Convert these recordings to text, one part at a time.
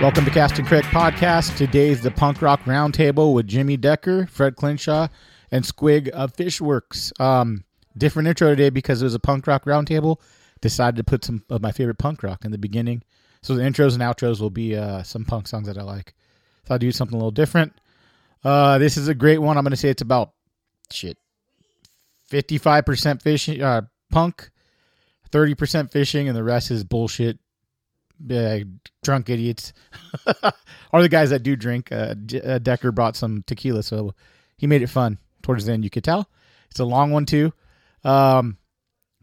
Welcome to Cast and Crick Podcast. Today's the Punk Rock Roundtable with Jimmy Decker, Fred Clinshaw, and Squig of Fishworks. Um, different intro today because it was a Punk Rock Roundtable. Decided to put some of my favorite punk rock in the beginning. So the intros and outros will be uh, some punk songs that I like. So I'll do something a little different. Uh, this is a great one. I'm going to say it's about shit. 55% fishing, uh, punk, 30% fishing, and the rest is bullshit uh, drunk idiots are the guys that do drink. Uh, D- uh, Decker brought some tequila, so he made it fun towards the end. You could tell it's a long one too. Um,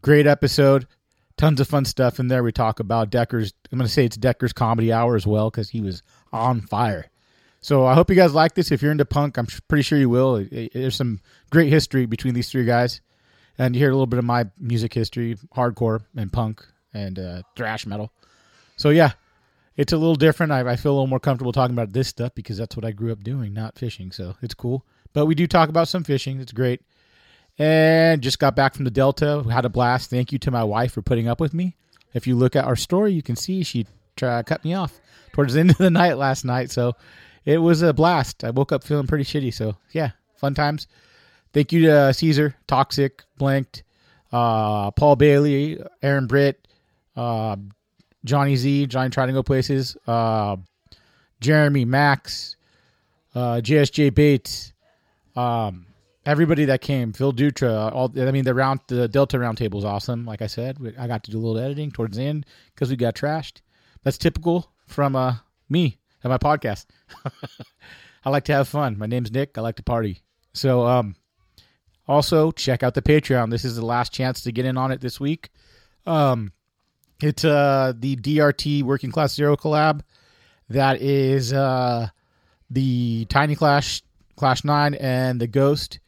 great episode, tons of fun stuff in there. We talk about Decker's. I'm gonna say it's Decker's comedy hour as well because he was on fire. So I hope you guys like this. If you're into punk, I'm pretty sure you will. There's some great history between these three guys, and you hear a little bit of my music history, hardcore and punk and uh, thrash metal. So yeah, it's a little different. I, I, feel a little more comfortable talking about this stuff because that's what I grew up doing, not fishing. So it's cool. But we do talk about some fishing. It's great. And just got back from the Delta. Had a blast. Thank you to my wife for putting up with me. If you look at our story, you can see she tried, cut me off towards the end of the night last night. So it was a blast. I woke up feeling pretty shitty. So yeah, fun times. Thank you to uh, Caesar, Toxic, Blanked, uh, Paul Bailey, Aaron Britt, uh, Johnny Z, Johnny trying to go places, uh, Jeremy Max, uh, JSJ Bates, um, everybody that came, Phil Dutra. All I mean, the round, the Delta roundtable is awesome. Like I said, we, I got to do a little editing towards the end because we got trashed. That's typical from uh, me and my podcast. I like to have fun. My name's Nick. I like to party. So, um, also check out the Patreon. This is the last chance to get in on it this week. Um, it's uh the DRT Working Class Zero collab. That is uh the Tiny Clash, Clash Nine, and the Ghost.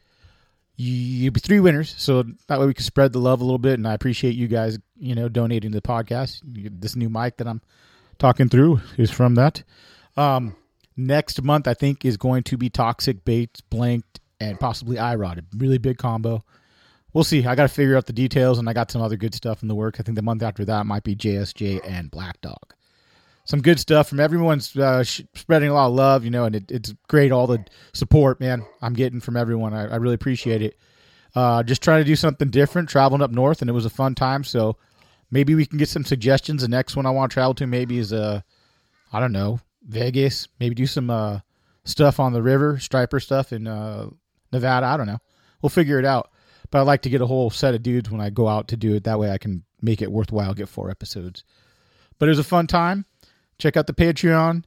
You, you three winners, so that way we can spread the love a little bit. And I appreciate you guys, you know, donating to the podcast. This new mic that I'm talking through is from that. Um, next month, I think is going to be Toxic Baits, Blanked, and possibly Irod. A really big combo we'll see. I got to figure out the details, and I got some other good stuff in the work. I think the month after that might be JSJ and Black Dog. Some good stuff from everyone's uh, spreading a lot of love, you know, and it, it's great all the support, man. I'm getting from everyone. I, I really appreciate it. Uh, just trying to do something different, traveling up north, and it was a fun time. So maybe we can get some suggestions. The next one I want to travel to maybe is uh, I don't know, Vegas. Maybe do some uh, stuff on the river, striper stuff in uh, Nevada. I don't know. We'll figure it out but I like to get a whole set of dudes when I go out to do it. That way I can make it worthwhile, get four episodes. But it was a fun time. Check out the Patreon.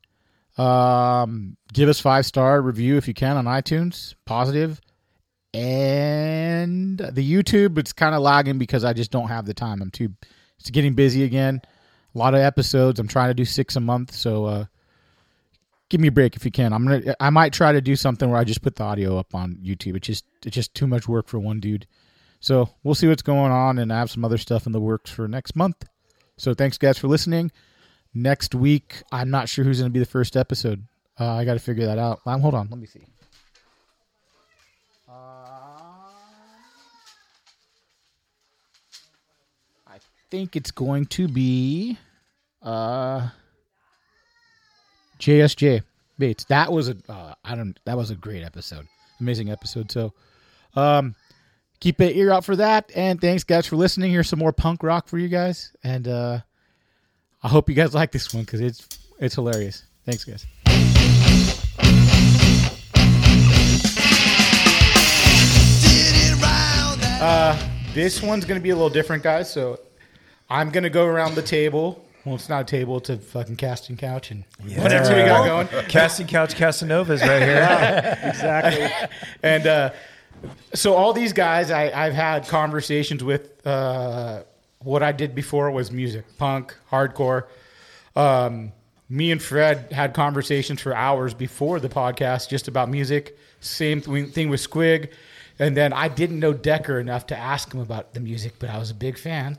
Um, give us five star review if you can on iTunes, positive. And the YouTube, it's kind of lagging because I just don't have the time. I'm too, it's getting busy again. A lot of episodes. I'm trying to do six a month. So, uh, give me a break if you can. I'm gonna I might try to do something where I just put the audio up on YouTube. It's just it's just too much work for one dude. So we'll see what's going on and I have some other stuff in the works for next month. So thanks guys for listening. Next week, I'm not sure who's gonna be the first episode. Uh, I gotta figure that out. Um, hold on, let me see. Uh, I think it's going to be uh JSJ Bates. That was a uh, I don't that was a great episode. Amazing episode. So um keep an ear out for that and thanks guys for listening. Here's some more punk rock for you guys and uh I hope you guys like this one cuz it's it's hilarious. Thanks guys. Uh, This one's gonna be a little different, guys. So I'm gonna go around the table. Well, it's not a table; it's a fucking casting couch and whatever we got going. Casting Couch Casanova's right here. And uh, so all these guys, I, I've had conversations with. Uh, what I did before was music, punk, hardcore. Um, me and Fred had conversations for hours before the podcast just about music. Same th- thing with Squig. And then I didn't know Decker enough to ask him about the music, but I was a big fan.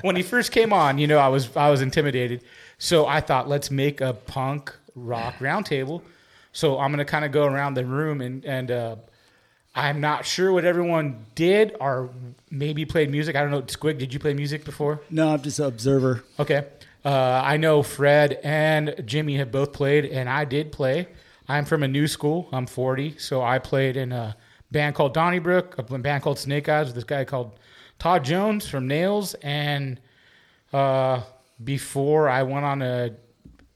when he first came on, you know, I was I was intimidated. So I thought, let's make a punk rock roundtable. So I'm gonna kind of go around the room and and uh, I'm not sure what everyone did or maybe played music. I don't know. Squig, did you play music before? No, I'm just an observer. Okay. Uh, I know Fred and Jimmy have both played, and I did play. I'm from a new school. I'm 40, so I played in a band called Donnybrook, a band called Snake Eyes with this guy called Todd Jones from Nails, and uh, before I went on a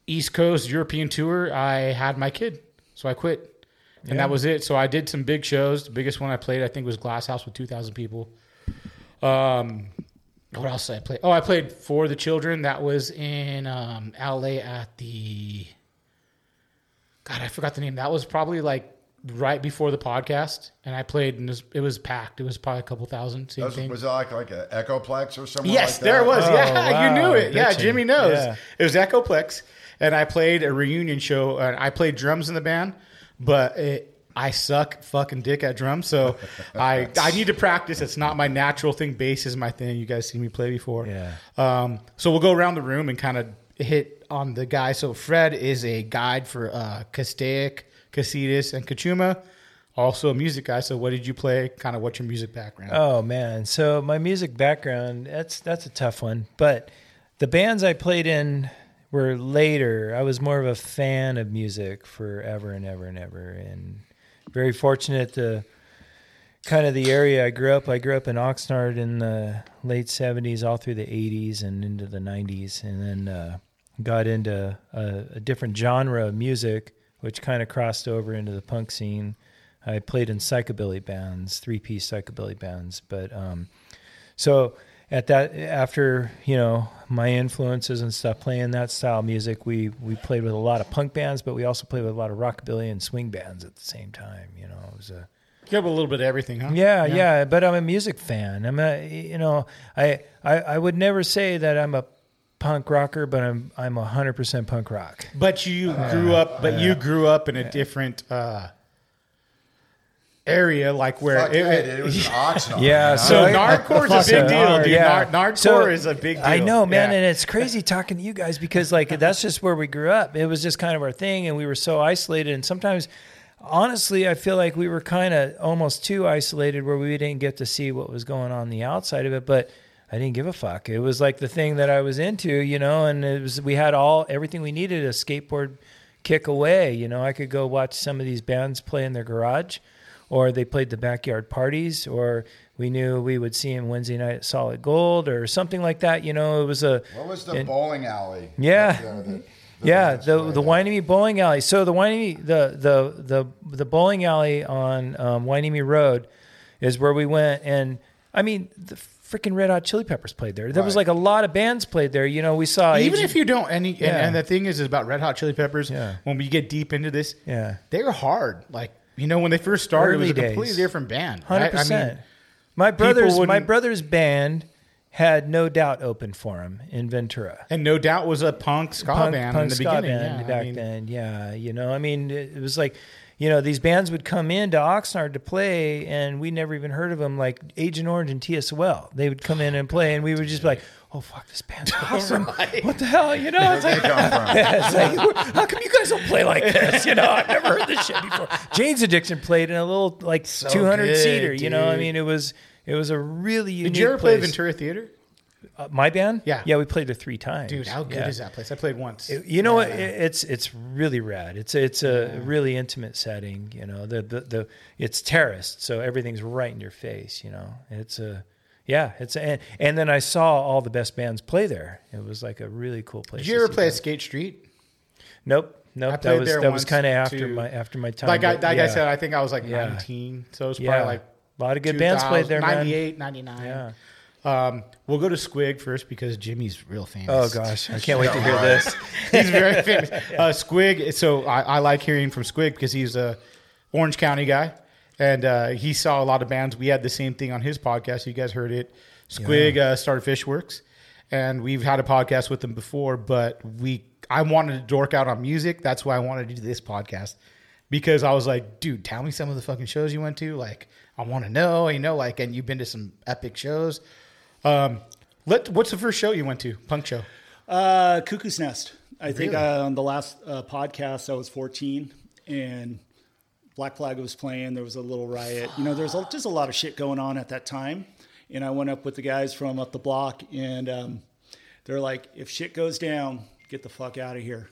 East Coast European tour, I had my kid, so I quit, and that was it. So I did some big shows. The biggest one I played, I think, was Glass House with 2,000 people. Um, what else did I play? Oh, I played for the children. That was in um, LA at the. God, I forgot the name. That was probably like right before the podcast, and I played, and it was, it was packed. It was probably a couple thousand. Same That was, thing. was that like, like an Echoplex or something? Yes, like that? there it was. Oh, yeah, you wow, knew it. Yeah, bitching. Jimmy knows. Yeah. It was Echoplex, and I played a reunion show. And I played drums in the band, but it, I suck fucking dick at drums, so I I need to practice. It's not my natural thing. Bass is my thing. You guys see me play before. Yeah. Um, so we'll go around the room and kind of hit on the guy. So Fred is a guide for uh, Castaic, Casitas, and Kachuma. Also a music guy. So what did you play? Kind of what's your music background? Oh man, so my music background that's that's a tough one, but the bands I played in were later. I was more of a fan of music forever and ever and ever, and very fortunate to kind of the area I grew up. I grew up in Oxnard in the late '70s, all through the '80s and into the '90s, and then uh, got into a, a different genre of music, which kind of crossed over into the punk scene. I played in psychobilly bands, three-piece psychobilly bands, but um, so at that after you know my influences and stuff playing that style of music we we played with a lot of punk bands but we also played with a lot of rockabilly and swing bands at the same time you know it was a You have a little bit of everything, huh? yeah, yeah, But I'm a music fan. I'm a, you know, I, I, I would never say that I'm a punk rocker, but I'm, I'm hundred percent punk rock. But you Uh, grew up, but you grew up in a different uh, area, like where Fuck it- yeah, it- dude, it was an Oxnard. Yeah, man. so- so I- Nardcore is a big deal, Nard, dude. yeah. Nar Nardcore So, is a big deal. I know, man, Yeah. and it's crazy talking to you guys because like that's just where we grew up. It was just kind of our thing, and we were so isolated. And sometimes, honestly, I feel like we were kind of almost too isolated, where we didn't get to see what was going on the outside of it. But I didn't give a fuck. It was like the thing that I was into, you know. And it was we had all everything we needed a skateboard kick away. You know, I could go watch some of these bands play in their garage or they played the backyard parties, or we knew we would see him Wednesday night at Solid Gold, or something like that. You know, it was a What was the bowling alley? Yeah. that, uh, that- that yeah was the played the at? Winnemere Bowling Alley. So the Winnemere the the the the bowling alley on um, Winnemere Road is where we went, and I mean the freaking Red Hot Chili Peppers played there. There was like Right. a lot of bands played there. You know, we saw even AG if you don't, any and, Yeah. and the thing is, is about Red Hot Chili Peppers. Yeah. When we get deep into this, Yeah. they're hard. Like you know, when they first started, it was Early a completely days. different band. right? I Hundred mean, percent. My brother's my wouldn't- brother's band had no doubt open for him in Ventura. and no doubt was a punk ska punk, band punk in the ska beginning. band yeah, I back mean, then. Yeah, you know, I mean, it it was like, you know, these bands would come into Oxnard to play, and we never even heard of them. Like Agent Orange and TSOL, they would come in and play, and we would just be like, "Oh fuck, this band's awesome! What the hell?" You know, it's Where'd like, they come from? it's like, how come you guys don't play like this? You know, I've never heard this shit before. Jane's Addiction played in a little like 200 good, seater. You know, I dude. mean, it was It was a really unique Did you ever play place. Ventura Theater? Uh, my band? Yeah. Yeah, we played there three times. Dude, how good Yeah. is that place? I played once. It- you know what? It- It's it's really rad. It's it's a really intimate setting. You know the, the the it's terraced, so everything's right in your face. You know it's a yeah. It's a, and, and then I saw all the best bands play there. It was like a really cool place. Did you to ever see play that. Skate Street? Nope. Nope, I that played was there that was once, kind of after too. my after my time. That guy, but that yeah. guy said I think I was like Yeah. 19, so it was Yeah. probably like A lot of good bands played there, man. 98, 99. Yeah. Um, we'll go to Squig first because Jimmy's real famous. "Oh gosh, I can't wait to hear this." he's very famous. Uh, Squig. So I, I like hearing from Squig because he's a Orange County guy, and uh, he saw a lot of bands. We had the same thing on his podcast. You guys heard it. Squig uh, started Fishworks, and we've had a podcast with him before. But we, I wanted to dork out on music. That's why I wanted to do this podcast because I was like, dude, tell me some of the fucking shows you went to. Like, I want to know. You know, like, and you've been to some epic shows. Um, let what's the first show you went to? Punk show. Uh, Cuckoo's Nest. I think uh, on the last uh, podcast, I was 14 and Black Flag was playing. There was a little riot. You know, there's a, just a lot of shit going on at that time. And I went up with the guys from up the block and um, they're like, if shit goes down, get the fuck out of here.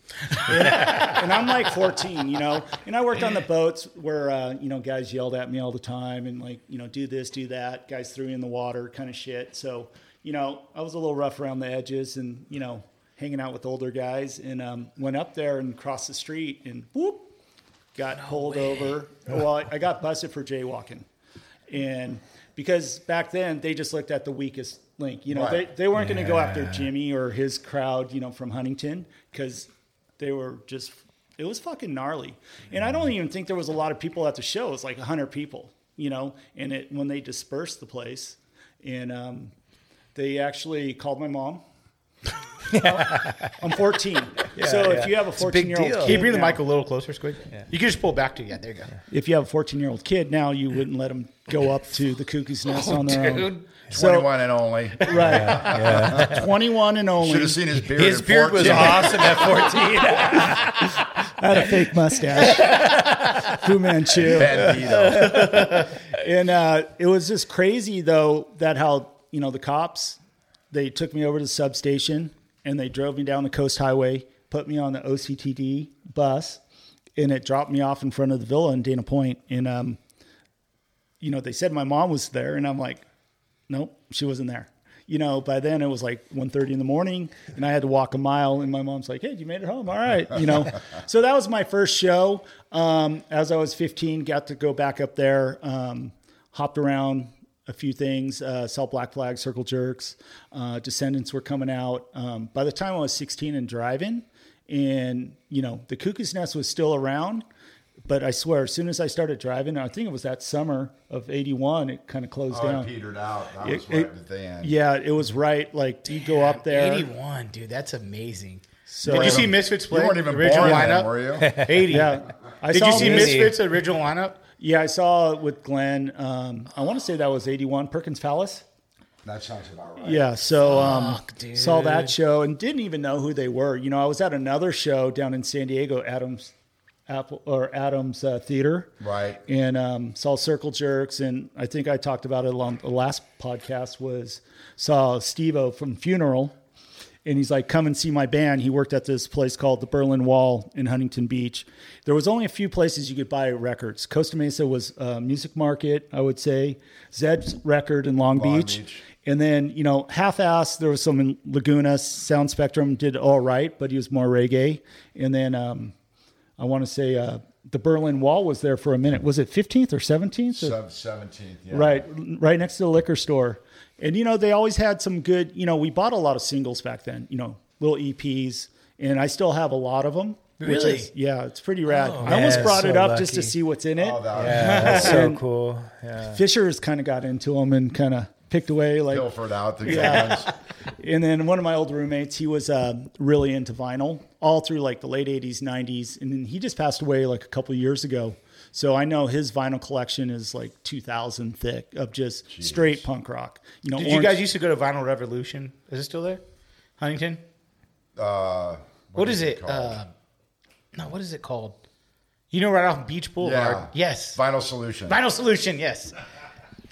and I'm like 14, you know. And I worked on the boats where, uh, you know, guys yelled at me all the time and like, you know, do this, do that. Guys threw me in the water, kind of shit. So, you know, I was a little rough around the edges and, you know, hanging out with older guys and um, went up there and crossed the street and whoop, got pulled over. Well, I, I got busted for jaywalking. And because back then they just looked at the weakest link, you know, Right. they, they weren't going to go after Jimmy or his crowd, you know, from Huntington because they were just, it was fucking gnarly. And I don't even think there was a lot of people at the show. It was like 100 people, you know, and it, when they dispersed the place and um, they actually called my mom. I'm 14. so if you have a 14 year old deal. kid, Can you bring the now- mic a little closer, Squig? You can just pull back to yeah. There you go. if you have a 14 year old kid now, you wouldn't let them go up to the cuckoo's nest on their own. So, 21 Oh, and only. right. 21 and only. Should have seen his beard. His at beard was 14. awesome at fourteen. I had a fake mustache. Fu Manchu. Bad B, though. and uh, it was just crazy though that how you know the cops they took me over to the substation and they drove me down the coast highway put me on the octd bus and it dropped me off in front of the villa in dana point and um, you know they said my mom was there and i'm like nope she wasn't there you know by then it was like 1.30 in the morning and i had to walk a mile and my mom's like hey you made it home all right you know so that was my first show um, as i was 15 got to go back up there um, hopped around a few things uh, saw black flag circle jerks uh, descendants were coming out um, by the time i was 16 and driving and you know the cuckoo's nest was still around but I swear, as soon as I started driving, I think it was that summer of '81, it kind of closed Oh, down. it petered out. That was It- right it- at the end. Yeah, it was right. Like you go up there. Eighty-one, dude. That's amazing. So Did you Even- see Misfits play? You weren't even original born lineup. then, were you? Eighty. Yeah, I Did saw you see him- Miss- Misfits original lineup? Yeah, I saw it with Glenn. Um, I want to say that was '81. Perkins Fallis. That sounds about right. Yeah, so um, saw that show and didn't even know who they were. You know, I was at another show down in San Diego, Adams Apple or Adams uh, Theater. Right. and um, saw Circle Jerks, and I think I talked about it on the last podcast. Was saw Steve-O from Funeral, and he's like, "Come and see my band." He worked at this place called the Berlin Wall in Huntington Beach. There was only a few places you could buy records. Costa Mesa was uh, Music Market, I would say, Zed's Record in Long, Beach. Beach. And then, you know, half assed, there was some in Laguna, Sound Spectrum did all right, but he was more reggae. And then um, I want to say uh, the Berlin Wall was there for a minute. Was it 15th or 17th? Or- Sub 17th. Yeah. Right, right next to the liquor store. And you know, they always had some good, you know, we bought a lot of singles back then, you know, little EPs, and I still have a lot of them. Really? yeah, it's pretty rad. I Oh, man, almost brought so it up just to lucky. see what's in it. Oh, that That's so And cool. Yeah. Fisher's kind of got into them and kind of picked away like Pilfered out the guns. and then one of my old roommates, he was uh, really into vinyl all through like the late 80s, 90s. And then he just passed away like a couple years ago. So I know his vinyl collection is like 2,000 thick of just straight punk rock. You know, Did you Orange- guys used to go to Vinyl Revolution? Is it still there? Huntington. Uh, what is, it? called? uh, no, what is it called? You know, right off Beach Boulevard. Yeah. Yes. Vinyl Solution. Vinyl Solution. Yes.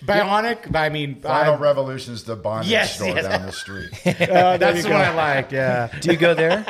Bionic. I mean, Final I, Revolution's the bondage Yes, store yes. down the street. Oh, that's the one I like. Yeah. Do you go there?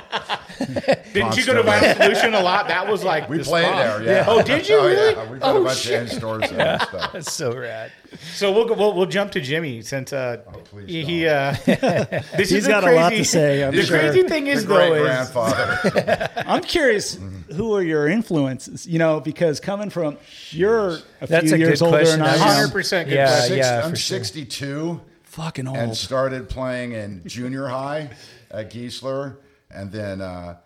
Didn't you go to Vinyl Solution a lot? That was like We the played spot. there, yeah. Oh, did you Oh, really? Yeah. We played oh a bunch shit. of end stores there and stuff. That's so rad. So we'll, go, we'll we'll jump to Jimmy since uh, Oh, please he, don't. he, uh this He's is the got a crazy, lot to say, I'm the sure. crazy thing The is great though is grandfather. I'm curious, Mm-hmm. who are your influences? You know, because coming from you're a That's few a years good older question. than I am. 100% good Yeah, question. Six, yeah, I'm for sure. 62 Fucking and old. started playing in junior high at Geisler. And then, uh,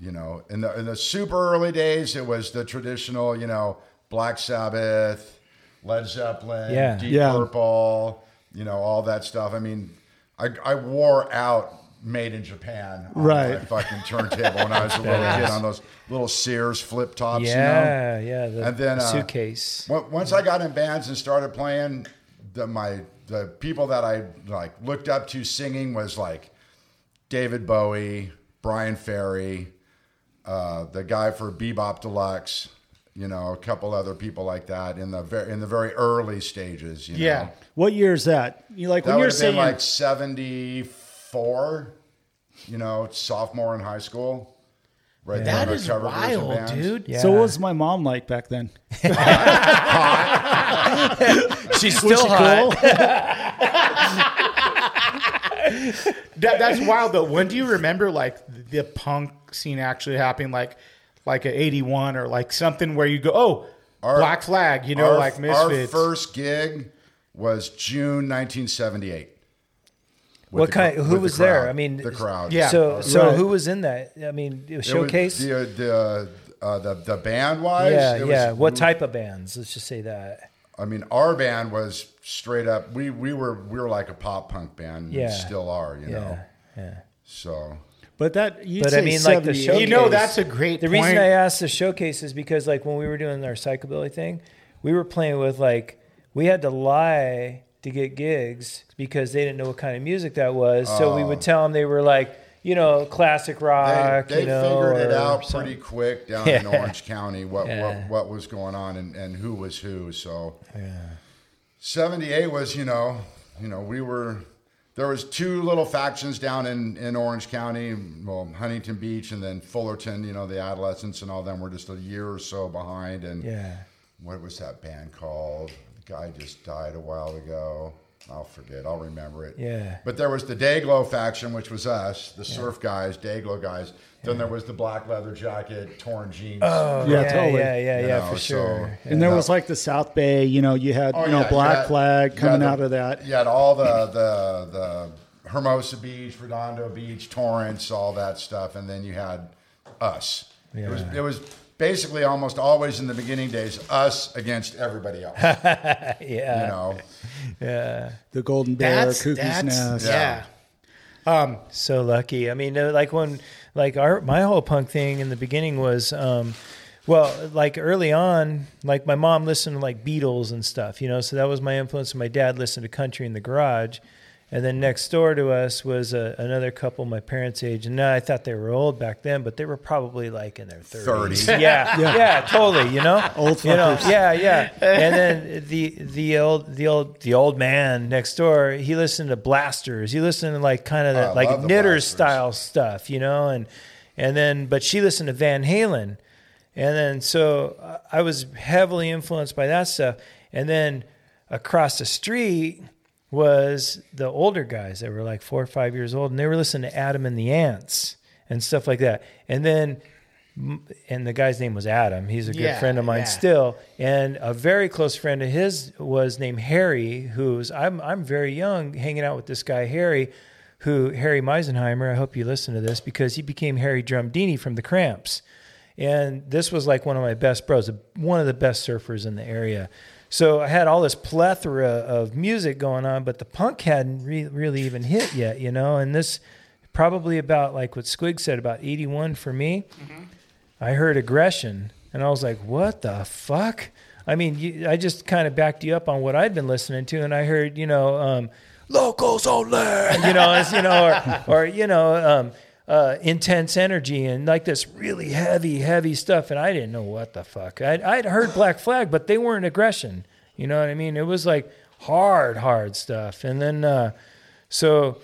you know, in the, in the super early days, it was the traditional, you know, Black Sabbath, Led Zeppelin, Yeah. Deep Yeah. Purple, you know, all that stuff. I mean, I, I wore out Made in Japan on my Right. fucking turntable when I was a little kid on those little Sears flip tops, you know? Yeah, yeah. The And then, uh, suitcase. Well, Once I got in bands and started playing, the, my the people that I like looked up to singing was like David Bowie, Brian Ferry, uh, the guy for Bebop Deluxe, you know, a couple other people like that in the very in the very early stages. You know? yeah. What year is that? You like that when would you're have saying been like seventy four. You know, sophomore in high school. Right there, That the is cover version wild, bands. dude. Yeah. So what was my mom like back then? she's still hot. That, that's wild though. When do you remember like the punk scene actually happening? Like like a '81 or like something where you go, oh, Black Flag, you know, our, like our Misfits. first gig was June 1978. With What the cr- kind? Who with the was there? crowd. I mean, the crowd. Yeah. So, so Right. who was in that? I mean, it was It was showcase. the the, uh, the the band wise. yeah, it was- yeah. What type of bands? Let's just say that. I mean, our band was straight up. We we were we were like a pop punk band. Yeah. Yeah. Still are, you Yeah, know. yeah. So But that you But say I mean, like the 78. showcase. You know, that's a great The point. reason I asked the showcase is because, like, when we were doing our psychobilly thing, we were playing with like we had to lie to get gigs because they didn't know what kind of music that was. so we would tell them they were like, you know, classic Oh. they, rock. they you know, figured it or out something. pretty quick down in Orange County what, what what was going on and, and who was who. So seventy eight was you know you know we were there was two little factions down in, in Orange County, well Huntington Beach and then Fullerton. You know the adolescents and all them were just a year or so behind. And Yeah. what was that band called? "Oh, The guy just died a while ago. I'll forget. I'll remember it. Yeah. But there was the Dayglow faction, which was us, the surf guys, Dayglow guys. Then there was the black leather jacket, torn jeans. Oh, yeah, Yeah, totally. yeah, yeah, yeah, for sure. And there was like the South Bay, you know, you Oh, had you know Black Flag coming out of that. You had all the the the Hermosa Beach, Redondo Beach, Torrance, all that stuff, and then you had us. It was it was basically almost always in the beginning days us against everybody else. yeah. You know. The Golden Bear, that's Cookie's that's Nest. yeah. so lucky. I mean, uh, like when like our my whole punk thing in the beginning was um well, like early on, like my mom listened to like Beatles and stuff, you know, so that was my influence. My dad listened to country in the garage. And then next door to us was a, another couple my parents' age. And uh, I thought they were old back then, but they were probably like in their 30s. 30. Yeah, yeah, totally. You know, Old you know, fuckers. yeah, yeah. And then the the old the old the old man next door. He listened to blasters. He listened to like kind of Oh, I that like love the knitter Blasters. style stuff, you know. And and then but she listened to Van Halen, and then so I- I was heavily influenced by that stuff. And then across the street was the older guys that were like four or five years old, and they were listening to Adam and the Ants and stuff like that. And then and the guy's name was Adam. He's a good Yeah, friend of mine yeah. still, and a very close friend of his was named Harry, who's I'm I'm very young, hanging out with this guy Harry, who Harry Meisenheimer. I hope you listen to this because he became Harry Drumdini from the Cramps, and this was like one of my best bros, one of the best surfers in the area. So I had all this plethora of music going on, but the punk hadn't re- really even hit yet, you know. And this probably about like what Squig said about '81 for me. I heard aggression and I was like, what the fuck? I mean, you, I just kind of backed you up on what I'd been listening to. And I heard, you know, um, locals only, you know, it's, you know, or, or, you know, um, uh, intense energy and like this really heavy, heavy stuff. And I didn't know what the fuck I'd, I'd heard black flag, but they weren't aggression. You know what I mean? It was like, hard, hard stuff. And then, uh, so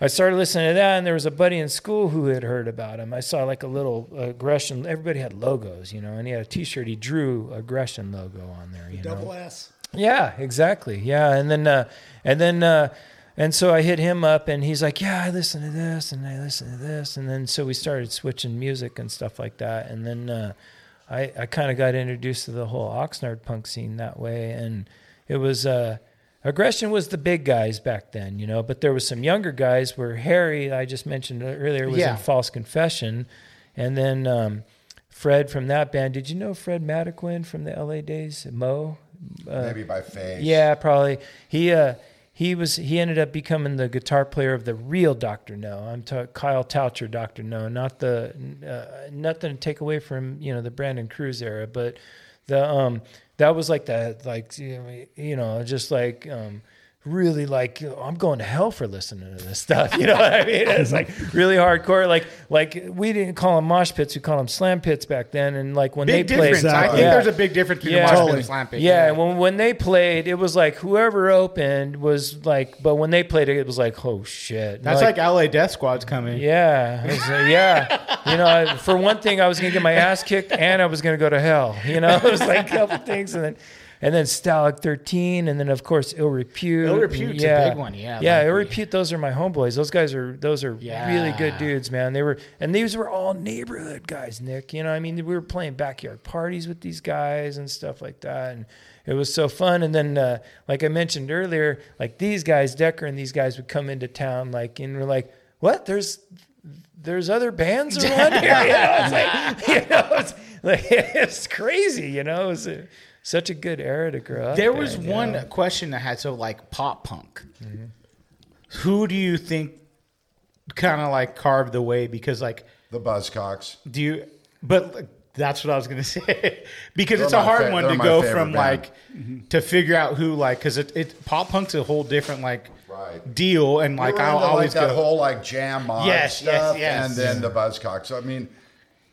I started listening to that, and there was a buddy in school who had heard about him. I saw like a little aggression. Everybody had logos, you know, and he had a T-shirt. He drew aggression logo on there. You Double know? S. Yeah, exactly. Yeah, and then uh, and then uh, and so I hit him up, and he's like, "Yeah, I listen to this, and I listen to this," and then so we started switching music and stuff like that, and then uh, I I kind of got introduced to the whole Oxnard punk scene that way, and it was. Uh, Aggression was the big guys back then, you know, but there was some younger guys where Harry, I just mentioned earlier, was Yeah. in False Confession. And then um, Fred from that band. Did you know Fred Mataquin from the LA days? Mo? Maybe by face. Yeah, probably. He uh, he was he ended up becoming the guitar player of the real Doctor No. I'm ta- Kyle Toucher, Doctor No, not the uh, nothing to take away from you know the Brandon Cruz era, but the um that was like the like you know just like um really like I'm going to hell for listening to this stuff. You know what I mean? It's like really hardcore. Like like we didn't call them mosh pits, we called them slam pits back then. And like when Big they played, difference. I think uh, Yeah. there's a big difference between yeah, Yeah. Mosh Pit Totally. and Slam Pit. Yeah, when when they played, it was like whoever opened was like, but when they played it, it was like, oh shit. That's like, LA Death Squad's coming. yeah, I was like, yeah. You know, I- for one thing, I was gonna get my ass kicked, and I was gonna go to hell. You know, it was like a couple things, and then. And then Stalag 13, and then of course Ill Repute. Ill Repute's a yeah. big one, yeah, Yeah, like Ill we- Repute. Those are my homeboys. Those guys are those are really good Yeah. dudes, man. They were, and these were all neighborhood guys, Nick. You know, I mean, we were playing backyard parties with these guys and stuff like that, and it was so fun. And then, uh, like I mentioned earlier, like these guys, Decker and these guys would come into town, like, and we're like, "What? There's, there's other bands around here." You know, it's like, you know, it's like it's crazy. You know, it was a, such a good era to grow up. There was in, you one know? question I had. So, like pop punk, Mm-hmm. who do you think kind of like carved the way? Because like, The Buzzcocks. do you? But like, that's what I was gonna say. because They're it's a my hard fa- one they're to my go favorite from band. Mm-hmm. like to figure out who like because it, it pop punk's a whole different like Right. deal, and like we were I'll into, always like that go. whole like jam mod Yes, yes, stuff, yes. Mm-hmm. and then the Buzzcocks. So, I mean,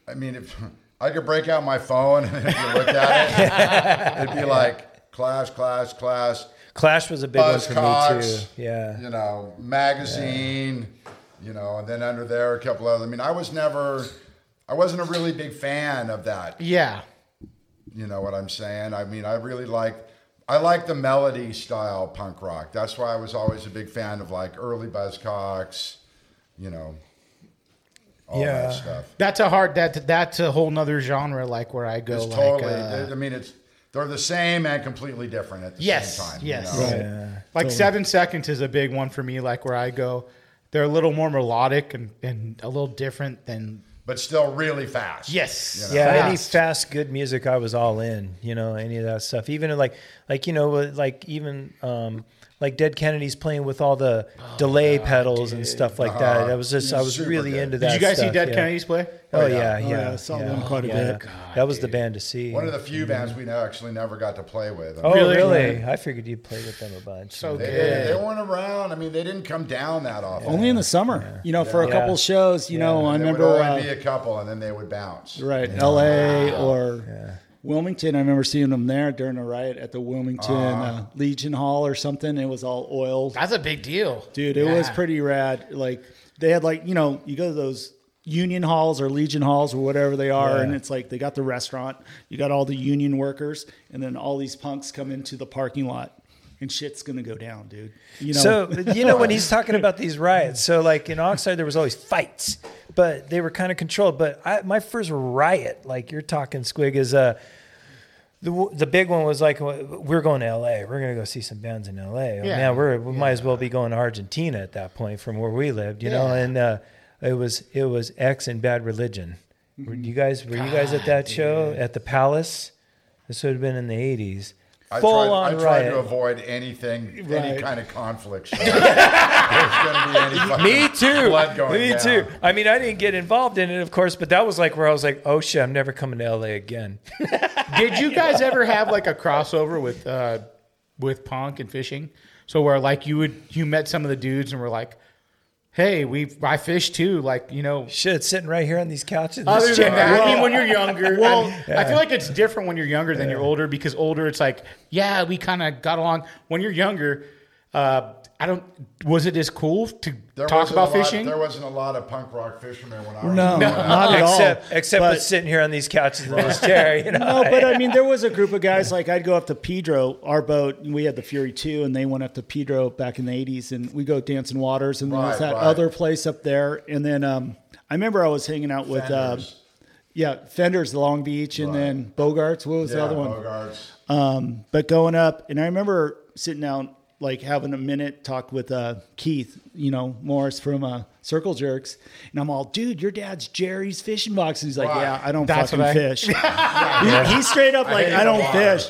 I mean, if I could break out my phone and if you looked at it, it'd be like Clash, Clash, Clash. Clash was a big one for me Buzzcocks, too. Yeah. you know, magazine, you know, and then under there a couple other. I mean, I was never, I wasn't a really big fan of that. yeah, You know what I'm saying? I mean, I really like, I like the melody style punk rock. That's why I was always a big fan of like early Buzzcocks, you know, all Yeah. that stuff. that's a hard that that's a whole nother genre. Like where I go, It's like totally. uh, I mean, it's they're the same and completely different at the Yes, same time. yes. You know? Like seven seconds is a big one for me. Like where I go, they're a little more melodic and, and a little different than But still really fast. yes, Yeah, Fast. any fast good music I was all in, you know, any of that stuff. Even like like you know with, like even um like Dead Kennedys playing with all the Oh, delay pedals and stuff like that. I was just I was Uh-huh. Super really good. into that. Did you guys see stuff, Dead yeah. Kennedys play? Oh yeah, yeah. Oh, yeah, I saw yeah, them quite a yeah. bit. that was the band to see. Mm-hmm. One of the few bands we actually never got to play with. Oh Really? really? I figured you played with them a bunch. So They, good. they weren't around. I mean, they didn't come down that often. Only in the summer, you know, for a Yeah. couple shows. You Oh, know, I There remember would only uh, be a couple, and then they would bounce. right L.A. or Wilmington. I remember seeing them there during a riot at the Wilmington Uh-huh. uh, Legion Hall or something. It was all oil, That's a big deal. dude. It was pretty rad. Like they had like you know you go to those. Union halls or Legion halls or whatever they are, and it's like they got the restaurant, you got all the union workers, and then all these punks come into the parking lot, and shit's gonna go down, dude. You know, So you know when he's talking about these riots. So like in Oxide, there was always fights, but they were kind of controlled. But I, my first riot, like you're talking, Squig, is uh, the the big one was like we're going to L.A. We're gonna go see some bands in L.A. Oh, Yeah. man, we're we might as well be going to Argentina at that point from where we lived, you know. And uh, it was it was X and Bad Religion. Were Mm-hmm. you guys were you guys at that show at the Palace? This would have been in the '80s. I Full tried, on I tried riot. to avoid anything, Right. any kind of conflict. So there's gonna be any fucking Me too. Blood going Me down. too. I mean, I didn't get involved in it, of course, but that was like where I was like, oh shit, I'm never coming to LA again. Did you guys ever have like a crossover with uh, with punk and fishing? So where like you would you met some of the dudes and were like, hey, we I fish too. Like you know, shit, sitting right here on these couches. Other than that, I mean, when you're younger, well, I, mean, I feel like it's different when you're younger than you're older because older, it's like, yeah, we kind of got along. When you're younger, uh, I don't. Was it as cool to There talk wasn't a about lot- fishing? there wasn't a lot of punk rock fishermen when I was No, growing up. not at all. Except, except But- with sitting here on these couches in this chair, you know. no, but I mean, there was a group of guys like I'd go up to Pedro, our boat, and we had the Fury Two, and they went up to Pedro back in the '80s, and we go dancing waters, and there was Right, that right. other place up there, and then um, I remember I was hanging out with, uh, Fenders. yeah, Fenders, Long Beach, and then Bogarts. What was the Yeah, other one? Bogarts. Um, but going up, and I remember sitting down, like having a minute talk with uh, Keith, you know, Morris from uh, Circle Jerks, and I'm all, dude, your dad's Jerry's fishing box. And he's like, Right. yeah, I don't That's fucking what I- fish. he, he's straight up like, hate I, don't water." fish.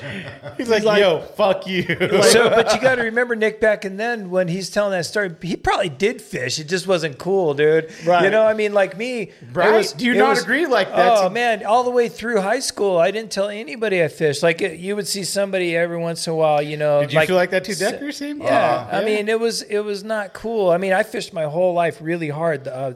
He's like, like- yo, fuck you. so, but you got to remember, Nick, back and then when he's telling that story, he probably did fish. It just wasn't cool, dude. Right. You know, I mean, like me, it Right? was- Do you it not was- agree? Like, that's- Oh man, all the way through high school, I didn't tell anybody I fished. Like, it, you would see somebody every once in a while. You know, Did you feel like that too, Decker? Same. yeah, I mean, it was it was not cool. I mean, I fished my whole life really hard. Uh,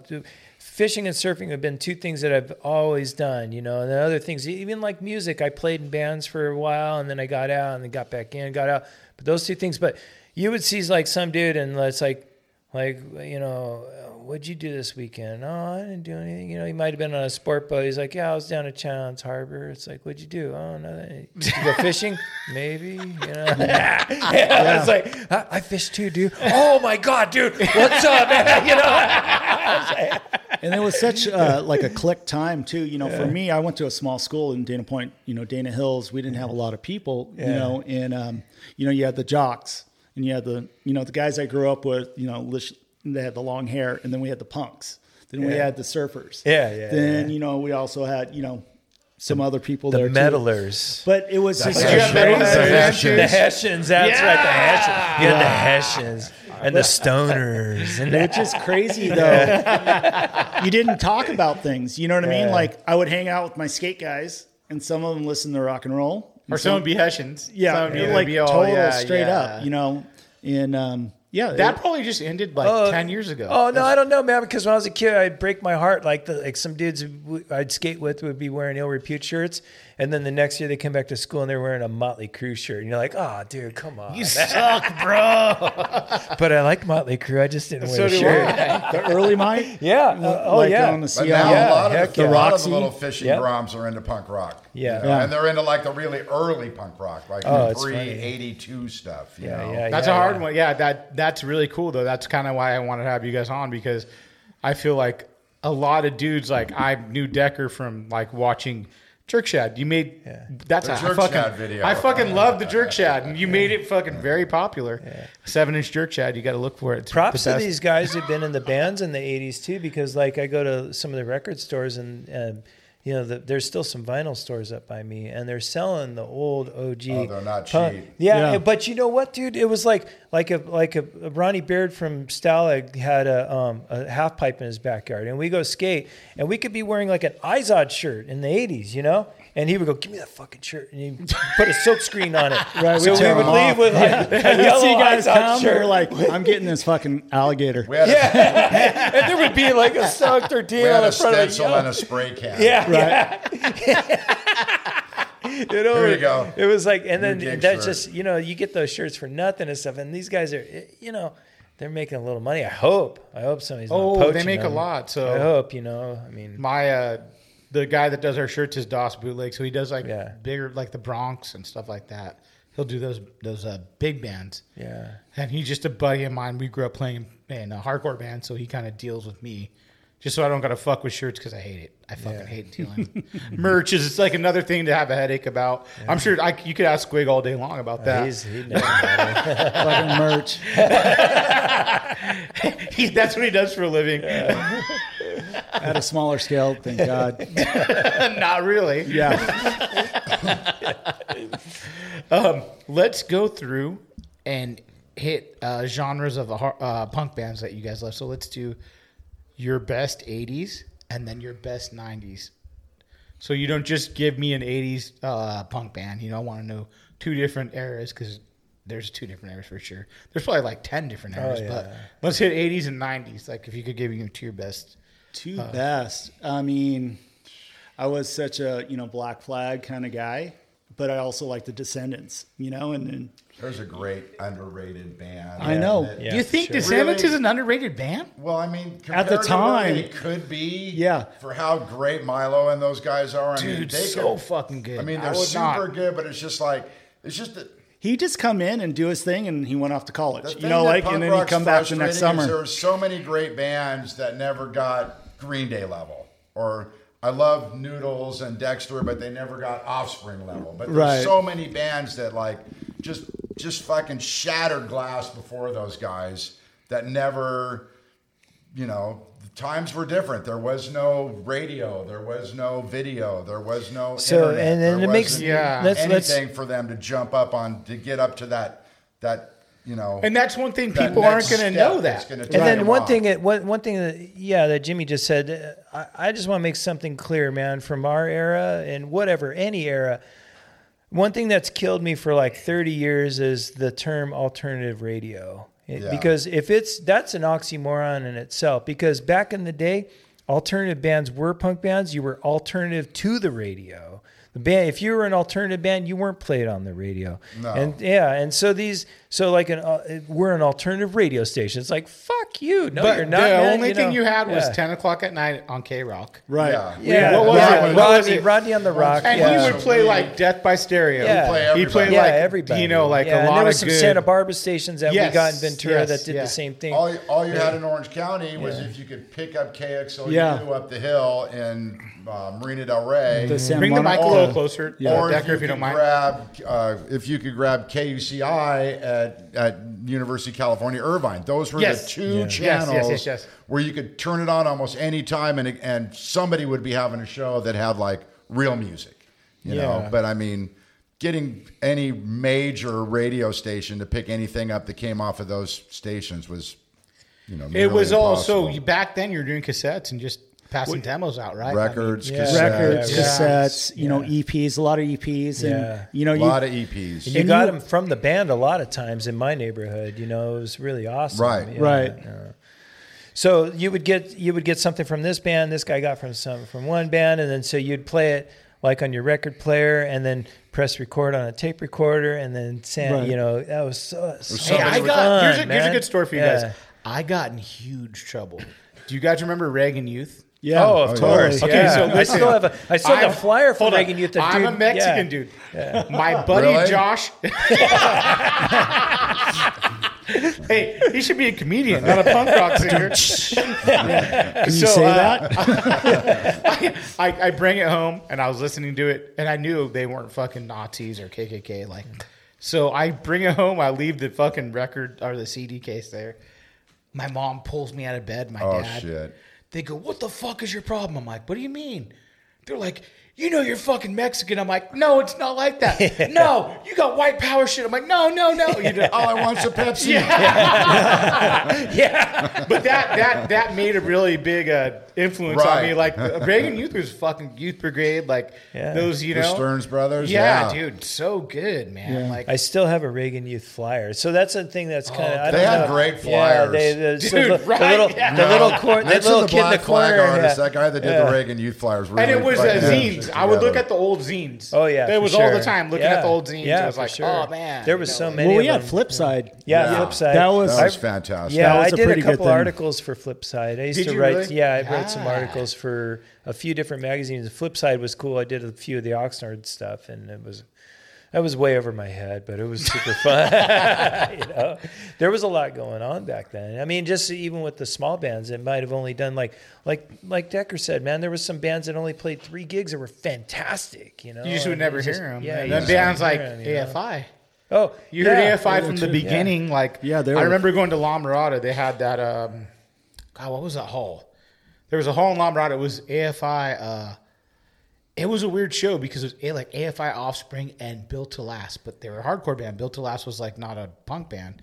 fishing and surfing have been two things that I've always done, you know. And then other things, e-, even like music, I played in bands for a while, and then I got out, and then got back in, got out. But those two things. But you would see like some dude, and it's like, like you know, what'd you do this weekend? Oh, I didn't do anything. You know, he might have been on a sport boat. He's like, yeah, I was down at Chowns Harbor. It's like, what'd you do? Oh, nothing. Did you go fishing? Maybe. You know. I was like, I, I fish too, dude. Oh my god, dude, what's up, man? You know. and it was such uh, like a click time too. You know, for me, I went to a small school in Dana Point. You know, Dana Hills. We didn't have a lot of people. You know, and um, you know, you had the jocks, and you had the you know the guys I grew up with. You know, lish- they had the long hair, and then we had the punks. Then we had the surfers. Yeah, yeah, Then yeah. you know we also had you know some other people The there. meddlers. Too. But it was just Did you have metal The detectors? Hessians. that's right. The Hessians. You had the Hessians and the stoners. And It's just crazy though. you didn't talk about things. You know what I mean? Like I would hang out with my skate guys, and some of them listened to rock and roll. Or someone be Hessians. Yeah, Some would be like be all, total yeah, straight yeah. up. You know, and um, yeah, That it- probably just ended like ten years ago. Oh no, I don't know, man. Because when I was a kid, I'd break my heart. Like the like some dudes w- I'd skate with would be wearing ill repute shirts, and then the next year they come back to school and they're wearing a Motley Crue shirt, and you're like, oh, dude, come on. you suck, bro. but I like Motley Crue. I just didn't wear So a do shirt. I. the early Mike. Yeah. Uh, oh like yeah. On the But CI. now Yeah, a lot of heck the, a yeah. lot of the Roxy. little fishing Yeah. groms are into punk rock. you Yeah. know, Yeah. And they're into like the really early punk rock, like Oh, the it's pre funny. 82 stuff. You Yeah, know? yeah, That's yeah, a hard yeah. one. Yeah, that that's really cool though. That's kind of why I wanted to have you guys on because I feel like a lot of dudes like I knew Decker from like watching Jerk Shad. You made that's The a I Jerk fucking Shad video. I fucking love the Jerk Shad, and you made it fucking very popular. Seven inch Jerk Shad. You got to look for it. It's Props the to best. these guys who've been in the bands in the '80s too, because like I go to some of the record stores and. Um, you know, the, there's still some vinyl stores up by me, and they're selling the old OG. Oh, they're not punk- cheap. Yeah, Yeah. but you know what, dude? It was like like a like a, a Ronnie Beard from Stalag had a um, a half pipe in his backyard, and we go skate, and we could be wearing like an Izod shirt in the '80s, you know. And he would go, "Give me that fucking shirt," and he put a silk screen on it. Right, so we we tear would them leave off. with like a You yellow see guys Izod come, shirt. they're like, I'm getting this fucking alligator. We had, a, Yeah. and there would be like a sock we tortilla had in a front of stencil you. and a spray can. Yeah, Right. yeah. You know, Here you it- go. It was like, and Your then dick that's shirt. just you know, you get those shirts for nothing and stuff. And these guys are, eh, you know, they're making a little money. I hope. I hope somebody's. not Oh, they poaching make a them. lot, so- I hope you know. I mean, my uh the guy that does our shirts is Dos Bootleg, so he does like Yeah. bigger like the Bronx and stuff like that. He'll do those those uh, big bands. Yeah. and he's just a buddy of mine. We grew up playing in a hardcore band, so he kind of deals with me. Just so I don't gotta fuck with shirts because I hate it. I fucking hate dealing. Merch is it's like another thing to have a headache about. I'm sure I, you could ask Squig all day long about that. he's he knows about it. fucking merch. He- that's what he does for a living. At a smaller scale, thank God. Not really. Yeah. Let's go through and hit uh, genres of the har- uh, punk bands that you guys love. So let's do your best 80s and then your best 90s. So you don't just give me an 80s uh, punk band. You know, I want to know two different eras because there's two different eras for sure. There's probably like ten different Oh, eras, but yeah. let's hit eighties and nineties. Like if you could give me two your best, two Uh, best. I mean, I was such a you know Black Flag kind of guy, but I also like the Descendants, you know, and then There's a great underrated band. I know. that- Do you think Descendants Really- is an underrated band? Well, I mean, At the compared to what time. it could be. Yeah. for how great Milo and those guys are. I mean, Dude, they so could- fucking good. I mean, I they're would super not. good, but it's just like it's just that he just come in and do his thing, and he went off to the college, thing you know, that like, punk and then he rock's come back the next frustrating is summer. There are so many great bands that never got Green Day level, or I love Noodles and Dexter, but they never got Offspring level. But there's Right. so many bands that like just just fucking shattered glass before those guys that never, you know. the Times were different. There was no radio. There was no video. There was no So, internet, and then there it makes- wasn't yeah. anything Let's- let's- for them to jump up on to get up to that that you know. And that's one thing that people next aren't step going to know that's that. gonna And turn then them one off. thing, that- one one thing that yeah, that Jimmy just said, uh, I, I just want to make something clear, man, from our era and whatever any era. One thing that's killed me for like 30 years is the term alternative radio. It- Yeah. Because if it's that's an oxymoron in itself because back in the day, alternative bands were punk bands, you were alternative to the radio. The band if you were an alternative band, you weren't played on the radio. No. And yeah, and so these so like an uh, we're an alternative radio station. It's like fuck you. No, but you're not. the man, only you thing know. you had was Yeah. ten o'clock at night on K Rock. Right. Yeah. Yeah, What was Rodney, it? What was Rodney- it? Rodney on the Rock. And yeah. he would play like Death by Stereo. Yeah. He played yeah, like everybody. You know, like yeah, a and lot there were of some good. Santa Barbara stations that we got in Yes, Ventura yes, that did yeah. the same thing. All, all you Yeah. had in Orange County was if you could pick up KXLU Yeah. up the hill in uh, Marina Del Rey. The San Bring the mic a Or- little closer, Yeah. Or if Decker, you, if you could don't mind. grab, uh, if you could grab KUCI at, at University of California Irvine. Those were Yes. the two Yeah. Yes, yes, channels yes, yes. where you could turn it on almost any time, and and somebody would be having a show that had like real music, you know. Yeah. But I mean, getting any major radio station to pick anything up that came off of those stations was, you know, It nearly was also impossible. back then. You were doing cassettes and just passing demos out, right? I mean, records, Yeah. cassettes, Records, Yeah. cassettes, you know, EPs, a lot of EPs, and Yeah. you know, a you, lot of EPs. You And got you- them from the band a lot of times in my neighborhood. You know, it was really awesome. Right. Yeah, Right. yeah. So you would get you would get something from this band. This guy got from some from one band, and then so you'd play it like on your record player, and then press record on a tape recorder, and then send. Right. You know, that was so. so Hey, I much got fun, here's, a, here's a man. good story for you Yeah. guys. I got in huge trouble. Do you guys remember Reagan Youth? yeah, Oh, of yeah. course. Okay, yeah. so I listen. still have a I still have I'm- a flyer for hold on. Reagan Youth. that I'm dude- a Mexican yeah. dude. My buddy Really? Josh. hey, he should be a comedian, not a punk rock singer. Can you so, say uh, that? I, I, I bring it home and I was listening to it and I knew they weren't fucking Nazis or KKK. Like, so I bring it home. I leave the fucking record or the CD case there. My mom pulls me out of bed. My Oh, dad. shit. They go, "What the fuck is your problem?" I'm like, "What do you mean?" They're like, "You know you're fucking Mexican." I'm like, "No, it's not like that. no, you got white power shit." I'm like, "No, no, no." You "Oh, know, All I want's a Pepsi. yeah, but that that that made a really big uh, influence on me. Right. Like Reagan Youth was fucking Youth Brigade, like Yeah. those you The know Stearns Brothers, Yeah, yeah. dude, so good, man. Like I still have a Reagan Youth flyer, so that's the thing that's Oh, kind of. They had great flyers. Yeah, they, the, so Dude, the, right, the little, yeah. the little, cor- that Next to little the kid in the black flag corner. artist, yeah. that guy that did Yeah. the Reagan Youth flyers, really and it was uh, fucking had zines. shit I would look together. at the old zines. Oh yeah, it for was sure. all the time looking Yeah. at the old zines. Yeah, I was for like, sure. oh man, there you was know, so like- many. well, we of had them. Flipside. Yeah, Yeah. Flipside. That was- That was I've- Uh, fantastic. Yeah, That was I a did a pretty good couple thing. articles for Flipside. I used Did to you write. really? Yeah, I wrote some Yeah. articles for a few different magazines. Flipside was cool. I did a few of the Oxnard stuff, and it was. That was way over my head, but it was super fun. you know, there was a lot going on back then. I mean, just even with the small bands, it might have only done like, like, like Decker said, man. There was some bands that only played three gigs that were fantastic. You know, You just would and never it hear was just- them. Yeah, Oh, Yeah, you the just band's wouldn't like hear 'em, you know? AFI. Oh, You heard yeah. AFI from the beginning, like Yeah, they I were- remember going to La Mirada. They had that. Um, God, what was that hall? There was a hall in La Mirada. It was AFI. Uh, it was a weird show because it was a, like AFI Offspring and Built to Last, but they were a hardcore band. Built to Last was like not a punk band,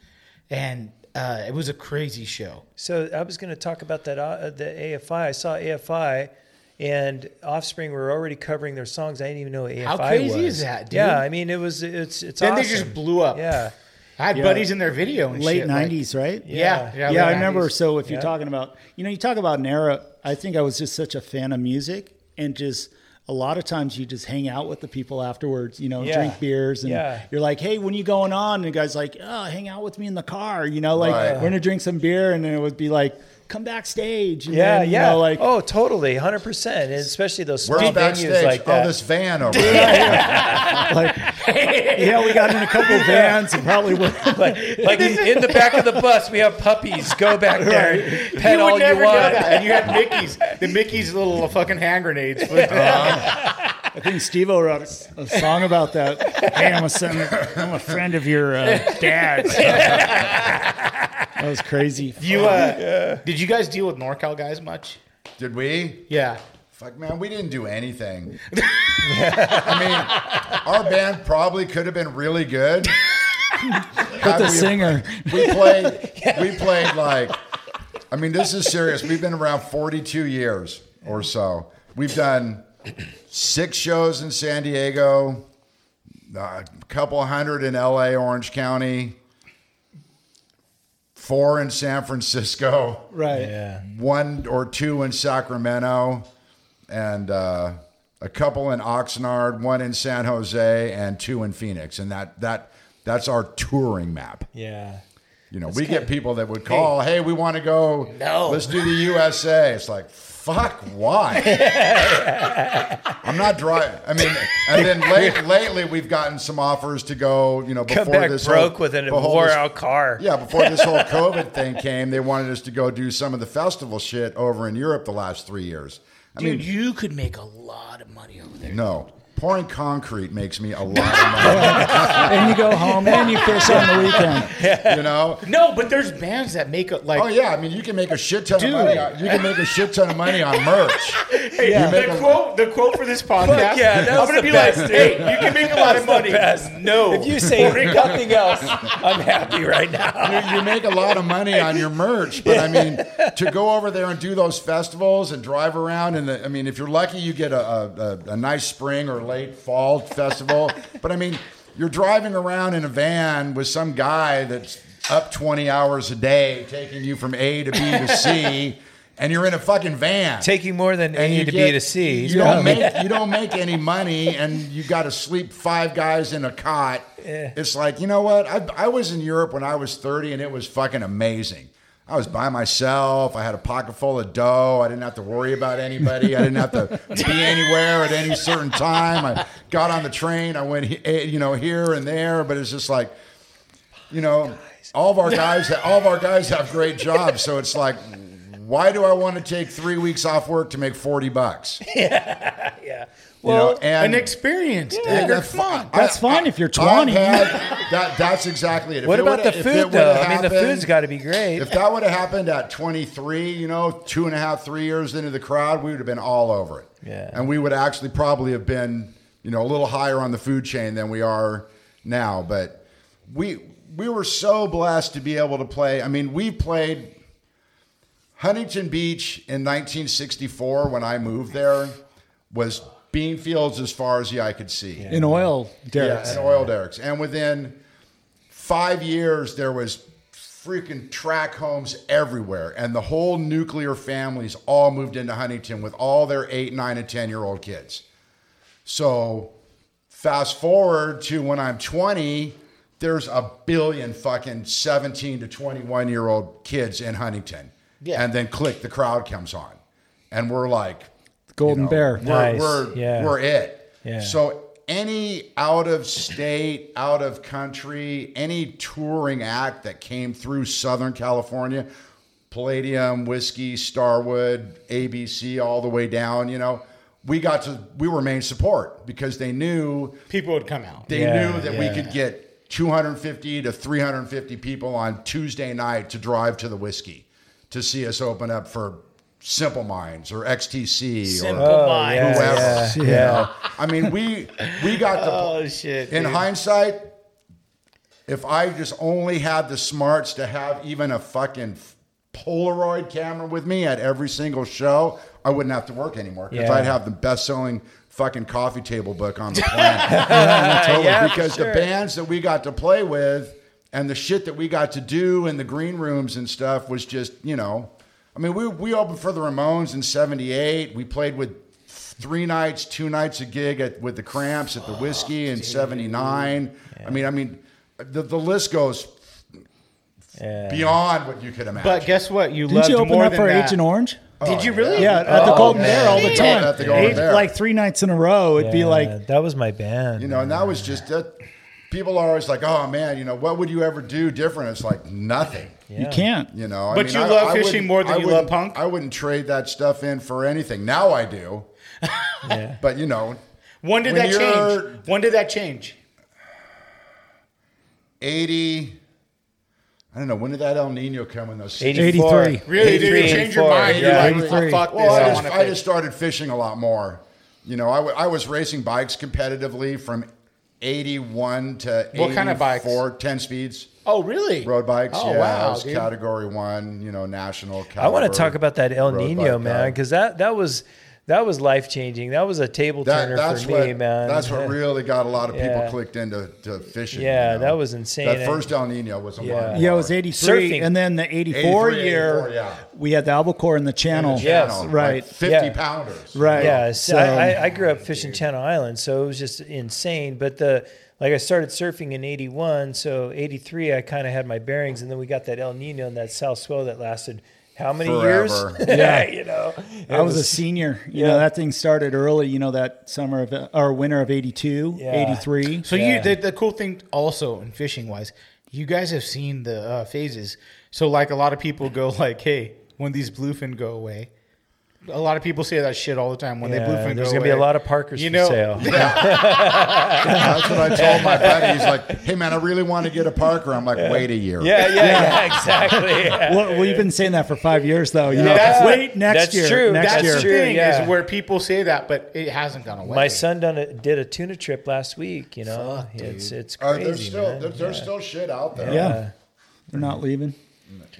and uh, it was a crazy show. So I was going to talk about that uh, the AFI. I saw AFI, and Offspring were already covering their songs. I didn't even know AFI. crazy was. is that, dude? Yeah, I mean it was it's it's. Then they awesome. just blew up. Yeah. I had Yeah. buddies in their video and late shit, like- 90s, right? Yeah. Yeah, late I remember. 90s. So if you're Yeah. talking about, you know, you talk about an era, I think I was just such a fan of music and just a lot of times you just hang out with the people afterwards, you know, Yeah. drink beers and Yeah. you're like, hey, when you going on? And the guy's like, oh, hang out with me in the car, you know, like Right. we're going to drink some beer. And then it would be like, come backstage. And Yeah, then, you yeah. know, like, oh, totally, hundred percent. Especially those Where's small venues backstage? like Oh, that. this van over yeah, we got in a couple vans and probably were like, like in the back of the bus. We have puppies. Go back there, and pet all you know want. that. And you had Mickey's, the Mickey's little fucking hand grenades. I think Steve O wrote a, a song about that. hey, I'm a, son, I'm a friend of your uh, dad's. that was crazy. You uh, did you guys deal with NorCal guys much? Did we? Yeah. Fuck, man, we didn't do anything. I mean, our band probably could have been really good. But Had the we- singer. We played. We played like. I mean, this is serious. We've been around 42 years or so. We've done six shows in San Diego, a couple hundred in L.A., Orange County, four in San Francisco, Right. Yeah. one or two in Sacramento, and uh, a couple in Oxnard, one in San Jose, and two in Phoenix. And that that that's our touring map. Yeah. You know, That's we kinda- get people that would call, "Hey, we want to go. No. Let's do the USA." It's like, fuck, why? I'm not driving. I mean, and then late, lately we've gotten some offers to go. You know, before Come back this broke whole, with an before wore this- out car. Yeah, before this whole COVID thing came, they wanted us to go do some of the festival shit over in Europe the last three years. I Dude, mean, you could make a lot of money over there. no. Pouring concrete makes me a lot of money. and you go home and you fish on the weekend. You know? No, but there's bands that make it like. oh yeah, I mean you can make a shit ton Dude. of money. On, you can make a shit ton of money on merch. Hey, You make the a- quote, the quote for this podcast. Fuck yeah, that I'm was gonna the be best, like, dude. hey, you can make a lot of That's money. the best. No, If you say nothing else, I'm happy right now. You, you make a lot of money on your merch, but I mean, to go over there and do those festivals and drive around, and the, I mean, if you're lucky, you get a, a, a, a nice spring or late fall festival. But I mean, you're driving around in a van with some guy that's up 20 hours a day, taking you from A to B to C. And you're in a fucking van, taking more than and A you to B get- to C. You don't make you don't make any money, and you got to sleep five guys in a cot. It's like you know what? I I was in Europe when I was thirty, and it was fucking amazing. I was by myself. I had a pocket full of dough. I didn't have to worry about anybody. I didn't have to be anywhere at any certain time. I got on the train. I went, he- you know, here and there. But it's just like, you know, all of our guys, all of our guys have great jobs. So it's like, why do I want to take three weeks off work to make forty bucks? Well, you know, and an experience. Yeah, Yeah, that's come on. That's fine if you're I've 20. had- that, that's exactly it. If What it about would've- the if food, it would've though? I mean, the happened- food's gotta be great. If that would have happened at 23, you know, two and a half, three years into the crowd, we would have been all over it. Yeah. And we would actually probably have been, you know, a little higher on the food chain than we are now. But we we were so blessed to be able to play. I mean, we played Huntington Beach in 1964 when I moved there was bean fields as far as the eye could see. In oil derricks. Yeah, in oil derricks. And within five years, there was freaking track homes everywhere. And the whole nuclear families all moved into Huntington with all their eight, nine, and 10 year old kids. So fast forward to when I'm 20, there's a billion fucking 17 to 21 year old kids in Huntington. Yeah. And then click, the crowd comes on. And we're like, Golden Bear. we're, we're, we're it. Yeah. So any out of state, out of country, any touring act that came through Southern California, Palladium, Whiskey, Starwood, ABC, all the way down, you know, we got to, we were main support because they knew people would come out. they Yeah, knew that yeah. we could get 250 to 350 people on Tuesday night to drive to the whiskey to see us open up for Simple Minds or XTC Simple or Oh, Minds. yeah, whoever. yeah, you yeah. know? I mean, we we got the Oh shit! in dude. hindsight. If I just only had the smarts to have even a fucking Polaroid camera with me at every single show, I wouldn't have to work anymore because Yeah. I'd have the best selling fucking coffee table book on the planet. Totally, Yeah, Oh, because sure. the bands that we got to play with and the shit that we got to do in the green rooms and stuff was just you know i mean we, we opened for the ramones in 78 we played with three nights two nights a gig at, with the cramps at the whiskey in 79 i mean i mean the, the list goes beyond what you could imagine But guess what? You Didn't loved you open more up than for that. Agent Orange? Did you really? Yeah, Uh, at the Oh, Golden Bear all the man. time. At the Golden Eight- Bear. Like three nights in a row, it'd be like that was my band. You know, and that was just that. People are always like, "Oh man, you know, what would you ever do different?" It's like nothing. You can't. You know, I But mean, you I- love I fishing wouldn't- more than I you love wouldn't- punk? I wouldn't trade that stuff in for anything. Now I do. But you know, When did when that you're- change? When did that change? eighty. I don't know when did that El Nino come in those 84. 83. Really? Did you 83, change your 84, mind? yeah. You're like, 83. oh, fuck Well, I this. I, just, want to I just started fishing a lot more. You know, I wa- I was racing bikes competitively from eighty-one to What kind of bikes? 84, 10 speeds. Oh, really? Road bikes, Oh, yeah, wow, it was dude. category one, you know, national. I want to caliber talk about that El road Nino, bike man, guy. because that that was that was life changing. That was a table turner That, that's for me, what man. that's what really got a lot of people Yeah. clicked into to fishing. Yeah, you know? that was insane. That first El Nino was a Yeah. lot. Yeah, it was more. 83. Surfing. And then the 84 83, year, 84, yeah. we had the Albacore in the channel. Yes, Channel, like right. Fifty Yeah. pounders. Right. Yeah, so So, I, I- I grew up fishing Channel Island, so it was just insane. But the like, I started surfing in '81, so '83 I kind of had my bearings, and then we got that El Nino and that south swell that lasted how many years? Forever. yeah, you know, I was a senior. You Yeah. know, that thing started early, you know, that summer of, or winter of 82, Yeah. 83. So you the, the cool thing also in fishing wise, you guys have seen the uh, phases. So like a lot of people go like, hey, when these bluefin go away. A lot of people say that shit all the time. When Yeah, they bluefin, there's go gonna be a away, lot of Parkers You for know, sale. That's what I told my buddy. He's like, "Hey man, I really want to get a Parker." I'm like, "Wait a year." yeah, yeah, yeah, exactly. yeah. Well, we've been saying that for five years, though. You know, That's- wait next that's year. true. Next That's year. the true, thing yeah. is where people say that, but it hasn't gone away. My son done a, did a tuna trip last week. You know, it's it's Uh, crazy. there's still man. there- there's still shit out there. Yeah. They're not leaving.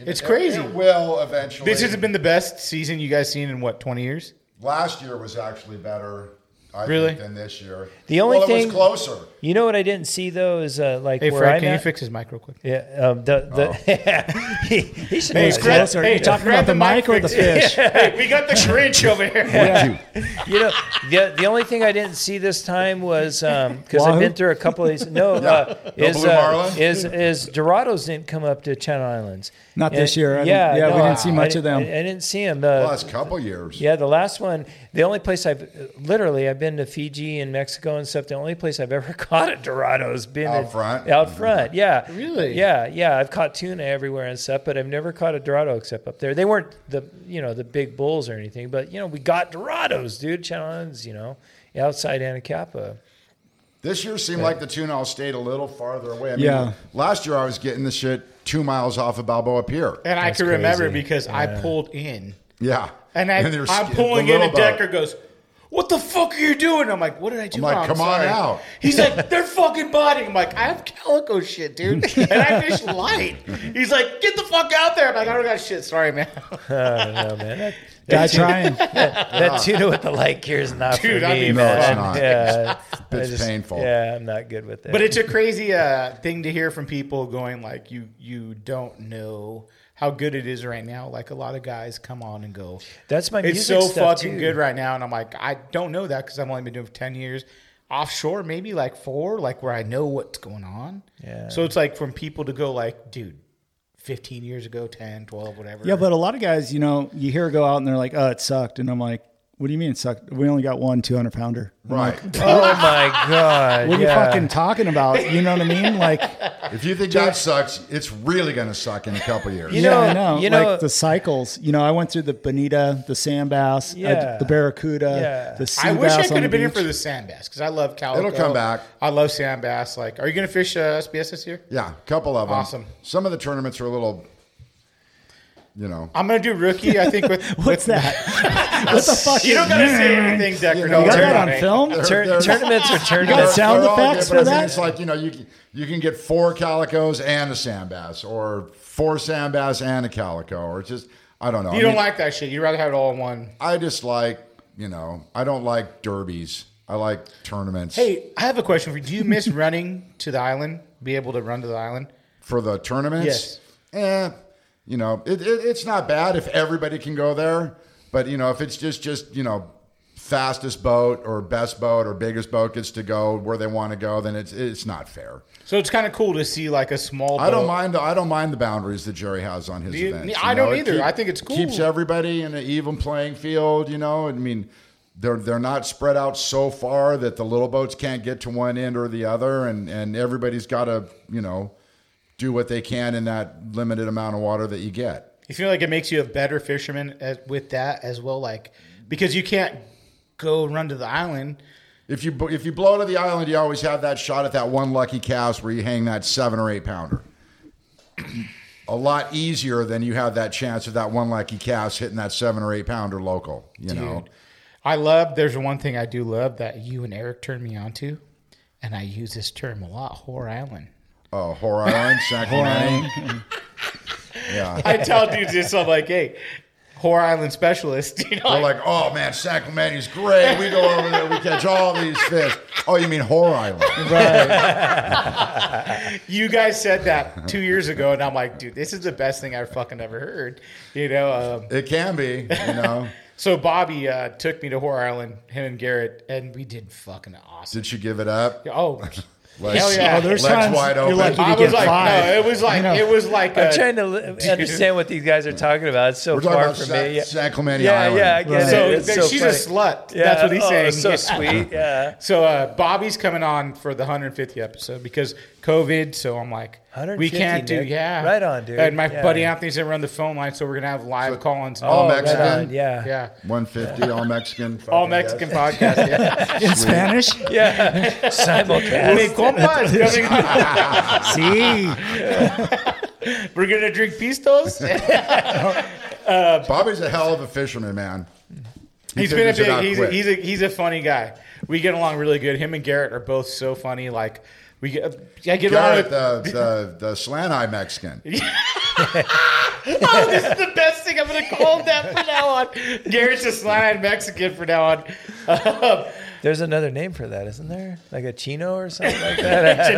it's crazy. It will eventually. This has been the best season you guys seen in what twenty years. last year was actually better. I Really? think, than this year. The only well, thing it was closer. You know what I didn't see though is uh, like Hey, where Fred, I'm can you at- fix his mic real quick? Yeah, um, the Oh. the he, he should Hey, know Fred, that. Are you talking about the mic or the fish? hey, we got the Grinch over here. You know, the the only thing I didn't see this time was because I've Wahoo? been through a couple of these. No, uh, No is, Blue uh, Marlin? is is Dorados didn't come up to Channel Islands. Not this year. I didn't- yeah, yeah, we no, didn't see I much of didn't- them. I, I didn't see them. Last couple years. Yeah, the last one, the only place I've literally I've been to Fiji and Mexico and stuff. The only place I've ever caught a dorado has been Out in- front? Mm-hmm. Out front, yeah. Really? Yeah, yeah. I've caught tuna everywhere and stuff, but I've never caught a dorado except up there. They weren't the you know the big bulls or anything, but you know we got dorados, dude. Channel Islands, you know, outside Anacapa. This year seemed like the tuna all stayed a little farther away. I mean, Yeah. Last year I was getting the shit two miles off of Balboa Pier. And I can remember crazy. because I pulled in Yeah. and I, there's I'm the pulling in, little and Decker boat. goes, "What the fuck are you doing?" I'm like, "What did I do?" I'm like, wrong? "Come on Sorry." out. He's like, "They're fucking biting." I'm like, "I have calico shit, dude, and I fish light." He's like, "Get the fuck out there!" I'm like, "I don't got shit. Sorry, man." Oh man, that, Guy trying. that tuna with the light gear is not Dude, for I'd me, be man. fucked. No, it's not. Yeah, I It's painful. Yeah, I'm not good with it. But it's a crazy uh, thing to hear from people going like, "You you don't know." How good it is right now! Like a lot of guys come on and go. That's my It's music so stuff, fucking too. good right now, and I'm like, I don't know that because I've only been doing it for ten years. Offshore, maybe like four, like where I know what's going on. Yeah. So it's like from people to go like, dude, fifteen years ago, 10, 12, whatever. Yeah, but a lot of guys, you know, you hear go out and they're like, "Oh, it sucked," and I'm like, "What do you mean it sucked? We only got one 200 pounder." Right. oh my god, What are yeah. you fucking talking about? You know what I mean? Like, if you think that sucks, it's really going to suck in a couple years. You yeah, I know- know. you know- like the cycles. You know, I went through the bonita, the sand bass, I- Yeah. the barracuda, Yeah. the sea I wish I bass on could the have been here beach. for the sand bass because I love calico. It'll come back. I love sand bass. Like, are you gonna fish uh, SBS this year? yeah, a couple of them. Awesome. Some of the tournaments are a little, you know. I'm gonna do rookie. I think with What's that? what the fuck? You don't gotta say anything, Decker. You don't You got worry that about on it. film? They're- Tur- they're- tournaments are got tournaments. sound They're all effects different. for I mean, that? It's like you know, you you can get four calicos and a sand bass, or four sand bass and a calico, or it's just I don't know. You I don't mean, like that shit. You'd rather have it all in one. I just like you know. I don't like derbies. I like tournaments. Hey, I have a question for you. Do you miss running to the island? Be able to run to the island? for the tournaments. Yes. Eh, you know, it, it, it's not bad if everybody can go there. But you know, if it's just just you know, fastest boat or best boat or biggest boat gets to go where they want to go, then it's it's not fair. So it's kind of cool to see like a small. I don't boat. mind. I don't mind the boundaries that Jerry has on his Do you- events. I you know? don't It either. I think it's cool. Keeps everybody in an even playing field. You know, I mean, they're they're not spread out so far that the little boats can't get to one end or the other, and and everybody's got to you know do what they can in that limited amount of water that you get. You feel like it makes you a better fisherman as, with that as well, like because you can't go run to the island. If you if you blow to the island, you always have that shot at that one lucky cast where you hang that seven or eight pounder. A lot easier than you have that chance of that one lucky cast hitting that seven or eight pounder local. You know, Dude. I love. There's one thing I do love that you and Eric turned me on to, and I use this term a lot. Whore Island. oh, Horror Island, Sacramento. yeah, I tell dudes this. I'm like, hey, Whore Island specialist. You know, They're like, oh man, Sacramento's great. We go over there, we catch all these fish. Oh, you mean Horror Island? you guys said that two years ago, and I'm like, dude, this is the best thing I've fucking ever heard. You know. Um, It can be, you know. so Bobby uh, took me to Whore Island, him and Garrett, and we did fucking awesome. Did you give it up? Oh, Legs, hell yeah! Oh, there's times wide you're open. lucky to I get was like, five. no, it was like, I know. it was like, I'm a- trying to li- understand what these guys are talking about. It's so We're talking far about from Sac- me. Yeah. Sacramento yeah, Island. yeah, I get Right. it. So It's she's a slut. Yeah. That's what he's oh, saying. So Yeah. sweet. Yeah. So uh, Bobby's coming on for the 150th episode because COVID. So I'm like, 150, we can't do, Nick. yeah, Right on, dude. And my Yeah. buddy Anthony's gonna run the phone line, so we're gonna have live call-ins. and all all that. Mexican? Oh, on, yeah. yeah, One fifty, all Mexican. all fucking Mexican guys. podcast. Yeah. in Spanish. Yeah. Mi Simulcast. compas, coming- See, we're gonna drink pistos. Bobby's a hell of a fisherman, man. He he's been a figures it big out he's a, quick. he's a he's a funny guy we get along really good him and garrett are both so funny like we get i get Garrett, along the the the Slanai Mexican. with, oh this is the best thing i'm gonna call him that from now on garrett's a slant mexican from now on Um, There's another name for that, isn't there? Like a chino or something like that.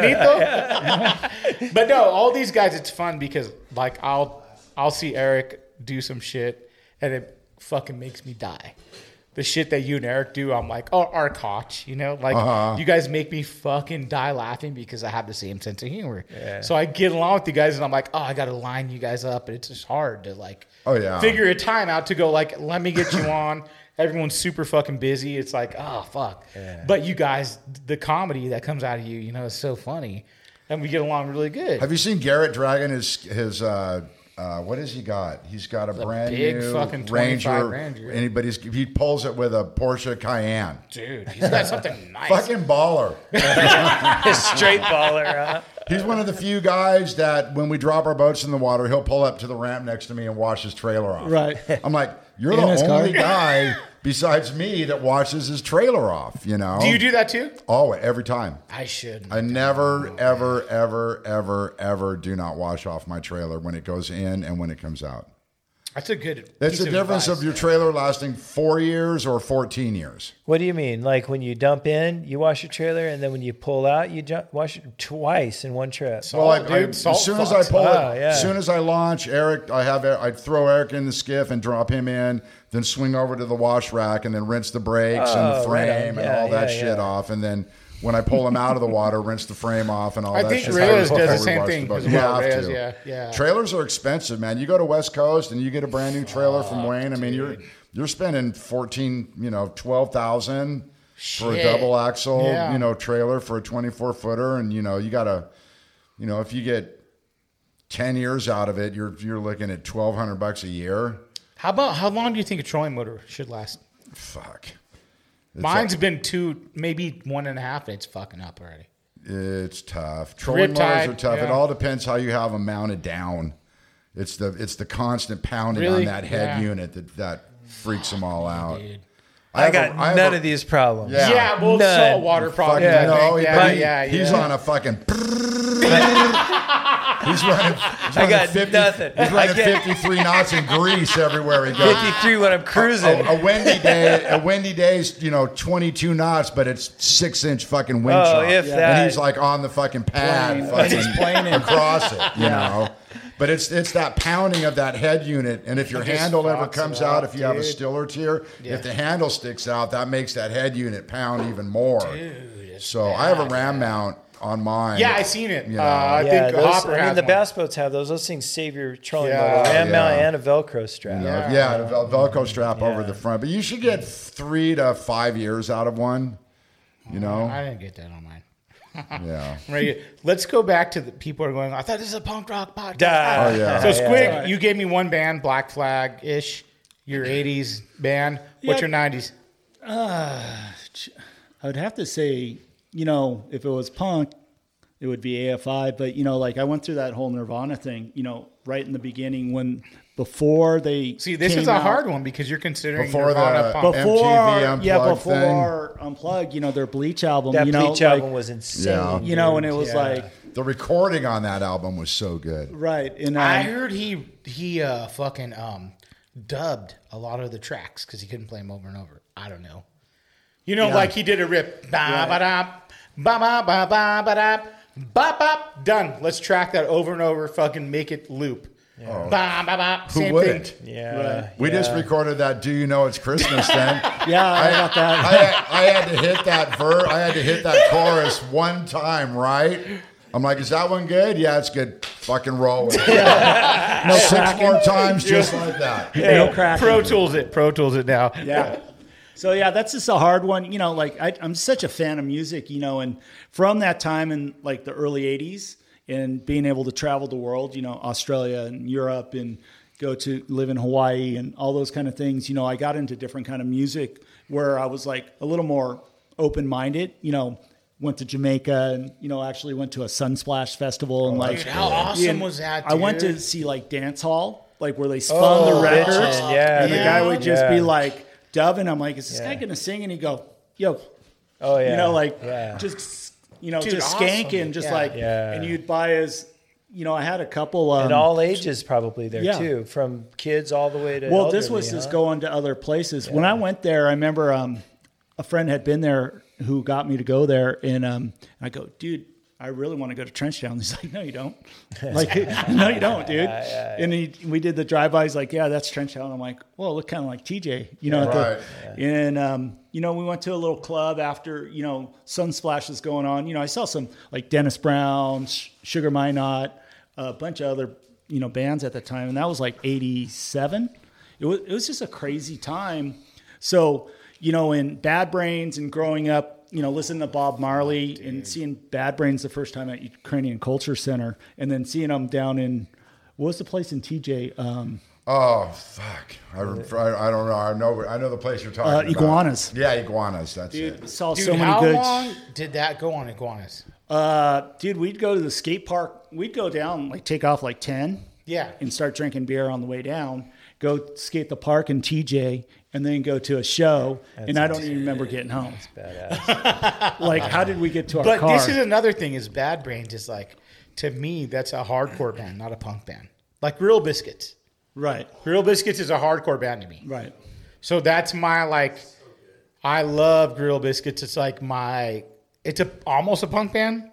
Chinito? but no, all these guys, it's fun because like I'll I'll see Eric do some shit and it fucking makes me die. The shit that you and Eric do, I'm like, oh, our coach, you know, like Uh-huh. you guys make me fucking die laughing because I have the same sense of humor. So I get along with you guys and I'm like, oh, I got to line you guys up, and it's just hard to like, Oh, yeah. figure a time out to go like, let me get you on. Everyone's super fucking busy. It's like, oh fuck. But you guys, the comedy that comes out of you, you know, is so funny, and we get along really good. Have you seen Garrett dragging his his uh, uh, what has he got? He's got a brand big new fucking 25 Ranger. Ranger. Anybody's he pulls it with a Porsche Cayenne. Dude, he's got something nice. Fucking baller. Straight baller, huh? He's one of the few guys that when we drop our boats in the water, he'll pull up to the ramp next to me and wash his trailer off. Right. I'm like, you're In his the car? only guy besides me that washes his trailer off. You know. do you do that too? Always, every time. I should. I never, ever, ever, ever, ever do not wash off my trailer when it goes in and when it comes out. That's a good. That's piece the difference advice. of your trailer lasting four years or 14 years. What do you mean? Like when you dump in, you wash your trailer, and then when you pull out, you jump, wash it twice in one trip. Well, I, I, dude, salt as soon as I fucks. Ah, pull Wow, it, yeah. as soon as I launch, Eric, I have I throw Eric in the skiff and drop him in, then swing over to the wash rack and then rinse the brakes and the Oh, right on. frame and Yeah, all that yeah, shit yeah. off, and then. When I pull him out of the water, rinse the frame off and all I that think shit. Reyes before does we the same wash thing boat. as You well. have Reyes, to. yeah, yeah. Trailers are expensive, man. You go to West Coast and you get a brand new trailer from Wayne. I mean, you're you're spending fourteen, you know, twelve thousand for a Shit. double axle, Yeah. you know, trailer for a twenty four footer, and you know, you gotta, you know, if you get 10 years out of it, you're you're looking at 1200 bucks a year. How about how long do you think a trolling motor should last? Fuck. Mine's been two, maybe one and a half, and it's fucking up already. It's tough. Trolling motors Riptide, are tough. It yeah. all depends how you have them mounted down. It's the it's the constant pounding Really? on that head Yeah. unit that that freaks them all out. I, have got a- I have none a- of these problems. Yeah. Yeah, well, None. saltwater problems, Fucking- I no, think. he- Yeah, but he- yeah, he's yeah. on a fucking. he's running. he's I running got nothing. He's I running get- 53 knots in grease everywhere he goes. 53 when I'm cruising. A, a windy day, a windy day's you know 22 knots, but it's six inch fucking wind Oh, chop. if that. And he's like on the fucking pad, Plane. fucking He's planing. across it, you Yeah. know. But it's it's that pounding of that head unit, and if your It just handle ever fucks comes it out, up, if you have a dude. stiller tier, Yeah. if the handle sticks out, that makes that head unit pound even more. so I have a ram mount on mine. Yeah, I seen it. You know. Uh, I Yeah, think those- Hopper I mean, has the one. bass boats have those. Those things save your trolling Yeah. motor, ram Yeah. mount, and a Velcro strap. You know, Yeah, a vel- Velcro strap over the front. But you should get three to five years out of one. You know? I didn't get that on mine. Yeah. I'm ready to- Let's go back to the people are going. I thought this is a punk rock podcast. Duh. Oh, yeah. So Yeah, Squig, yeah. you gave me one band, Black Flag ish. Your '80s band. What's Yeah. your '90s? I would Uh, have to say, you know, if it was punk, it would be AFI. But you know, like I went through that whole Nirvana thing. You know, right in the beginning when before they See, this came is a out- hard one because you're considering Before Nirvana the- punk. before MTV yeah Unplugged before unplugged. You know, their Bleach album. That you know, Bleach like, album was insane. Yeah. You know, and it was Yeah. like The recording on that album was so good. right. And I um, heard he he uh, fucking um, dubbed a lot of the tracks because he couldn't play them over and over. I don't know. You know, like he did a rip. Ba ba da, ba ba ba ba ba da, ba ba. Done. Let's track that over and over. Fucking make it loop. Ba ba ba. Who Same wouldn't? thing. Yeah. We just recorded that Do You Know It's Christmas thing. yeah, I, I, got that. had- I had to hit that ver I had to hit that chorus one time, right? I'm like, is that one good? Yeah, it's good. Fucking roll with it. no, Six more times just like that. no crack. Pro Tools it. Pro Tools it now. yeah. So yeah, that's just a hard one. You know, like I, I'm such a fan of music. You know, and from that time in like the early '80s, and being able to travel the world, you know, Australia and Europe, and go to live in Hawaii and all those kind of things. You know, I got into different kind of music where I was like a little more open minded. You know, went to Jamaica and you know actually went to a Sunsplash festival and like Oh, Dude, how awesome and was that? Dude? I went to see like dance hall, like where they spun Oh, the records. bitchin', yeah, and the dude, guy would just yeah. be like, "Dove," and I'm like, "Is this guy Yeah. gonna sing?" And he go, "Yo, Oh yeah. you know, like yeah. just you know, Dude, just awesome. skanking, just Yeah. like." Yeah. And you'd buy his, you know, I had a couple. Um, and all ages probably there yeah. too, from kids all the way to. well, this was elderly, just huh? going to other places. When I went there, I remember um, a friend had been there who got me to go there, and um, I go, dude. I really want to go to Trenchtown. He's like, no, you don't. Like, no, you don't, dude. And he, we did the drive by. He's like, yeah, that's Trenchtown. I'm like, well, it looked kind of like TJ, you know. at the- Right. And um, you know, we went to a little club after you know Sunsplash was going on. You know, I saw some like Dennis Brown, Sh- Sugar Minot, a bunch of other you know bands at the time, and that was like '87. It was it was just a crazy time. So you know, in Bad Brains and growing up, you know, listening to Bob Marley Oh, and seeing Bad Brains the first time at Ukrainian Culture Center, and then seeing them down in what was the place in TJ? Um, Oh fuck! I, I, I don't know. I know. I know the place you're talking Uh, about. Iguanas. Yeah, iguanas. That's it. dude, saw Dude, so many how good. long did that go on Iguanas? Uh, dude, we'd go to the skate park. We'd go down, like take off like 10 Yeah. and start drinking beer on the way down, go skate the park in TJ, and then go to a show. and I don't even remember getting home. like, how did we get to our But car? this is another thing: is Bad Brains is like to me that's a hardcore band, not a punk band. Like Real Biscuits, right, Real Biscuits is a hardcore band to me. right. So that's my like. I love Grill Biscuits. It's like my. It's a almost a punk band,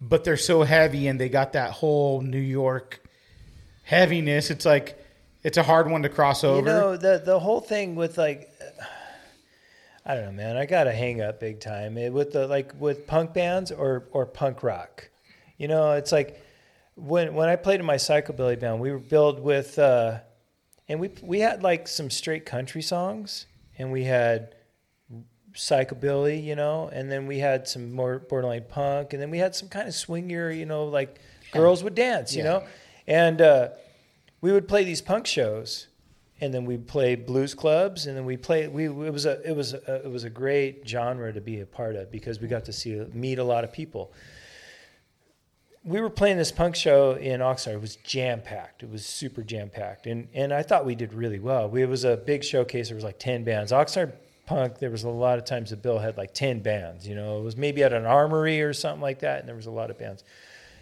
but they're so heavy and they got that whole New York heaviness. It's like it's a hard one to cross over. You know, the the whole thing with like I don't know, man. I got a hang up big time It- with the like with punk bands or or punk rock. You know, it's like when when I played in my psychobilly band, we were billed with uh and we we had like some straight country songs and we had psychobilly, you know, and then we had some more borderline punk, and then we had some kind of swingier, you know, like girls would dance, you know, and uh, we would play these punk shows, and then we'd play blues clubs, and then we play. We it was a it was a, it was a great genre to be a part of because we got to see meet a lot of people we were playing this punk show in Oxnard. It was jam packed. It was super jam packed, and and I thought we did really well. We, it was a big showcase. There was like ten bands. Oxnard punk, there was a lot of times that Bill had like 10 bands, you know, it was maybe at an armory or something like that. And there was a lot of bands.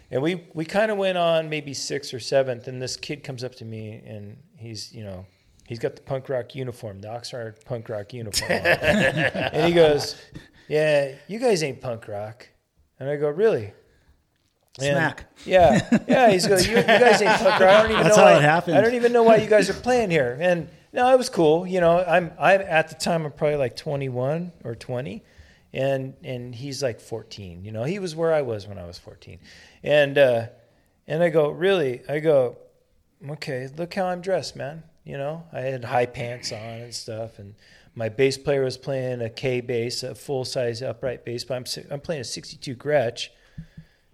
And we, we kind of went on maybe sixth or seventh. And this kid comes up to me and he's, you know, he's got the punk rock uniform, the Oxnard punk rock uniform. on. and he goes, yeah, you guys ain't punk rock. And I go, really? And- Smack. Yeah, yeah. He's going. You, you guys ain't punk rock. I don't even That's know how why, it happened. I don't even know why you guys are playing here. And no, it was cool. You know, I'm I'm at the time I'm probably like 21 or 20, and and he's like 14. You know, he was where I was when I was 14, and uh, and I go really, I go, okay, look how I'm dressed, man. You know, I had high pants on and stuff, and my bass player was playing a K bass, a full size upright bass, but I'm si- I'm playing a 62 Gretsch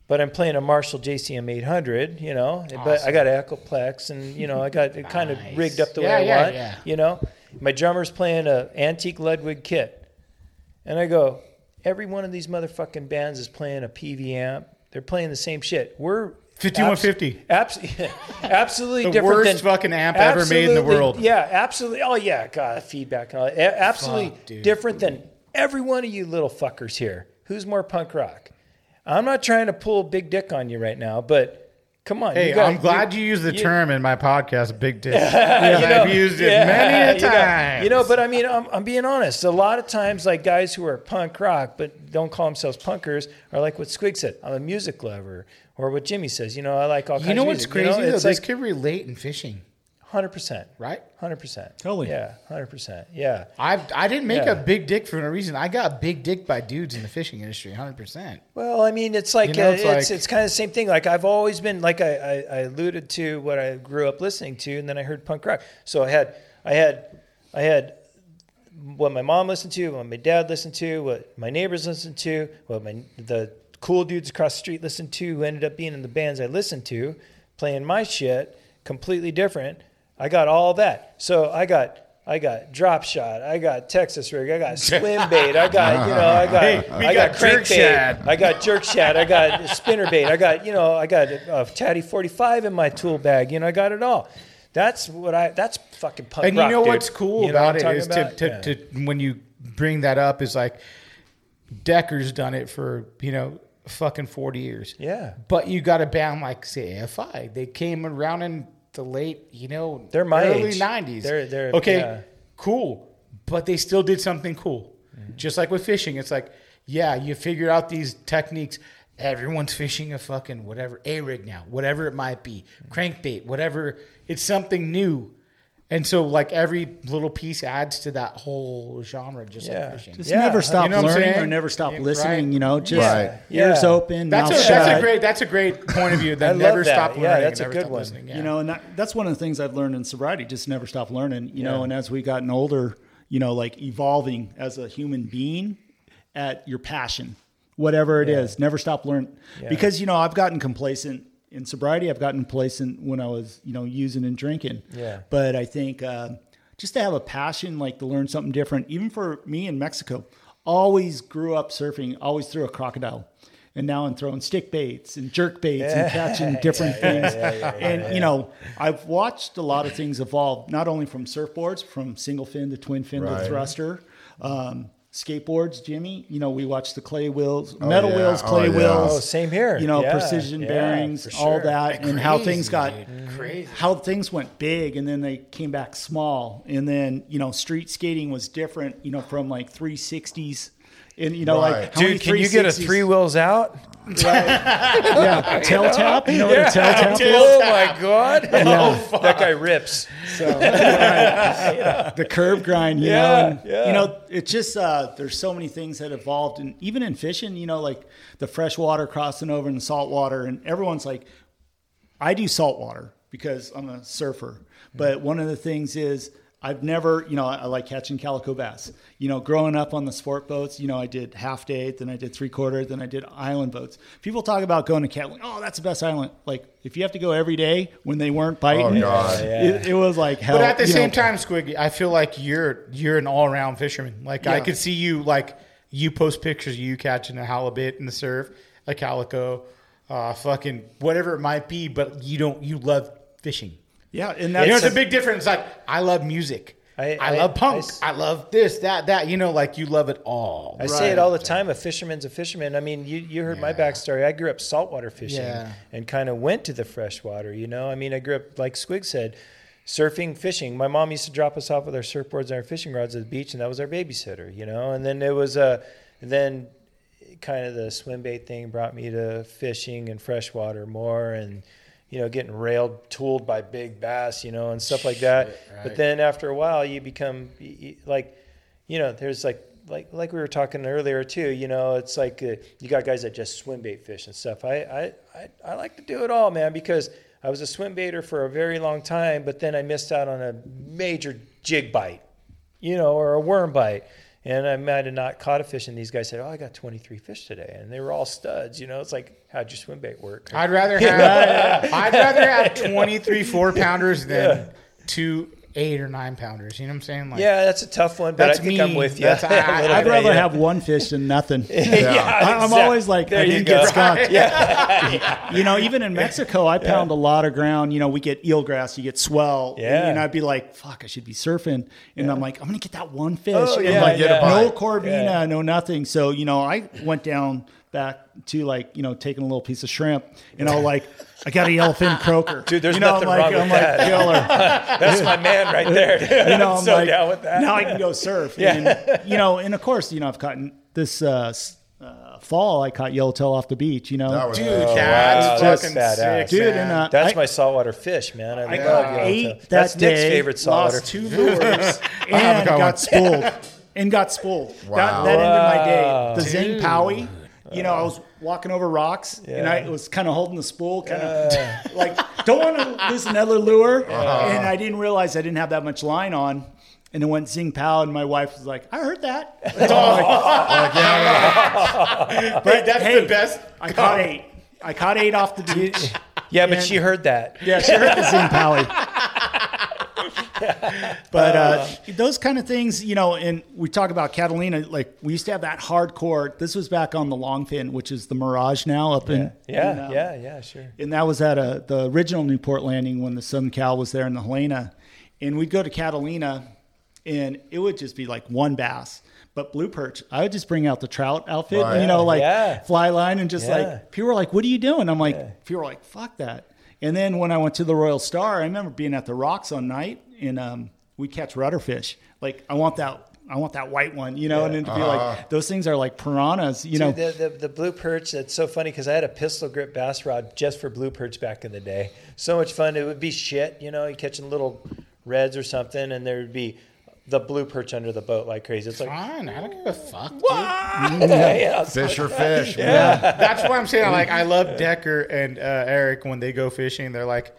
but I'm playing a Marshall JCM 800, you know, but I Awesome. got an Echoplex and, you know, I got it kind of rigged up the Yeah, way I yeah, want, yeah. you know, my drummer's playing a antique Ludwig kit. And I go, every one of these motherfucking bands is playing a PV amp. They're playing the same shit. We're 5150. Abs- absolutely The different worst than- fucking amp ever made in the absolutely- world. Yeah, absolutely. Oh yeah, God, feedback and all that. A- Absolutely Fuck, dude. different than every one of you little fuckers here. Who's more punk rock? I'm not trying to pull big dick on you right now, but come on. Hey, you got- I'm glad you, used the you- term in my podcast, big dick. Yeah, Because you know, I've used it yeah, many a you know, time. You know, but I mean, I'm, I'm being honest. A lot of times, like guys who are punk rock but don't call themselves punkers are like what Squig said. I'm a music lover, or what Jimmy says. You know, I like all kinds. you know of what's music, crazy You know? though? It's this like could relate in fishing. hundred percent, right? Hundred percent, Totally. Yeah, hundred percent. Yeah. I I didn't make Yeah. a big dick for no reason. I got a big dick by dudes in the fishing industry, hundred percent. Well, I mean, it's like You know, uh, it's it's it's, like- kind of the same thing. Like I've always been like I, I, I alluded to what I grew up listening to, and then I heard punk rock. So I had I had I had what my mom listened to, what my dad listened to, what my neighbors listened to, what my the cool dudes across the street listened to, who ended up being in the bands I listened to, playing my shit, completely different. I got all that. So I got. I got drop shot. I got Texas rig. I got swim bait. I got you know. I got Hey, we I got got, crank jerk bait. shad. I got jerk shad. I got spinner bait. I got you know. I got a, a Taddy forty five in my tool bag. You know, I got it all. That's what I. That's fucking punk and you rock, know dude. what's cool You know about what it I'm is talking about? to, Yeah. to, to when you bring that up is like Decker's done it for you know fucking forty years. Yeah. but you got a band like say AFI. They came around in the late you know They're my early age. 90s They're- they're- okay, yeah. cool, but they still did something cool. Mm-hmm. Just like with fishing, it's like yeah, you figure out these techniques. Everyone's fishing a fucking whatever a rig now, whatever it might be, Mm-hmm. crankbait, whatever. It's something new. And so, like every little piece adds to that whole genre, just Yeah. like fishing. Just never stop what I'm learning saying? or never stop Yeah, listening. right. You know, just ears open, That's a, mouth shut. that's a great. That's a great point of view. I That love never that. stop Yeah, learning. and that's a never good stop one. listening. Yeah. You know, and that, that's one of the things I've learned in sobriety. Just never stop learning. You Yeah. know, and as we gotten older, you know, like evolving as a human being at your passion, whatever it is, never stop learning. Yeah. Because you know, I've gotten complacent in sobriety. I've gotten complacent when I was, you know, using and drinking. Yeah. But I think uh, just to have a passion, like to learn something different, even for me in Mexico, always grew up surfing, always threw a crocodile. And now I'm throwing stick baits and jerk baits and catching different things. and, you know, I've watched a lot of things evolve, not only from surfboards, from single fin to twin fin Right. to thruster. Um, skateboards, Jimmy, you know, we watched the clay wheels, Oh, metal yeah. wheels, Oh, clay yeah. wheels. Oh, same here. You know, Yeah. precision Yeah, bearings, for all sure. that, and how Crazy, things got dude. Crazy. how things went big and then they came back small and then you know street skating was different you know from like 360s and you know Right. like how many Dude, can you get a 360s? three wheels out? yeah tail tap you know what a tail tap Oh is my god! Oh, fuck. that guy rips. the curb grind you Yeah, know and, yeah. you know it's just uh there's so many things that evolved and even in fishing you know like the fresh water crossing over and the salt water and everyone's like I do saltwater because I'm a surfer. But one of the things is I've never, you know, I, I like catching calico bass. You know, growing up on the sport boats, you know, I did half day, then I did three quarter, then I did island boats. People talk about going to Catlin. Oh, that's the best island. Like if you have to go every day when they Oh, weren't biting, God. It, it was like hell. But at the you same know. time, Squiggy, I feel like you're you're an all around fisherman. Like I Yeah. could see you like you post pictures of you catching a halibut in the surf, a calico, uh, fucking whatever it might be. But you don't you love fishing. yeah, and You know, that's it's a big difference. Like I love music. I, I, love punk. I, love this, that, that. You know, like you love it all. I say it all the time. A fisherman's a fisherman. I mean, you, you heard my backstory. I grew up saltwater fishing Yeah. and kind of went to the freshwater, you know? I mean, I grew up, like Squig said, surfing, fishing. My mom used to drop us off with our surfboards and our fishing rods at the beach, and that was our babysitter, you know? And then it was a, then kind of the swim bait thing brought me to fishing and freshwater more and, you know, getting railed, tooled by big bass, you know, and stuff like that. But right. then, then after a while you become y- y- like you know there's like like like we were talking earlier too you know it's like uh, you got guys that just swim bait fish and stuff I, I i i like to do it all man because i was a swim baiter for a very long time but then i missed out on a major jig bite you know or a worm bite and I might have not caught a fish, and these guys said, "Oh, I got 23 fish today," and they were all studs. You know, it's like, how'd your swim bait work? I'd rather have I'd rather have twenty three four pounders than two eight or nine pounders. You know what I'm saying? Like, yeah, that's a tough one, but I That's think me. I'm with you. That's- I- A little I'd bit, rather yeah. have one fish than nothing. Yeah, I, I'm exact- always like, there I you didn't go. get stuck. Yeah. You know, even in Mexico, I pound a lot of ground. You know, we get eelgrass, you get swell. and- Yeah. And, I'd be like, fuck, I should be surfing. And I'm like, I'm going to get that one fish. Oh, and yeah, like, yeah. no Yeah. Corvina, no nothing. So, you know, I went down back to like, you know, taking a little piece of shrimp and I'll like, I got an elephant croaker. Dude, there's you know, nothing I'm like, wrong with I'm that. like, killer. That's my man right there. dude. You know, I'm I'm so like, down with that. Now I can go surf. Yeah. And, you know, and of course, you know, I've caught this uh, s- uh, fall, I caught yellowtail off the beach, you know. That was dude, Oh, that's wow. fucking That's badass. sick, Dude, man. and, uh, That's I- my saltwater fish, man. I, I love got yellowtail. eight that That's Nick's day, favorite saltwater. lost two lures. and got got one. spooled and got spooled. Wow. That, that ended my day. The Zing Powie. You know, I was walking over rocks and I was kind of holding the spool, kind of like, don't want to lose another lure. And I didn't realize I didn't have that much line on. And it went zing pow, and my wife was like, I heard that. It's all like, Right, that's hey, the best. I caught eight. I caught eight off the beach. yeah, but she heard that. Yeah, she hurt the Zing Pally. but uh, those kind of things, you know, and we talk about Catalina, like we used to have that hardcore. This was back on the Longfin, which is the Mirage now up in. Yeah, in, uh, yeah, yeah, sure. And that was at a, the original Newport Landing when the Sun Cal was there in the Helena. And we'd go to Catalina and it would just be like one bass. But blue perch, I would just bring out the trout outfit, Right. you know, like Yeah. fly line and just Yeah. like people were like, "What are you doing?" I'm like, people were like, "Fuck that." And then when I went to the Royal Star, I remember being at the rocks on night and um, we catch rudderfish. Like I want that, I want that white one, you know. And then to be like, those things are like piranhas, you know. Dude, the, the, the blue perch, that's so funny because I had a pistol grip bass rod just for blue perch back in the day. So much fun. It would be shit, you know, you're catching little reds or something, and there would be the blue perch under the boat like crazy. It's like, Fine, I don't give a fuck. dude. yeah, it's Fish or fish, man. That's what I'm saying. Like I love Decker and uh, Eric when they go fishing. They're like,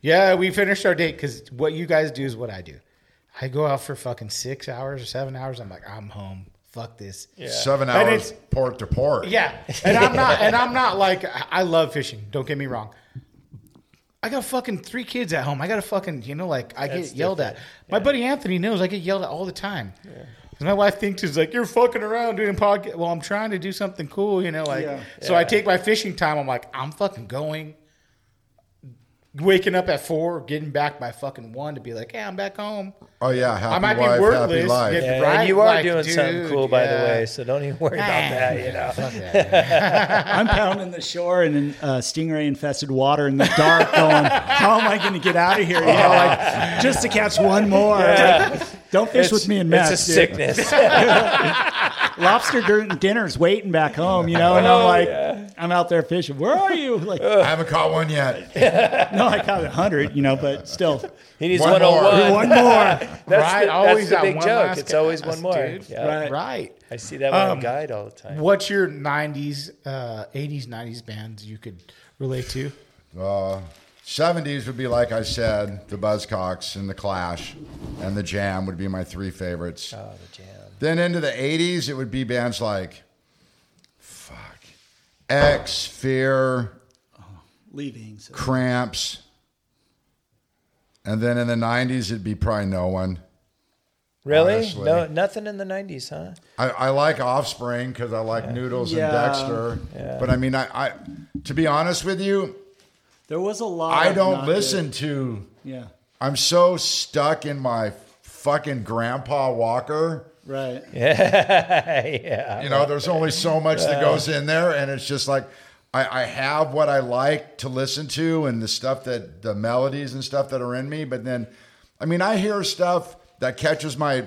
"Yeah, we finished our date because what you guys do is what I do. I go out for fucking six hours or seven hours. I'm like, I'm home. Fuck this. Yeah, Seven And hours it's- port to port. and I'm not. And I'm not like I I love fishing. Don't get me wrong. I got fucking three kids at home. I got to fucking you know like I get yelled at. My buddy Anthony knows I get yelled at all the time. 'Cause My wife thinks it's like you're fucking around doing podcast. Well, I'm trying to do something cool, you know. Like, Yeah. so I take my fishing time. I'm like, I'm fucking going. Waking up at four, getting back by fucking one to be like, yeah, I'm back home. Oh yeah, happy I might be wife, happy worthless, life. yeah. Yeah, Right, and you are like, doing something dude, cool, by yeah. the way, so don't even worry about that, you know. I'm pounding the shore and in uh, stingray infested water in the dark, going, "How am I going to get out of here?" You know, like just to catch one more. Like, don't fish with me in mess. It's a dude. sickness. Lobster din- dinner's waiting back home, you know, and I'm Oh, like, I'm out there fishing. Where are you? Like, no, I haven't caught one yet. I caught a hundred, you know, but still, He needs One more. 101. one more. That's Right, always the, always that's that the big one joke. last It's always cast, one more. dude. Yeah. Right. Right. I see that Um, one guide all the time. What's your '90s, uh, '80s, '90s bands you could relate to? Uh, 70s would be, like I said, the Buzzcocks and the Clash and the Jam would be my three favorites. Oh, the Jam. Then into the 80s, it would be bands like, fuck, X, Fear, Leaving. So. Cramps. And then in the 90s, it'd be probably no one. Really? Honestly. No, nothing in the '90s, huh? I, I like Offspring because I like Noodles Yeah. and Dexter. But I mean, I, I to be honest with you, There was a lot. I of don't not listen to good- Yeah. I'm so stuck in my fucking Grandpa Walker. Right. Yeah. yeah. You know, there's only so much that Yeah. goes in there, and it's just like I, I have what I like to listen to and the stuff that the melodies and stuff that are in me. But then, I mean, I hear stuff that catches my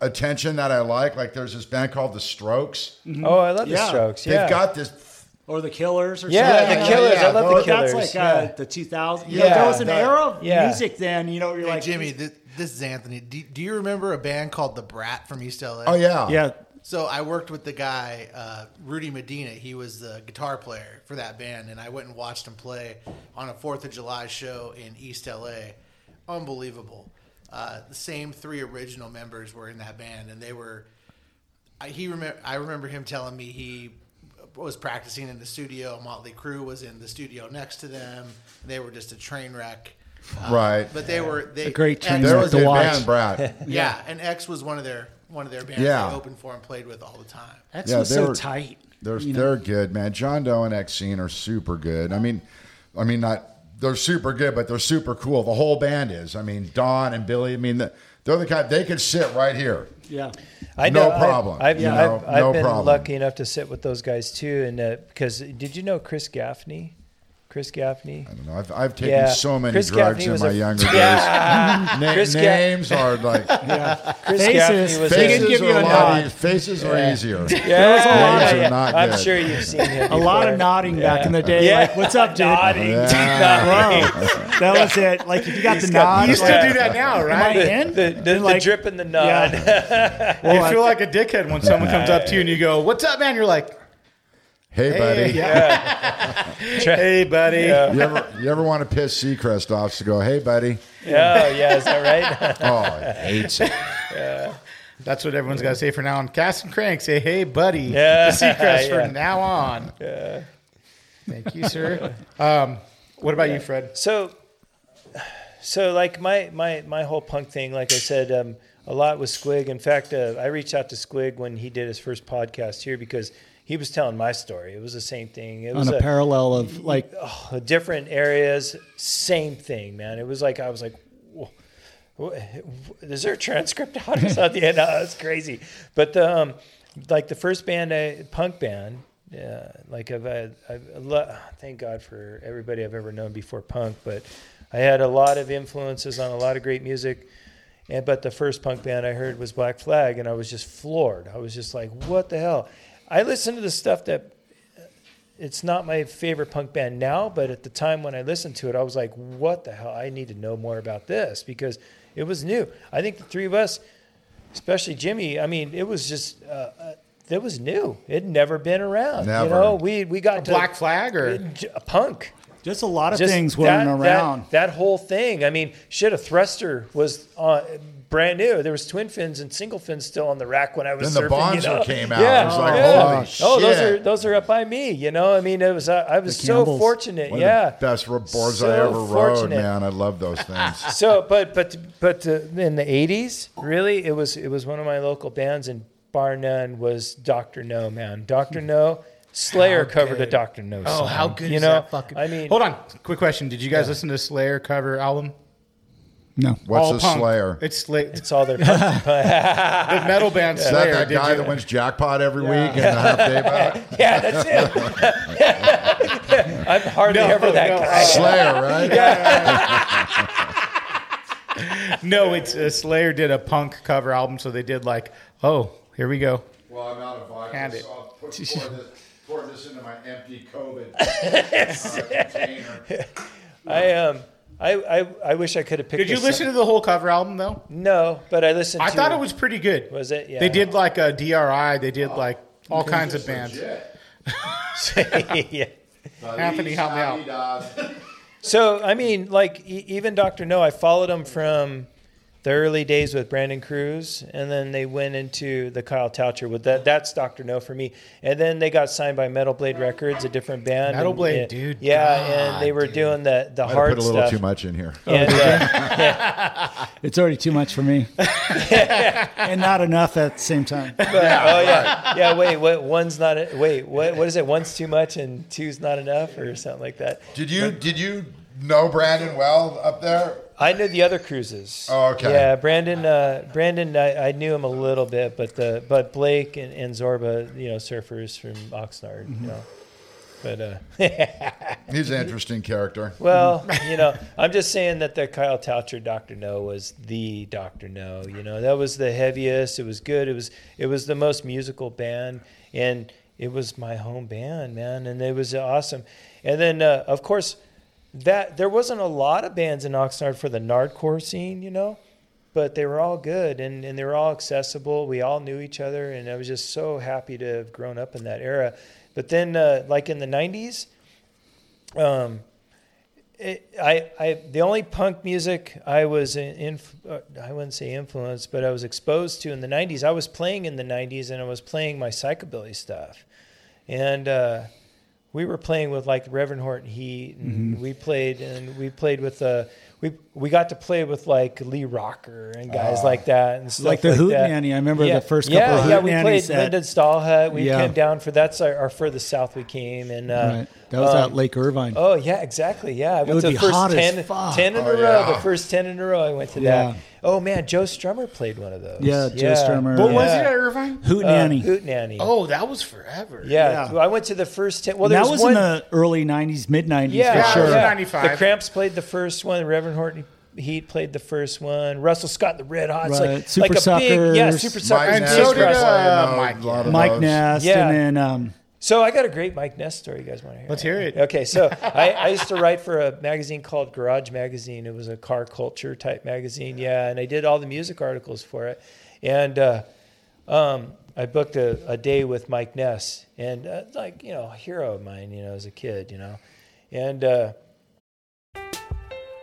attention that I like. Like there's this band called The Strokes. Oh, I love the Yeah. Strokes. They've Yeah. got this Or the Killers or Yeah, something. The Killers. I love The but Killers, That's like yeah. uh, the 2000s. Yeah. Yeah, there was an that- era of yeah. music then, you know, you're Hey, like. Jimmy, this, this is Anthony. Do, do you remember a band called The Brat from East LA? Oh, yeah. Yeah. So I worked with the guy uh, Rudy Medina. He was the guitar player for that band, and I went and watched him play on a Fourth of July show in East LA. Unbelievable. Uh, the same three original members were in that band, and they were. I, he remember. I remember him telling me he was practicing in the studio. Motley Crue was in the studio next to them. They were just a train wreck. Uh, Right. But they were they A great train X wreck was to a watch. Band, Brat. yeah. Yeah. and X was one of their one of their bands Yeah. they opened for and played with all the time. they were- They're you know? they're good, man. John Doe and Exene are super good. I mean, I mean not they're super good, but they're super cool. The whole band is. I mean, Don and Billy. I mean, the, they're the kind they could sit right here. Yeah. I No know, I- problem, I've, you know, I've, I've no been problem. lucky enough to sit with those guys too, and uh, because did you know Chris Gaffney? Chris Gaffney. I don't know. I've, I've taken so many Chris drugs Gaffney in was my a- younger Yeah. days. Na- Chris Ga- names are like Chris Gaffney was faces a- are a lot e- faces are Yeah. easier. Yeah, Names yeah, are yeah. not I'm good. sure you've seen him. A lot of before. nodding back Yeah. in the day. Yeah. Like, what's up, dude? Nodding. Yeah. Wow. that was it. Like, if you got the nod, You still like, do that now, right? Am I in? The, the, the like- drip and the nod. you feel like a dickhead when someone comes up to you and you go, "What's up, man?" You're like, Hey, buddy. yeah. hey, buddy." You ever you ever want to piss Seacrest off? So go, hey, buddy. Yeah, Oh, yeah, is that right? Oh, he hates it. That's what everyone's got to say for now on. Cast and Crank, say, hey, buddy. Yeah, The Seacrest yeah. from now on. Yeah. Thank you, sir. um, what about you, Fred? So, so like my my my whole punk thing, like I said, um, a lot was Squig. In fact, uh, I reached out to Squig when he did his first podcast here because he was telling my story. It was the same thing. It was on a parallel of like oh, different areas, same thing, man. It was like I was like, "Wha- wha- is there a transcript out or something? Yeah, no, it's crazy. But the, um, like the first band, I, punk band, yeah, like I've, I, I've I lo- thank God for everybody I've ever known before punk, but I had a lot of influences on a lot of great music. And, but the first punk band I heard was Black Flag, and I was just floored. I was just like, what the hell? I listened to the stuff that it's not my favorite punk band now, but at the time when I listened to it, I was like, what the hell? I need to know more about this because it was new. I think the three of us, especially Jimmy, I mean, it was just, uh, uh, it was new. It had never been around. Never. You know, we, we got to Black Flag or- a punk. Just a lot of Just things weren't that- around. That, that whole thing. I mean, shit, a thruster was on, brand new. There was twin fins and single fins still on the rack when I was. Then the surfing, you Bonzer know? came out. Yeah, It was like, yeah. holy Oh, those shit. are those are up by me. You know, I mean, it was. I, I was so Campbell's. fortunate. One of the yeah, best r- boards I So ever rode, fortunate. man. I love those things. so, but but but uh, in the '80s, really, it was it was one of my local bands, and bar none was Doctor No, man. Doctor No, Slayer How covered good. a Doctor No Oh, song. how good you is know? that fucking- I mean, Hold on. Quick question. Did you guys listen to Slayer cover album? No. What's All a punk. Slayer? It's Slayer. It's all their punk. the metal band Is Slayer. that that did guy you- that wins jackpot every week and a half day back? yeah, that's it. I'm hardly No, ever that no. guy. Slayer, right? Yeah. no, it's uh, Slayer did a punk cover album, so they did like, oh, here we go. Well, I'm out of vodka, Hand it. so I'll put, pour, this, pour this into my empty COVID uh, container. I um I, I I wish I could have picked. Did you this listen up. to the whole cover album though? No, but I listened. I to thought it was pretty good. Was it? Yeah. Oh. They did like a DRI. They did like all Okay. kinds of bands. yeah. Anthony, help me out. So I mean, like e- even Doctor No, I followed him from the early days with Brandon Cruz, and then they went into the Kyle Toucher with that. That's Doctor No for me, and then they got signed by Metal Blade Records, a different band. Metal and- Blade, and- dude, Yeah, God, Oh, and they were doing the the Might have hard put a little stuff. too much in here. And, uh, It's already too much for me. and not enough at the same time. But, oh yeah, yeah. Wait, what? One's not. e, Wait, what? What is it? One's too much and two's not enough, or something like that. Did you did you know Brandon well up there? I knew the other cruises. Oh, okay. Yeah, Brandon. Uh, Brandon, I, I knew him a little bit, but the but Blake and, and Zorba, you know, surfers from Oxnard, Mm-hmm. you know. But uh, He's an interesting character. Well, you know, I'm just saying that the Kyle Toucher Doctor No was the Doctor No. You know, that was the heaviest. It was good. It was it was the most musical band, and it was my home band, man, and it was awesome. And then, uh, of course, that there wasn't a lot of bands in Oxnard for the nardcore scene, you know, but they were all good and and they were all accessible. We all knew each other, and I was just so happy to have grown up in that era. But then, uh, like in the '90s. Um, it, I, I, the only punk music I was in, inf- uh, I wouldn't say influenced, but I was exposed to in the '90s. I was playing in the '90s, and I was playing my psychobilly stuff, and uh, we were playing with like Reverend Horton Heat, and Mm-hmm. we played, and we played with uh, we we got to play with like Lee Rocker and guys Ah. like that, and stuff Like the that. Hootenanny. I remember the first couple yeah, of yeah. We Hootenannies played that- Lyndon Stahlhut. We Yeah. came down for that's our, our furthest south we came, and uh, Right. That was um, out Lake Irvine. Oh yeah, exactly. Yeah, I It went would to the be first hot as 10, fuck. 10 in Oh, a row. yeah. The first ten in a row, I went to Yeah. that. Oh man, Joe Strummer played one of those. Yeah, Joe Strummer. What was it at Irvine? Hootenanny. Uh, Hootenanny. Oh, that was forever. yeah. I went to the first ten. Well, there that was, was, one. in the early '90s, mid '90s yeah, for sure. yeah. The Cramps played the first one. Reverend Horton Heat played the first one. Russell Scott, the Red Hots, Right. like Super like a big yeah, Suckers. Super Mike Suckers. And big so did, wrestling. uh, Mike Lot of Mike those. Nest, and then, um, so I got a great Mike Nest story. You guys want to hear? Let's hear it. Okay, so I, I used to write for a magazine called Garage Magazine. It was a car culture type magazine, yeah, and I did all the music articles for it. And uh, um, I booked a, a day with Mike Ness, and uh, like you know, a hero of mine, you know, as a kid, you know, and. Uh,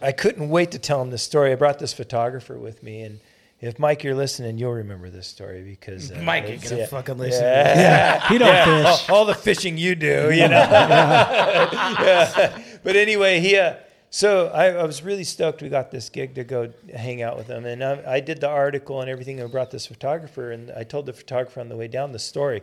I couldn't wait to tell him this story. I brought this photographer with me, and if Mike, you're listening, you'll remember this story because Mike ain't it's- gonna fucking listen to Yeah, this. Yeah, he don't Yeah, fish. All, all the fishing you do, you know. Yeah. Yeah. But anyway, he. Uh, so I, I was really stoked we got this gig to go hang out with him, and I, I did the article and everything. And brought this photographer, and I told the photographer on the way down the story.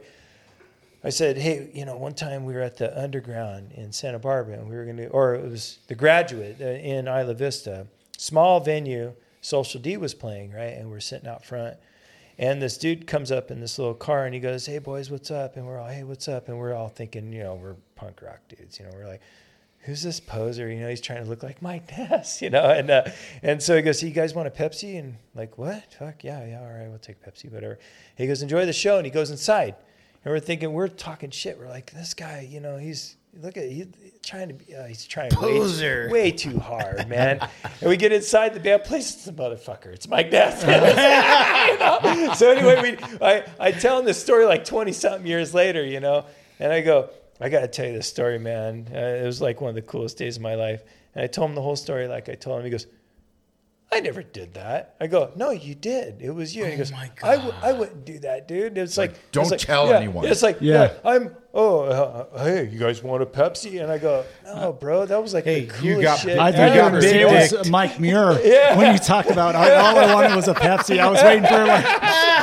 I said, hey, you know, one time we were at the underground in Santa Barbara and we were going to, or it was the graduate uh, in Isla Vista, small venue, Social D was playing, right? And we're sitting out front. And this dude comes up in this little car and he goes, hey, boys, what's up? And we're all, hey, what's up? And we're all thinking, you know, we're punk rock dudes. You know, we're like, who's this poser? You know, he's trying to look like Mike Ness, you know? And, uh, and so he goes, you guys want a Pepsi? And like, what? Fuck yeah, yeah, all right, we'll take Pepsi, whatever. He goes, enjoy the show. And he goes inside. And we're thinking, we're talking shit. We're like, this guy, you know, he's look at he's trying to be, uh, he's trying Poser. way, way too hard, man. and we get inside the band, place it's the motherfucker. It's Mike Ness. You know? So anyway, we I I tell him this story like twenty something years later, you know, and I go, I got to tell you this story, man. Uh, it was like one of the coolest days of my life. And I told him the whole story, like I told him. He goes. I never did that. I go, no, you did. It was you. Oh And he goes, I, w- I wouldn't do that, dude. It's like, don't it's like, tell yeah. anyone. It's like, Yeah. yeah, I'm. Oh, uh, hey, you guys want a Pepsi? And I go, no, bro, that was like hey, the coolest Uh, you got- shit. I thought ever." you were gonna say it was Mike Muir Yeah. when you talked about I, all I wanted was a Pepsi. I was waiting for like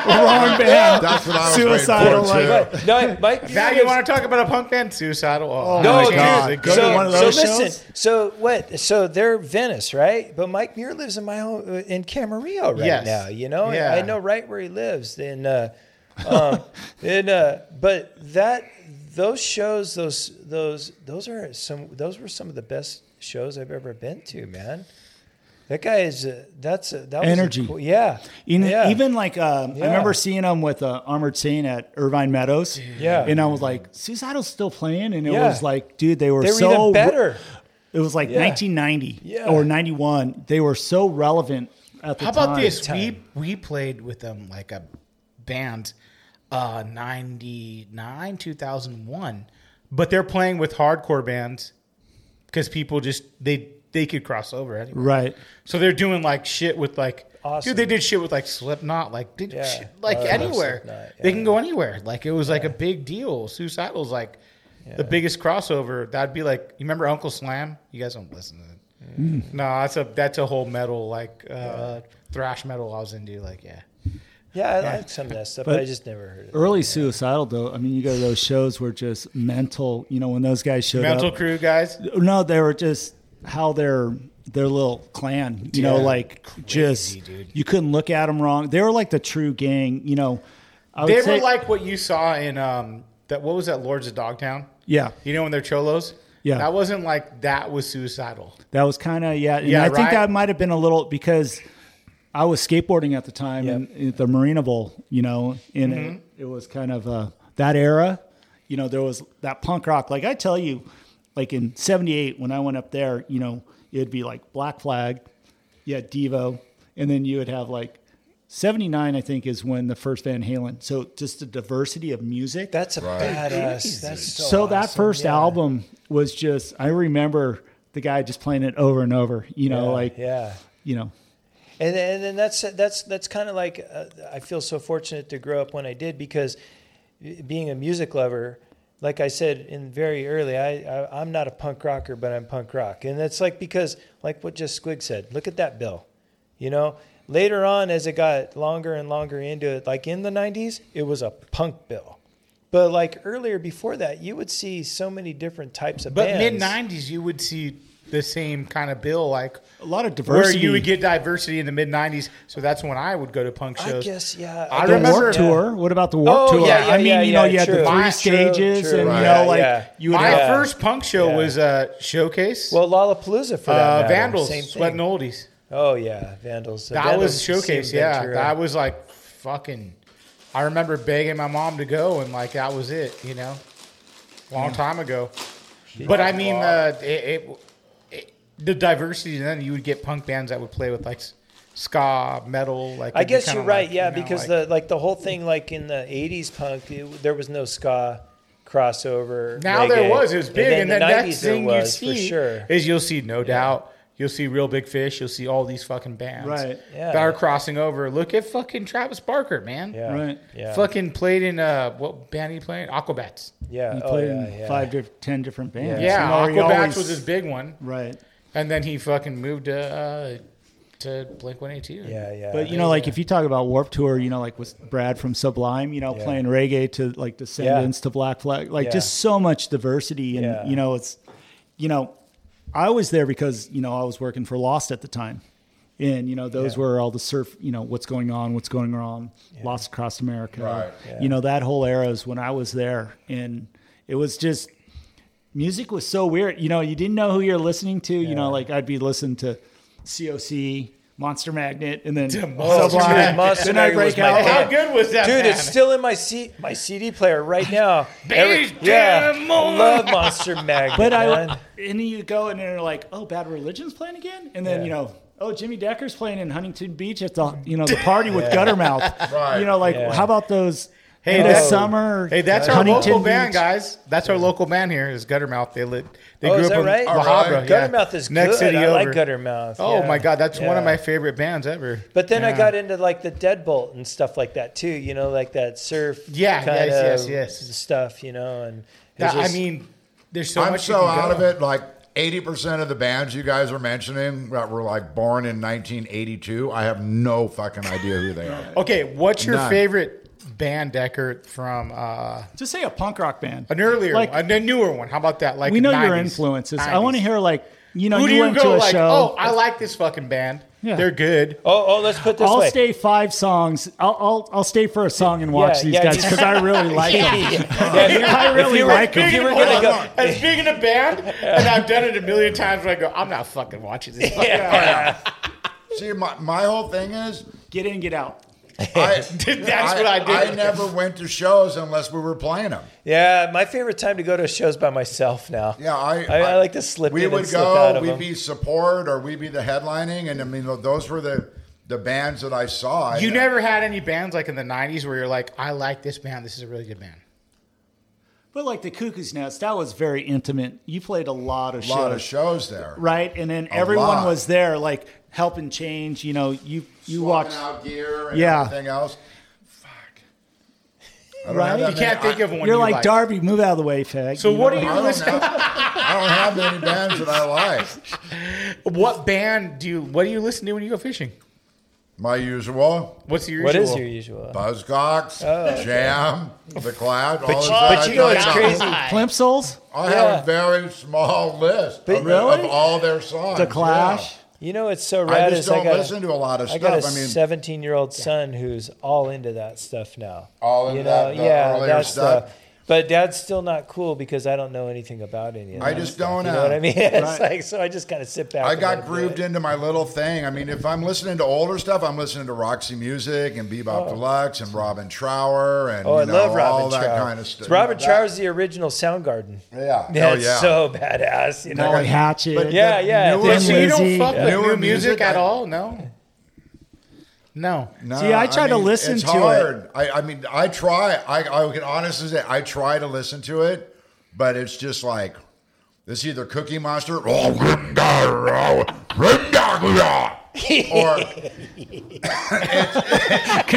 wrong band. Suicidal. like, But, no, Mike. Now you want to talk about a punk band? Suicidal. Oh, no, my dude. God. So, so listen. So what? So they're Venice, right? But Mike Muir lives in my home uh, in Camarillo right Yes. now. You know, And Yeah. I know right where he lives. And uh, um, and uh, but that those shows, those those those are some. Those were some of the best shows I've ever been to, man. That guy is uh, that's a, that was a Energy. cool- yeah, Even, yeah. even like um, Yeah. I remember seeing him with uh, Armored Saint at Irvine Meadows. Yeah. and I was like, Suicidal's still playing, and it Yeah. was like, dude, they were, They were so even better. It was like Yeah. 1990 Yeah. or 91. They were so relevant at the How time. about this? We we played with them like a band, uh, ninety nine, two thousand one, but they're playing with hardcore bands because people just they they could cross over anyway. Right. So they're doing like shit with like Awesome. dude. They did shit with like Slipknot, like did Yeah. shit, like Oh, I love anywhere. Slipknot, They can go anywhere. Like it was like a big deal. Suicidal's like the biggest crossover. That'd be like you remember Uncle Slam? You guys don't listen to it. Mm. No, that's a that's a whole metal like uh, thrash metal I was into. Like yeah, yeah, I liked some of that stuff, but, I just never heard it. Early suicidal though. I mean, you go to those shows were just mental. You know, when those guys showed Mental up, crew guys. No, they were just how their their little clan. You know, Yeah. like just you couldn't look at them wrong. They were like the true gang. You know, I they would were say- like what you saw in um that what was that Lords of Dogtown? Yeah. you know when they're cholos. Yeah. that wasn't like that was suicidal. That was kind of yeah. And Yeah, I think right? that might have been a little because I was skateboarding at the time and at the Marina Bowl, you know, and Mhm. it, it was kind of uh, that era. You know, there was that punk rock. Like I tell you, like in '78 when I went up there, you know, it'd be like Black Flag, yeah, Devo, and then you would have like. 79 I think is when the first Van Halen. So just the diversity of music. That's a badass. That's so, that awesome. first Yeah. album was just I remember the guy just playing it over and over, you know, Yeah, like yeah. you know, and then- and then that's that's that's kind of like uh, I feel so fortunate to grow up when I did because being a music lover, like I said in very early, I, I I'm not a punk rocker, but I'm punk rock, and it's like because like what just Squig said, look at that bill, you know. Later on, as it got longer and longer into it, like in the '90s, it was a punk bill, but like earlier before that, you would see so many different types of But bands. mid '90s, you would see the same kind of bill, like a lot of Where diversity. you would get diversity in the mid '90s, so that's when I would go to punk I shows. guess, yeah. I the remember Warped Tour. What about the Warped Oh, Tour? yeah, yeah, I mean, yeah, you know, yeah, you had true. the My- three stages, true, and right. you know, like Yeah. you would My have- first punk show Yeah. was a showcase. Well, Lollapalooza for that uh, matter, Vandals, same Sweat and thing. Oldies. Oh yeah, Vandals. The that Vandals was showcase. seemed Yeah, Ventura. that was like fucking. I remember begging my mom to go, and like that was it. You know, long Yeah. time ago. She But I drank a mean, lot. uh, it, it, it the diversity. Then you would get punk bands that would play with like s- ska, metal. Like I it'd be guess kinda you're right. like, yeah, you know, because like- the like the whole thing like in the '80s punk, it- there was no ska crossover. Now there reggae. was. It was big, and then, the next 90s there thing you was, for see sure. is you'll see No Doubt, you'll see Real Big Fish, you'll see all these fucking bands Right. Yeah. that are crossing over. Look at fucking Travis Barker, man. Yeah. Right. Yeah. Fucking played in uh, what band he played? Aquabats. Yeah. you played in five, diff- ten different Yeah, bands. you know, you Aquabats always- was his big one. Right. And then he fucking moved to uh, to Blink One Eighty Two. Yeah, yeah. But you know, like if you talk about Warp Tour, you know, like with Brad from Sublime, you know, Yeah. playing reggae to like Descendants to Black Flag, like just so much diversity, and Yeah. you know, it's, you know, I was there because you know I was working for Lost at the time, and you know those Yeah. were all the surf, you know, what's going on, what's going wrong, Lost across America, Right. Yeah. you know, that whole era is when I was there, and it was just music was so weird. You know, you didn't know who you're listening to. You know, like I'd be listening to COC, Monster Magnet, and then Oh, dude, Sublime. Monster then I Magnet was break my out. jam. dude? It's still in my C- my CD player right now. Bass yeah, jam I love Monster Magnet. But man. I and then you go and they're like, oh, Bad Religion's playing again, and then Yeah. you know. Oh, Jimmy Decker's playing in Huntington Beach at the you know the party with Yeah. Guttermouth. Right. You know, like Yeah. how about those? Hey, End of that's summer. Hey, that's our Huntington local band, Beach. guys. That's our local band here. Is Guttermouth? They lit. They Oh, grew is up that right? in Mahabra. Alright. yeah. Guttermouth is next good. city I over. like Guttermouth, Oh yeah. my god, that's one of Yeah. my favorite bands ever. But then I Yeah. got into like the Deadbolt and stuff like that too. You know, like that surf. Yeah, kind yes, of yes, Stuff you know, and it That- I just- mean, there's I'm so out of it. Like 80% of the bands you guys are mentioning that were like born in 1982, I have no fucking idea who they are. Okay, what's your None. favorite band, Decker? From uh, just say a punk rock band, an earlier, Like- one, a newer one. How about that? Like we know your 90s, influences. I 90s. want to hear like you know Who you do you went go to a like? show. Oh, I like this fucking band. Yeah. They're good. Oh, oh, let's put this I'll way. stay five songs. I'll, I'll I'll stay for a song and watch Yeah, these yeah, guys just- because I really like Yeah. them. Yeah, if you- I if really you were- like them. if you were gonna go- As being in a band, and I've done it a million times, where I go, I'm not fucking watching this. Fucking yeah. See, my, my whole thing is get in, get out. I, That's what I did. I never went to shows unless we were playing them. Yeah, my favorite time to go to shows by myself now. Yeah, I, I, I like to slip We in would and slip out go. of We'd them. be support, or we'd be the headlining, and I mean those were the the bands that I saw. I- You never had any bands like in the '90s where you're like, I like this band. This is a really good band. But like the Cuckoo's Nest, that was very intimate. You played a lot of shows. lot of shows there. Right? And then A everyone lot. was there, like helping change. You know, you you Swapping watched. out gear and Yeah. everything else. Fuck. I don't Right? have that many- I- You're like, Darby, move out of the way, fag. So what do know? you I don't listen? I don't have many bands that I like. What band do you? What do you listen to when you go fishing? My usual. What's your What usual? is your usual? Buzzcocks, Oh, okay. Jam, The Cloud. all But you- of that. but you know Oh, what's I- crazy? Plimsolls? I Yeah. have a very small list of, of all their songs. yeah. You know, it's so I rad. just is don't got listen to a lot of I got a stuff. I mean- seventeen-year-old son who's all into that stuff now. All into that- the earlier stuff. But dad's still not cool because I don't know anything about any of that. I just stuff, don't You know know. what I mean? It's Right. like so. I just kind of sit back. I and let got it grooved do it. into my little thing. I mean, if I'm listening to older stuff, I'm listening to Roxy Music and Bebop Deluxe and Robin Trower and Oh, I you know, love Robin all that Trower. kind of stuff. It's Robin You know, that- Trower's the original Soundgarden. Yeah. that's yeah. so badass. You know, Molly Hatchet. But yeah, the yeah. newer- it's- So you don't Lizzy. fuck with Yeah. new Newer music, music, at I- all? No. No. No, See, I try to mean, listen it's to it. hard. I, I mean, I try. I, I can honestly say I try to listen to it, but it's just like it's either Cookie Monster or or Could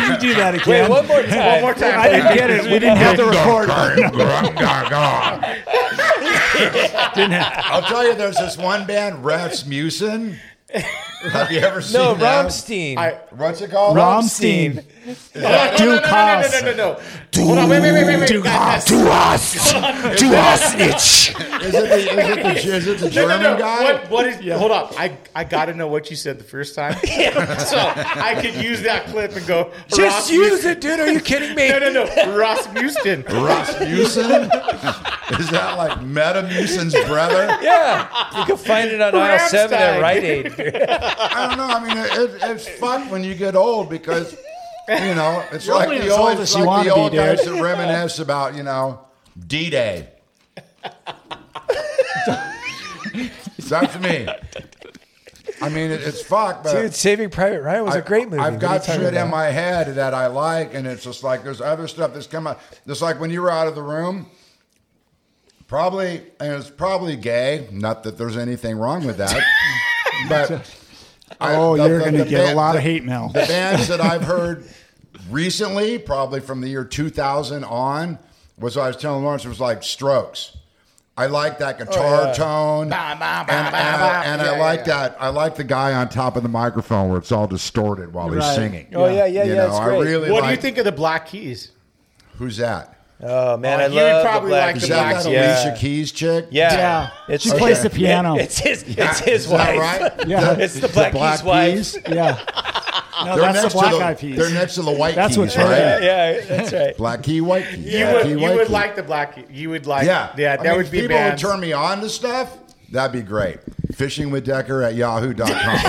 you do that again? Wait, one more time. One more time. I didn't get it. We didn't have the recorder. Didn't I'll tell you, there's this one band, Rats Musin. Have you ever seen No, that? Rammstein. I- What's it called? Romstein. no, Duke no, no, no, Haas. no, no, no, no. Hold on, wait, wait, wait, wait, wait. Guys, guys. Do us itch. Is it the, is it the, is it the No, German no, no. guy? What, what is? Hold up. I, I got to know what you said the first time, so I could use that clip and go. Ross Houston. it, dude. Are you kidding me? No, no, no. Ross Houston. Rasmussen? Is that like Metamucin's brother? Yeah, you can find it on aisle seven at Rammstein. Rite Aid. I don't know. I mean, it, it, it's fun when you get old because, you know, it's You're like only the as old, old it's as you like the wanna be, old guys dude. that reminisce about, you know, D Day. That's me. I mean, it, it's fucked, but. Dude, Saving Private Ryan was a I- great movie. I've What are you got talking shit in about? my head that I like, and it's just like there's other stuff that's come out. Just like when you were out of the room, probably, and it's probably gay. Not that there's anything wrong with that, but I- Oh, the- you're the- going to the get a ba- lot the- of hate mail. The bands that I've heard recently, probably from the year 2000 on, was what I was telling Lawrence it was like Strokes. I like Oh, that guitar yeah. tone, Bah, bah, bah, and, and, bah, I, uh, bah. and Yeah, I yeah, like yeah. that. I like the guy on top of the microphone where it's all distorted while he's Right. singing. Oh, yeah, yeah, You yeah, know, it's I great. really What do like, you think of the Black Keys? Who's that? Oh man, Oh, I you love probably the Black Is like the Keys. that Black that yeah. Alicia Keys chick? Yeah, Yeah. She plays the piano. it's his. It's Is his that wife. right? Yeah. It's the Black, Keys wife. Yeah. No, They're that's the next to black the- eye piece. They're next to the white That's keys, what's right? Yeah, yeah, that's right. Black key, white key. You black would, key, you white would key. like the Black Keys. You would like. Yeah, yeah. I That mean, would if be people bands. would turn me on to stuff. That'd be great. Fishing with Decker at yahoo.com.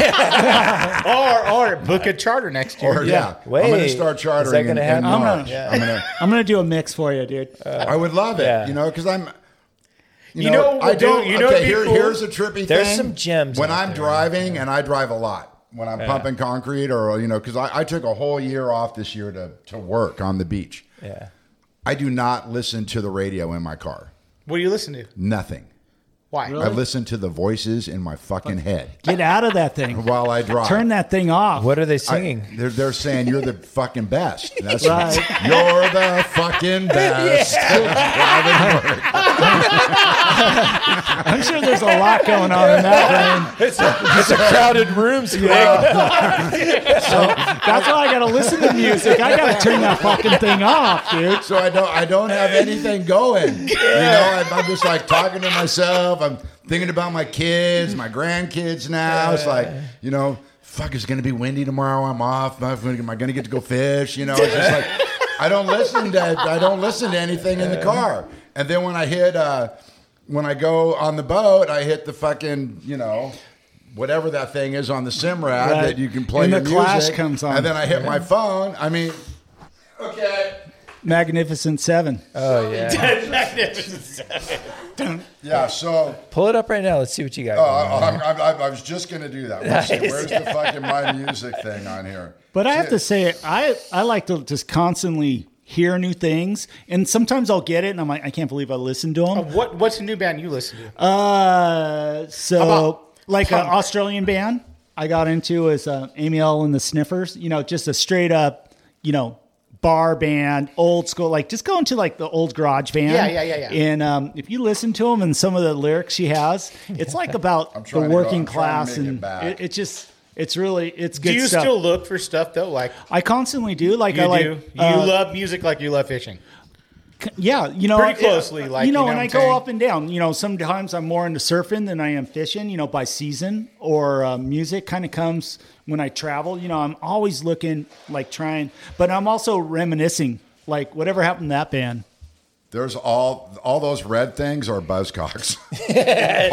or or book a charter next year. or, yeah, I'm going Wait, to start is that chartering uh, in, gonna in happen? Um, I'm March. gonna- I'm gonna, I'm going to do a mix for you, dude. I would love it, Yeah. you know, because I'm. You, You know, know what I we'll do? don't. You know okay, what'd be here, cool? here's a trippy thing. There's some gems When out I'm there. driving, and I drive a lot when I'm pumping concrete, or you know, because I, I took a whole year off this year to to work on the beach. Yeah. I do not listen to the radio in my car. What do you listen to? Nothing. Why? I listen to the voices in my fucking head Get out of that thing. while I drive. Turn that thing off. What are they I- singing? they're, they're saying you're the fucking best. That's Right. You're the fucking best. Driving work. I'm sure there's a lot going on in that room. It's a, it's a crowded room, Greg. That's why I got to listen to music. I got to turn that fucking thing off, dude. So I don't I don't have anything going. You know, I'm, I'm just like talking to myself. I'm thinking about my kids, my grandkids now. It's like you know, fuck, it's going to be windy tomorrow. I'm off. Am I going to get to go fish? You know, it's just like, I don't listen to, I don't listen to anything in the car. And then when I hit, uh, when I go on the boat, I hit the fucking, you know, whatever that thing is on the sim rad Right. that you can play And the your music, Clash comes on. And then I hit Yeah. my phone. I mean, okay. Magnificent Seven. Oh Yeah, so Pull it up right now. Let's see what you got. Oh, going on. I, I, I, I was just gonna do that. Let's see, Where's the fucking my music thing on here? But I have to say, I I like to just constantly hear new things, and sometimes I'll get it, and I'm like, I can't believe I listened to them. What What's a new band you listen to? Uh, How so about like an punk? Australian band I got into is uh, Amy L and the Sniffers. You know, just a straight up, you know, bar band, old school. Like just go into like the old garage band. Yeah, yeah, yeah, yeah. And um, if you listen to them and some of the lyrics she has, it's like about the trying to go- working I'm trying to class, make it and back. it, it just it's really it's good. do you stuff. still look for stuff though? Like I constantly do. Like you I like do. You uh, love music like you love fishing. yeah, you know, Pretty closely, like, you know, you know and what I I'm go saying? up and down. You know, sometimes I'm more into surfing than I am fishing. You know, by season or uh, music kind of comes when I travel. You know, I'm always looking like trying, but I'm also reminiscing. Like whatever happened to that band? There's all all those red things are buzzcocks.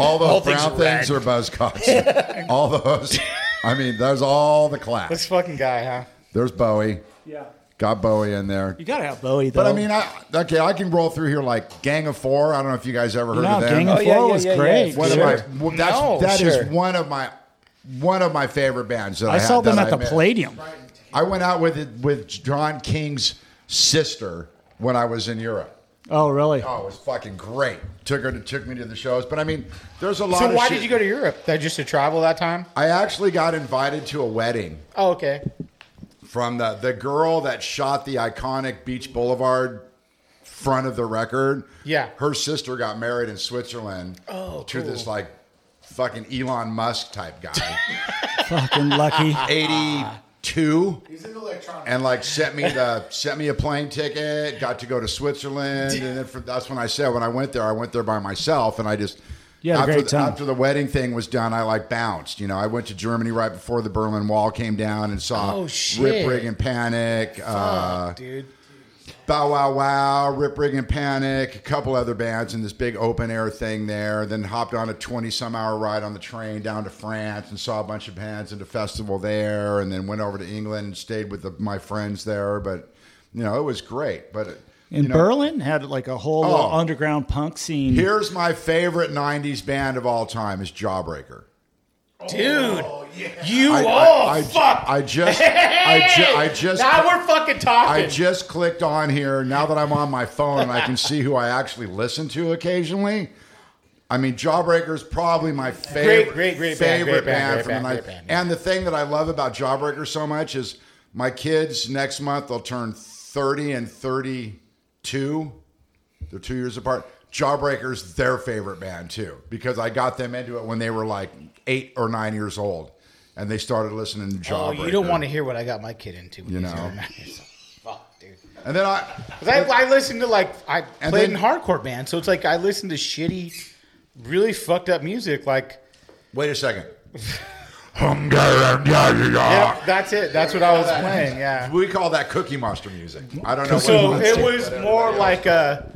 all those All things brown things red. are buzzcocks. all those. I mean, there's all the class. This fucking guy, huh? There's Bowie. Yeah. Got Bowie in there. You gotta have Bowie though. But I mean, I, okay, I can roll through here like Gang of Four. I don't know if you guys ever heard Yeah, of them. Gang of Oh, yeah, Four yeah, was yeah, yeah, great. One of sure. my, well, that's, No, that is sure. one of my one of my favorite bands. That I, I saw had- them that at I the met. Palladium. I went out with it with John King's sister when I was in Europe. Oh really? Oh, it was fucking great. Took her to, took me to the shows. But I mean, there's a lot. So of why shit- did you go to Europe? That just to travel that time? I actually got invited to a wedding Oh, okay. from the the girl that shot the iconic Beach Boulevard front of the record. Yeah. her sister got married in Switzerland. Oh, to cool. this like fucking Elon Musk type guy. Fucking lucky. Eighty two. And like sent me the sent me a plane ticket. Got to go to Switzerland, and then for, that's when I said when I went there, I went there by myself, and I just You had a after, great the- time. after the wedding thing was done, I like bounced. You know, I went to Germany right before the Berlin Wall came down and saw Oh, Rip shit. Rig and Panic, uh, dude. Bow Wow Wow, Rip Rig and Panic, a couple other bands in this big open air thing there. Then hopped on a 20 some hour ride on the train down to France and saw a bunch of bands at a festival there. And then went over to England and stayed with the, my friends there. But, you know, it was great. But, it- In you know, Berlin had like a whole little Oh. underground punk scene. Here's my favorite 90s band of all time is Jawbreaker. Dude, you I- I- all I- fuck. I just- I ju- I Hey! just- now we're fucking talking. I just clicked on here. Now that I'm on my phone and I can see who I actually listen to occasionally. I mean, Jawbreaker's probably my favorite, great, great band, favorite great band, from the great band, night. great band, And the thing that I love about Jawbreaker so much is my kids next month they'll turn 30 and 32. They're two years apart. Jawbreaker's their favorite band too because I got them into it when they were like eight or nine years old, and they started listening to oh, Jawbreaker. you don't want to hear what I got my kid into. You know. Fuck, dude. And then I, 'Cause I, I listen to like I And played then- in hardcore band, so it's like I listen to shitty, really fucked up music. Like, wait a second. yeah, that's it. That's what I was playing. Yeah. We call that Cookie Monster music. I don't know. So what it was more like a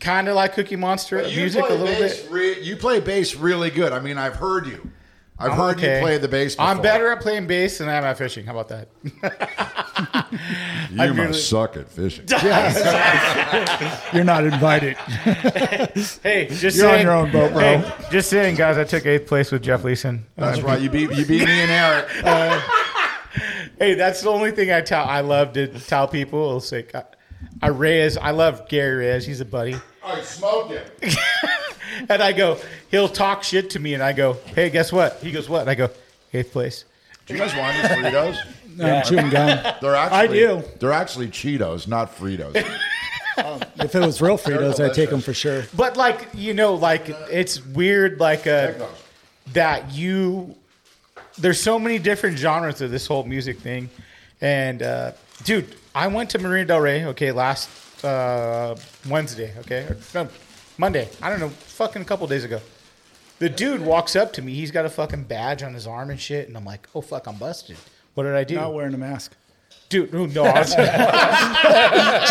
kind of like Cookie Monster music a little bit. Re- you play bass really good. I mean, I've heard you. I've I'm heard okay. you play the bass. I'm before. better at playing bass than I am at fishing. How about that? You I'm must really- suck at fishing. You're not invited. hey, just You're on saying, your own boat, bro. Hey, just saying, guys. I took eighth place with Jeff Leeson. That's right. You beat you beat me and Eric. Hey, that's the only thing I tell. I love to tell people. It's like, I, I Reyes. I love Gary Reyes. He's a buddy. I smoked it. And I go, he'll talk shit to me, and I go, hey, guess what? He goes, what? And I go, eighth place. Do you guys want these Fritos? No, I'm chewing gum. They're actually, I do. They're actually Cheetos, not Fritos. if it was real Fritos, I'd delicious. take them for sure. But like you know, like it's weird, like uh, that you. There's so many different genres of this whole music thing, and uh, dude, I went to Marina Del Rey. Okay, last uh, Wednesday. Okay, or, no, Monday. I don't know, fucking a couple days ago. The dude walks up to me. He's got a fucking badge on his arm and shit, and I'm like, oh fuck, I'm busted. What did I do? Not wearing a mask. Dude, who no, I was-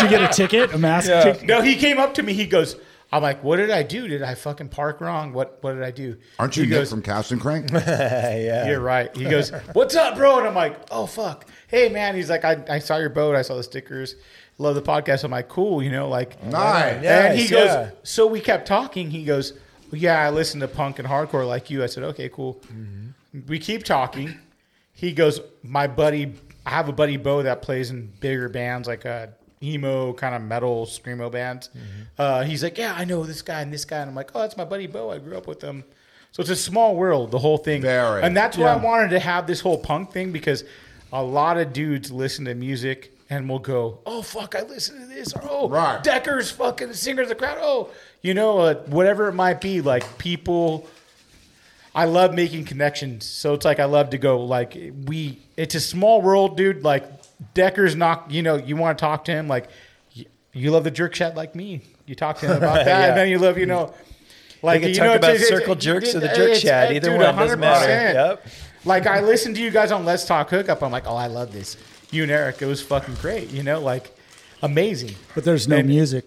Did you get a ticket? A mask Yeah. ticket? No, he came up to me. He goes, I'm like, what did I do? Did I fucking park wrong? What What did I do? Aren't you He Nick goes, from Cast and Crank? yeah. You're right. He goes, What's up, bro? And I'm like, Oh, fuck. Hey, man. He's like, I, I saw your boat. I saw the stickers. Love the podcast. I'm like, Cool. You know, like, Nice. and he Yes, goes, yeah. So we kept talking. He goes, "Well, Yeah, I listen to punk and hardcore like you. I said, Okay, cool. We keep talking. He goes, My buddy, I have a buddy, Bo, that plays in bigger bands like uh, emo kind of metal screamo bands. Uh, he's like, Yeah, I know this guy and this guy. And I'm like, Oh, that's my buddy, Bo. I grew up with him. So it's a small world, the whole thing. Very. And that's why I Yeah. wanted to have this whole punk thing because a lot of dudes listen to music and will go, oh, fuck, I listen to this. Or, oh, Decker's fucking singers, the crowd. Oh, you know, uh, whatever it might be. Like people, I love making connections. So it's like I love to go, like, we, it's a small world, dude. Like, Decker's not, you know, you want to talk to him. Like, you, you love the jerk chat like me. You talk to him about that. Yeah. And then you love, you know, like, could you talk know, about it's- it's- circle jerks or the it's- jerk it's- chat. it's- Either dude, one doesn't matter. 100%. Yep. Like I listened to you guys on Let's Talk Hookup. I'm like, oh, I love this. You and Eric, it was fucking great. You know, like amazing. But there's no music.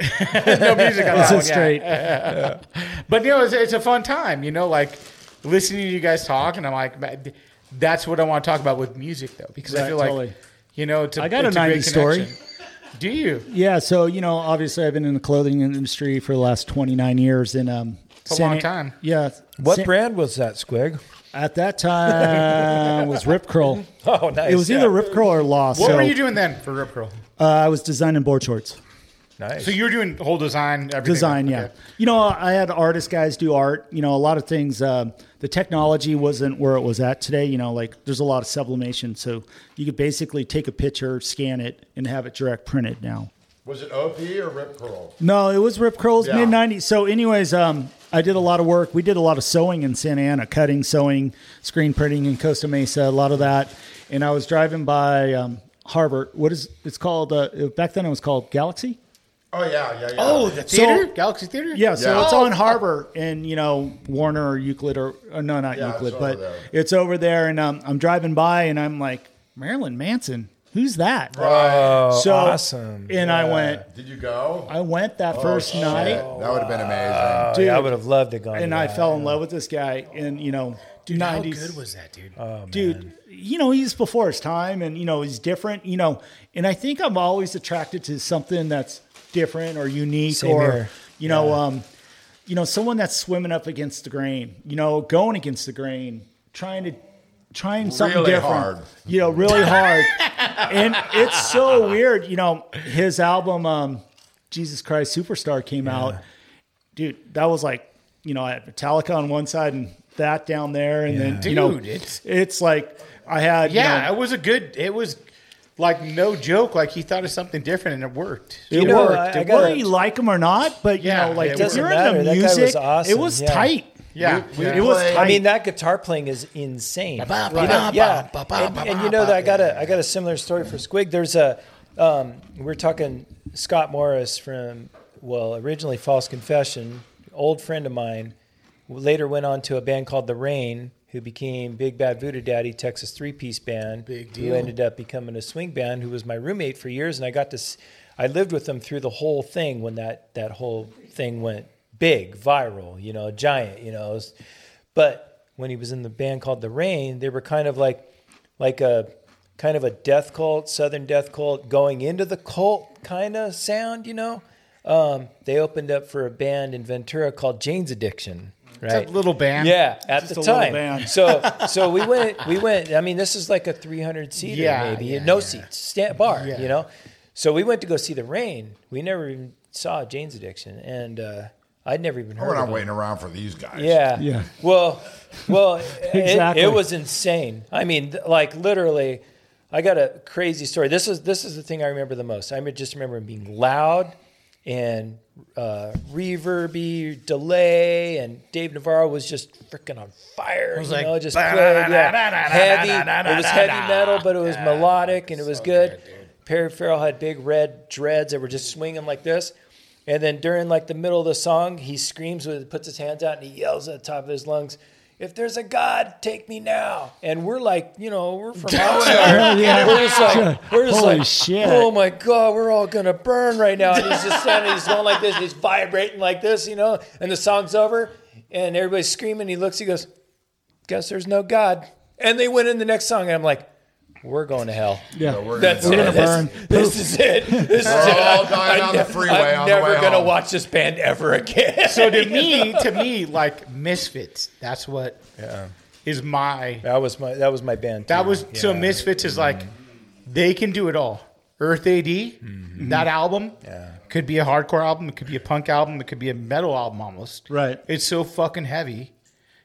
no music on This that is one, straight. Yeah. but you know, it's, it's a fun time. You know, like listening to you guys talk, and I'm like, "Man, th- that's what I want to talk about with music though, because I Right, feel like, totally. you know, it's a, I got a it's great 90s story. connection. Do you? Yeah, so you know, obviously, I've been in the clothing industry for the last 29 years, and um, It's a San- long time. Yeah. What San- brand was that, Squig? At that time was Rip Curl. Oh, nice. It was yeah. either Rip Curl or Lost. What so, were you doing then for Rip Curl? Uh, I was designing board shorts. Nice. So you were doing whole design, everything. Design, yeah. You know, I had artist guys do art. You know, a lot of things. Um, the technology wasn't where it was at today. You know, like there's a lot of sublimation, so you could basically take a picture, scan it, and have it direct printed now. Was it OP or Rip Curl? No, it was Rip Curls Yeah. mid '90s. So, anyways, um, I did a lot of work. We did a lot of sewing in Santa Ana, cutting, sewing, screen printing in Costa Mesa, a lot of that. And I was driving by um, Harvard. What is it's called? Uh, back then, it was called Galaxy. Oh yeah, yeah, yeah. Oh, the theater, Galaxy Theater. Yeah, so it's Oh, on Harbor and you know Warner or Euclid or, or no, not Yeah, it's Euclid, over but there. it's over there. And um, I'm driving by and I'm like Marilyn Manson, who's that? Oh, so awesome. And I Yeah. went. Oh. Did you go? I went that Oh, first shit. night. That would have been amazing. Oh, yeah, I would have loved to go. and I fell in love with this guy. And you know, Dude, 90s, how good was that, dude? Uh, dude you know he's before his time and you know he's different you know and i think i'm always attracted to something that's different or unique Same or here. you know Yeah. um you know someone that's swimming up against the grain you know going against the grain trying to trying something Really different hard. you know really hard and it's so weird you know his album um jesus christ superstar came out dude that was like you know i had metallica on one side and that down there and then you know Dude, it's- it's like I had. you Yeah, know, it was a good. It was like no joke. Like he thought of something different, and it worked. it You know, worked. I- I It- gotta- Whether you like them or not, but you know, like it if doesn't you're matter. into That guy was music, awesome. it was Yeah. tight. Yeah, We- it was tight. I mean, that guitar playing is insane. ba, You know, ba, yeah, ba, ba, and, ba, and ba, you know ba, that I got a I got a similar story for Squig. There's a um, we're talking Scott Morris from well originally False Confession, old friend of mine. Later went on to a band called The Rain, who became Big Bad Voodoo Daddy, Texas three piece band. Big Who deal. ended up becoming a swing band. Who was my roommate for years, and I got to s- I lived with them through the whole thing when that that whole thing went big viral. You know, giant. You know. It was- but when he was in the band called The Rain, they were kind of like like a kind of a death cult, southern death cult, going into the cult kind of sound, you know. Um, they opened up for a band in Ventura called Jane's Addiction. It's a Right. little band. Yeah, at Just the a little time. band. So so we went we went I mean this is like a 300 seater Yeah, maybe. yeah, no yeah. seats, stand bar, Yeah. you know. So we went to go see The Rain. We never even saw Jane's Addiction and uh, I'd never even heard We're of not them. waiting around for these guys. Yeah. Yeah. Well, well, it- Exactly. it, was insane. I mean, th- like literally, I got a crazy story. This is this is the thing I remember the most. I just remember him being loud and uh, reverby, delay, and Dave Navarro was just freaking on fire. was you like, know, just "Ba- played, da- da- yeah. da- da- da- heavy. da- da- da- It was da- heavy da. metal, but it was melodic and it was good. Perry Farrell had big red dreads that were just swinging like this. And then during like the middle of the song, he screams with puts his hands out and he yells at the top of his lungs, "If there's a God, take me now!" And we're like, you know, we're from outside. Yeah. We're just like, we're just Holy like, shit. oh my god, we're all gonna burn right now. And he's just standing, he's going like this, and he's vibrating like this, you know. And the song's over, and everybody's screaming. He looks, he goes, "Guess there's no God." And they went in the next song, and I'm like. We're going to hell. Yeah. Yeah, we're that's gonna it. burn. This- Burn. This, Poof. is it. This We're is it. all I- dying I on the ne- freeway I'm on the never way gonna home. watch this band ever again. so to You me, know? to me, like Misfits, that's what is my that was my that was my band. That was so Yeah. Misfits is like they can do it all. Earth AD, that album could be a hardcore album, it could be a punk album, it could be a metal album almost. Right. It's so fucking heavy.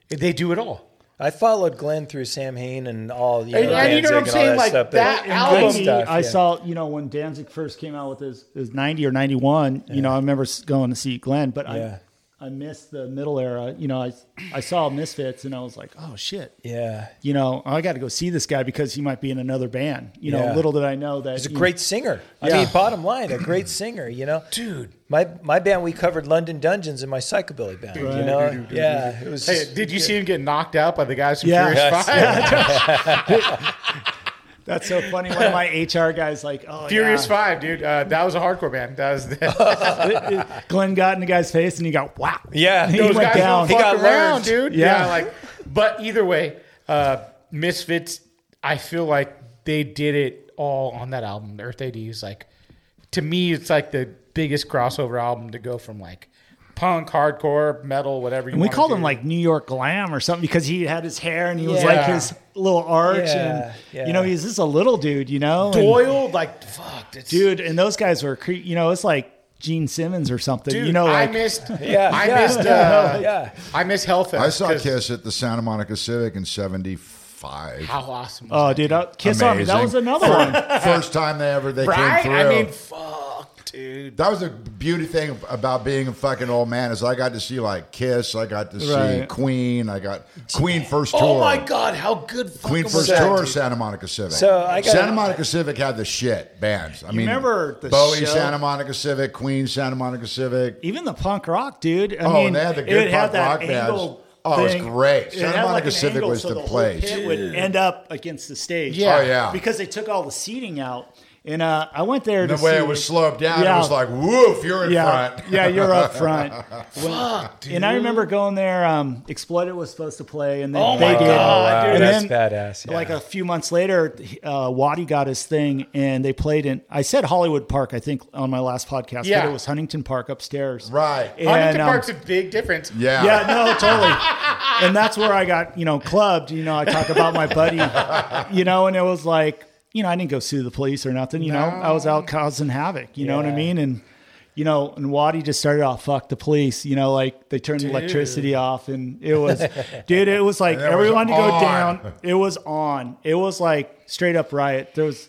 They do it all. I followed Glenn through Sam Hain and all you know, And- and you know what I'm Danzig and all saying? Like, stuff, but- that and album- good stuff, I yeah. saw, you know, when Danzig first came out with his, his 90 or 91, you know, I remember s- going to see Glenn, but Yeah. I, I missed the middle era. You know, I, I saw Misfits and I was like, oh shit. Yeah. You know, I got to go see this guy because he might be in another band. You know, Yeah. little did I know that He's a you- great singer. I Yeah. mean, bottom line, a great singer. You know, dude. My my band we covered London Dungeons in my psychobilly band. You know, yeah. It was. Hey, did you see him get knocked out by the guys from Yeah. Furious Yes. Five? That's so funny. One of my HR guys, like, oh, Furious yeah. Five, dude. Uh, that was a hardcore band. That was the Glenn got in the guy's face and he got wow. Yeah, he those went guys down. don't fuck around, dude. Yeah, Yeah. like, but either way, uh, Misfits. I feel like they did it all on that album. Earth AD is like, to me, it's like the biggest crossover album to go from like punk, hardcore, metal, whatever. you and we wanna called do. him like New York Glam or something because he had his hair and he was Yeah. like his little arch Yeah, and yeah. you know he's just a little dude, you know. and- Doyle, like fuck, it's- dude, and those guys were, cre- you know, it's like Gene Simmons or something, dude. you know. Like, I missed. Yeah, I yeah, missed. yeah, Uh, I missed Hellfest. I saw 'cause Kiss at the Santa Monica Civic in '75. How awesome! was Oh, that? dude, I, Kiss Army. That Amazing. was another Fir- one. First time they ever they Right? came I through. mean, fuck, dude. That was the beauty thing about being a fucking old Oh, man is I got to see like Kiss, I got to see Right. Queen, I got Queen first tour. Oh my god, how good fucking Queen was first that, tour dude? Santa Monica Civic. So I got- Santa Monica Civic had the shit bands. I You mean, remember uh, the Bowie show? Santa Monica Civic, Queen Santa Monica Civic. Even the punk rock, dude. I oh, mean, and they had the it good had punk that rock bands. angled Oh, it was thing. great. It Santa had, like, Monica an Civic angle was so the whole place. pit would end up against the stage. Yeah. Oh, yeah. Because they took all the seating out. And uh, I went there And to the way see- it was sloped down, Yeah. it was like woof, you're in yeah. front. yeah, you're up front. When- Fuck, And I dude. remember going there. Um, Exploited was supposed to play, and then Oh they my did. God, dude. and That's badass, yeah. Like a few months later, uh, Waddy got his thing, and they played in. I said Hollywood Park, I think, on my last podcast, Yeah. but it was Huntington Park upstairs. Right. And, Huntington um, Park's a big difference. Yeah. yeah, no, totally. And that's where I got, you know, clubbed. You know, I talk about my buddy, you know, and it was like, you know, I didn't go sue the police or nothing. You know, I was out causing havoc. You know what I Yeah. mean? And you know, and Waddy just started off, fuck the police. You know, like they turned Dude. electricity off, and it was, dude, it was like And it was everyone to go on. down. It was on. It was like straight up riot. There was,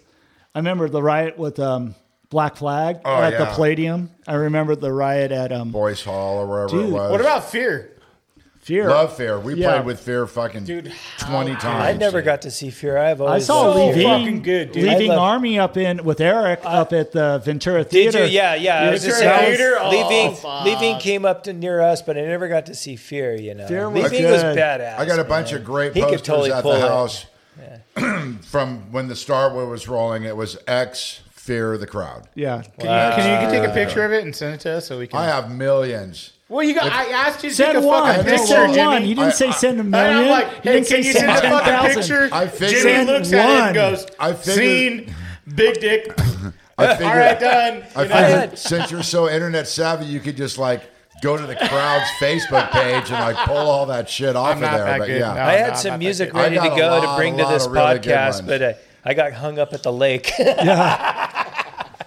I remember the riot with um Black Flag Oh, at the yeah. Palladium. I remember the riot at um Boys Hall or wherever it Dude. was. What about Fear? Fear. Love Fair. We Yeah. played with Fair fucking 20 times. I never got to see Fear. I've I always saw loved leaving Fear. leaving I love- army up in with Eric Uh, up at the Ventura Did Theater. you? Yeah, yeah. I was just saying, Oh, leaving, fuck. leaving came up to near us, but I never got to see Fear. You know, Fear leaving was badass. I got a man. bunch of great He could posters totally at pull the it. house from when the Starwood was rolling. It was X Fear the Crowd. Yeah. Can, you, can you take a picture of it and send it to us so we can? I have millions. Well, you got. If- I asked you to Send take a one. fucking I know picture, one. Jimmy. You didn't I- say I- send a And I'm million. like, You hey, didn't can say you send send a fucking 10,000. picture? I figured- Jimmy Send looks at it and one. goes, I figured- "Scene, big dick." I figured, All right, done. I You know? figured since you're so internet savvy, you could just like go to the crowd's Facebook page and like pull all that shit off I'm not of there. that But good. yeah, No, I had some music ready I to got a go to lot, bring a to lot this of really good podcast, ones. but uh, I got hung up at the lake.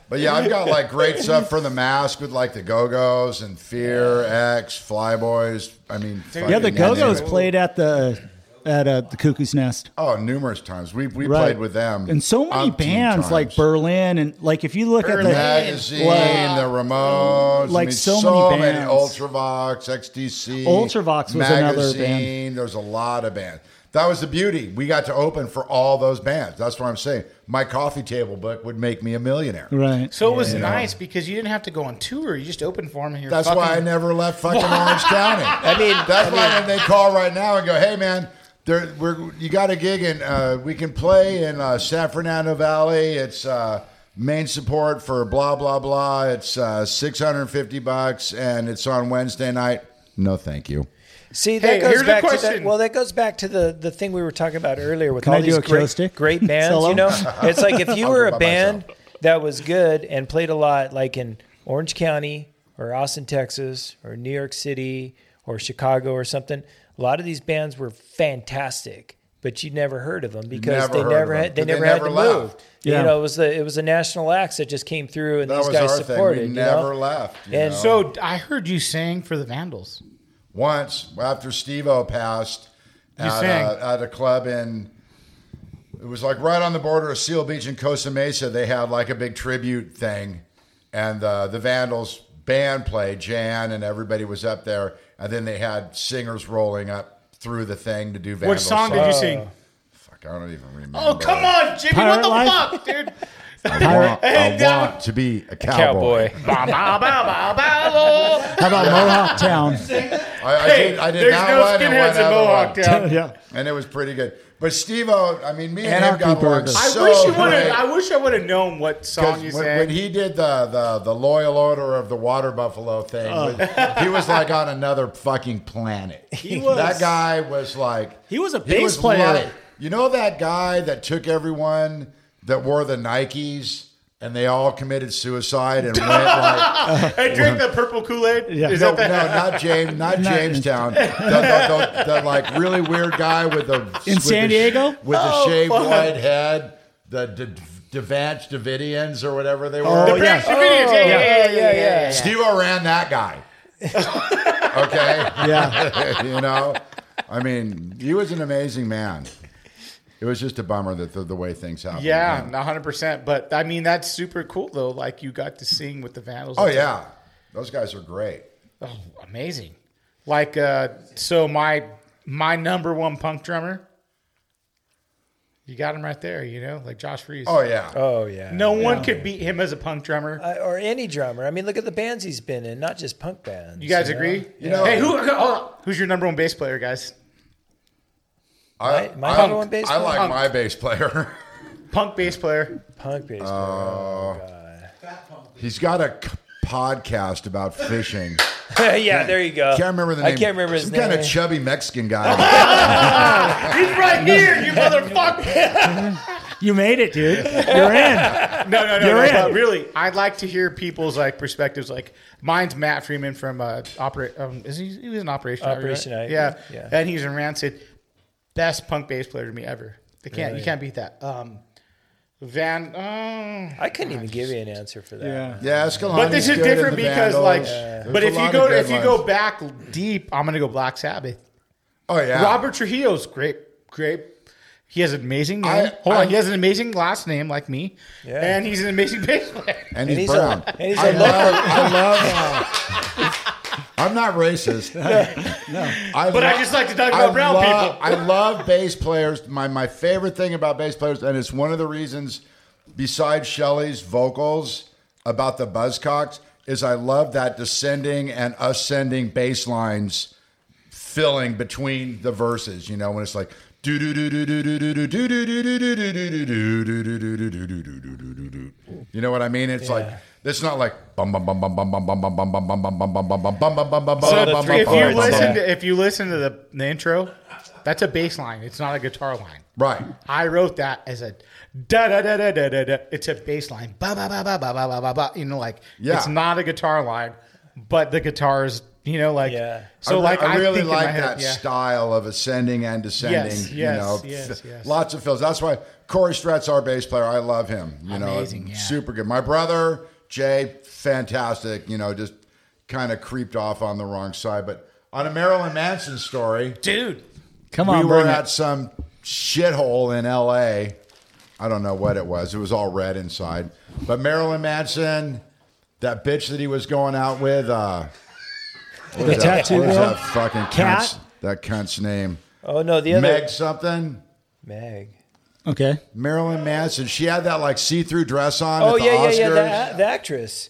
But yeah, I've got like great stuff from the mask with like the Go Go's and Fear X Flyboys. I mean, fucking yeah, the you name Go Go's it. played at the at uh, the Cuckoo's Nest. Oh, numerous times we we Right. played with them and so many umpteen bands times. like Berlin and like if you look Berlin, at the magazine, Wow. the Ramones, Like I mean, so many bands. Ultravox, XTC, Ultravox was another band. Magazine, There's a lot of bands. That was the beauty. We got to open for all those bands. That's what I'm saying. My coffee table book would make me a millionaire. Right. So it was You know? nice because you didn't have to go on tour. You just opened for them. And you're That's why I fucking- never left fucking Orange County. I mean- that's I why mean- when they call right now and go, "Hey, man, there, we're you got a gig and uh, we can play in uh, San Fernando Valley. It's uh, main support for blah blah blah. It's uh, six hundred and fifty bucks, and it's on Wednesday night. No, thank you. See, that Hey, goes here's a back to that. question. Well, that goes back to the the thing we were talking about earlier with Can all I do these a great, acoustic great bands. solo? You know, it's like if you I'll were do it by a band that was good and played a lot, like in Orange County or Austin, Texas, or New York City or Chicago or something. A lot of these bands were fantastic, but you never heard of them because Never they heard never of had 'em, they 'cause they never had never to left. move. Yeah. You know, it was the it was the national acts that just came through and That these was guys our thing. We supported. you know? never left, you And know? so So I heard you sang for the Vandals. once after Steve O passed You at, sang. a, at a club in it was like right on the border of Seal Beach and Costa Mesa. They had like a big tribute thing, and uh, the Vandals band played Jan, and everybody was up there, and then they had singers rolling up through the thing to do Vandals. What song did you sing? Fuck, I don't even remember. Oh, come on, Jimmy. Pirate what the Life? fuck, dude? I want, I Hey, that want to be a cowboy. Ba, ba, ba, ba, ba, How about Mohawk Town? I, I Hey, did, I did there's not no one and skinheads one in other Mohawk one. Town. Yeah. And it was pretty good. But Steve O, I mean, me and Anarchy him got along Burger. so I wish you would great. have. I wish I would have known what song you Because when, sang. when he did the, the the loyal order of the water buffalo thing, Oh. with- he was like on another fucking planet. He was- that guy was like He was a bass player. light. You know that guy that took everyone that wore the Nikes and they all committed suicide and went like I drink the purple Kool Aid. Is no, that the, no, not James, not Jamestown. the, the- the- the, like really weird guy with the In with San the- Diego? with the Oh, shaved fuck. white head, the D- Devanch Davidians or whatever they were. Oh, The yeah. Branch Davidians, yeah, yeah, yeah, yeah, yeah, yeah. Steve O ran that guy. okay. Yeah. you know, I mean, he was an amazing man. It was just a bummer that the, the way things happened. Yeah, one hundred percent. But I mean, that's super cool though. Like you got to sing with the Vandals. Oh yeah, those guys are great. Oh, amazing. Like uh, so, my my number one punk drummer. You got him right there. You know, like Josh Freeze. Oh, yeah. Oh, yeah. No one Yeah. could beat him as a punk drummer. Uh, or any drummer. I mean, look at the bands he's been in, not just punk bands. You guys know? agree? Yeah. hey, who? Hold on. Who's your number one bass player, guys? I, My- my I, number one bass I player? like Punk. my bass player. Punk bass player. Punk Oh, bass player. Uh, He's got a c- podcast about fishing. yeah, there you go. Can't remember the name. I can't remember his Some name. kind of chubby Mexican guy. He's right here, you motherfucker. You made it, dude. You're in. no, no, no, You're no. in. But really, I'd like to hear people's like perspectives. Like mine's Matt Freeman from uh, operate. Um, is he? He was an operation. Ivy, Operation right? Ivy, Yeah. yeah. And he's in Rancid. Best punk bass player to me ever. They can't. Really? You can't beat that. Um, Van. Um, I couldn't even give you an answer for that. yeah, Escalante. but this is different because like. Oh, But if you go if you go back deep, I'm gonna go Black Sabbath. oh yeah, Robert Trujillo's great, great. He has an amazing name. I- Hold I- on, he has an amazing last name like me, Yeah. and he's an amazing bass player. and and he's he's a- brown. and he's a I local- love. I love uh, I'm not racist. I But I just like to talk about brown love- people. I love bass players. My my favorite thing about bass players, and it's one of the reasons, besides Shelley's vocals about the Buzzcocks, is I love that descending and ascending bass lines filling between the verses. You know, when it's like. Do do do do do do do do do do do do do do do do do do do do do do do do You know what I mean? It's like it's not like bum bum bum bum bum bum bum bum bum bum bum bum bum bum bum bum bum bum bum So bum if you listen, bum to, if you listen to the, the intro, that's a bass line. It's not a guitar line. Right. I wrote that as a da da da da da da da. It's a bass line. Ba ba ba ba ba ba ba ba ba. You know, like Yeah. it's not a guitar line, but the guitar is. You know, like Yeah. I so. re- like I really think in my like head, that yeah. style of ascending and descending. Yes, you yes, know, yes, F- yes. lots of fills. That's why Corey Stratz, our bass player, I love him. You Amazing, know, yeah. super good. My brother Jay, fantastic. You know, just kind of creeped off on the wrong side. But on a Marilyn Manson story, dude. Come we on, were bring at it. some shithole in L.A. I don't know what it was. It was all red inside. But Marilyn Manson, that bitch that he was going out with, uh, what The was that- tattoo what was girl? that fucking Cat? cunt's- that cunt's name. Oh no, the other Meg something. Meg. Okay. Marilyn Manson. She had that like see-through dress on. Oh at the yeah, yeah, Oscars. yeah. The, the actress.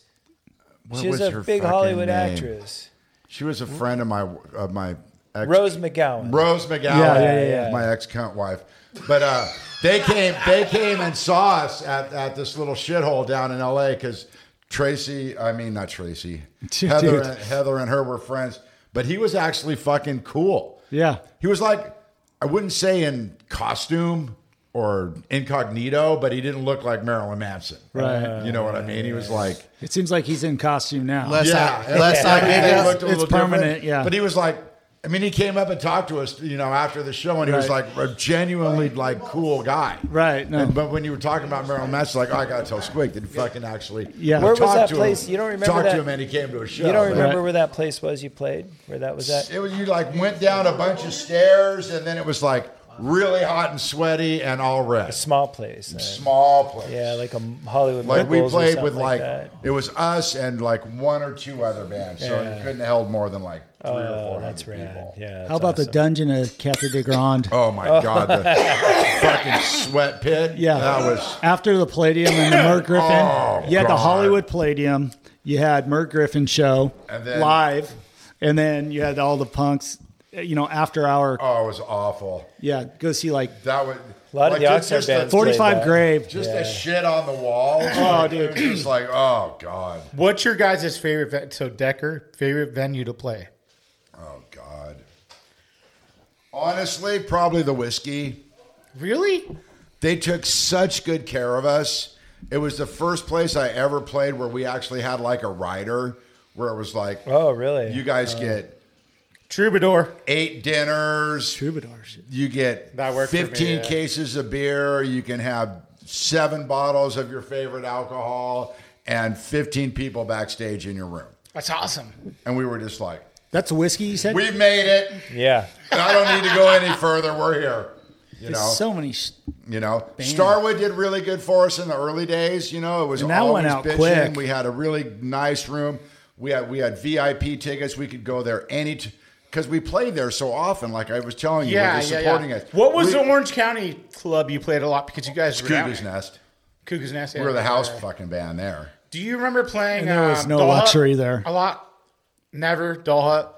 What She was was a her big fucking Hollywood name? actress. She was a friend of my of my ex, Rose McGowan. Rose McGowan. Yeah, yeah, yeah, yeah. My ex cunt wife. But uh, they came they came and saw us at, at this little shithole down in L.A. because Tracy, I mean not Tracy, Dude. Heather and, Heather and her were friends. But he was actually fucking cool. Yeah. He was like, I wouldn't say in costume or incognito, but he didn't look like Marilyn Manson. Right. You know what I mean? He was like It seems like he's in costume now. yeah, It looked a It's little permanent. different. Yeah. but he was like, I mean, he came up and talked to us, you know, after the show, and he was Right. like a genuinely like cool guy. Right. No. And- but when you were talking about Marilyn Manson, like, oh, I gotta tell Squig, did he fucking actually? Yeah. Where was talk that to place? Him, You don't remember Talk that? to him, and he came to a show. You don't Like, remember where that place was you played? Where that was at? It was you like went down a bunch of stairs, and then it was like really hot and sweaty and all red. A small place. uh, Small place. Yeah, like a Hollywood. Like we Miracles or played something with like, that. it was us and like one or two other bands, so Yeah. it couldn't have held more than like three or Oh, four hundred that's rad. people. Yeah. How about the dungeon of Catherine de Grande? Oh my Oh. god, the fucking sweat pit. Yeah, that was after the Palladium and the Merck Griffin. Oh, you had the God. Hollywood Palladium. You had Merck Griffin show And then- live, and then you had all the punks. eh, You know, after hour. Oh, it was awful. Yeah, go see like that was a lot of the just- Oxnard just a- bands. played forty-five that. grave. Just a shit on the wall. Oh, dude, just like oh god. What's your guys' favorite? Ve- so Decker, favorite venue to play? Oh God. Honestly, probably the whiskey. Really? They took such good care of us. It was the first place I ever played where we actually had like a rider where it was like, oh, really? You guys Oh. get Troubadour. Eight dinners. Troubadours. You get That worked for me, 15 yeah. cases of beer. You can have seven bottles of your favorite alcohol and 15 people backstage in your room. That's awesome. And we were just like, That's whiskey. You said we made it. Yeah. I don't need to go any further. We're here. You There's know, so many. Sh- you know, Bam. Starwood did really good for us in the early days. You know, it was And that always went out bitching. quick. We had a really nice room. We had we had VIP tickets. We could go there any because we played there so often. Like I was telling you, Yeah, we yeah, supporting yeah. us. What was We- the Orange County club you played a lot because you guys were down Cougar's there? Nest? Cougar's Nest. we were the yeah. house fucking band there. Do you remember playing? And there was um, no Doll Hut? luxury there. A lot. Never Doll Hut.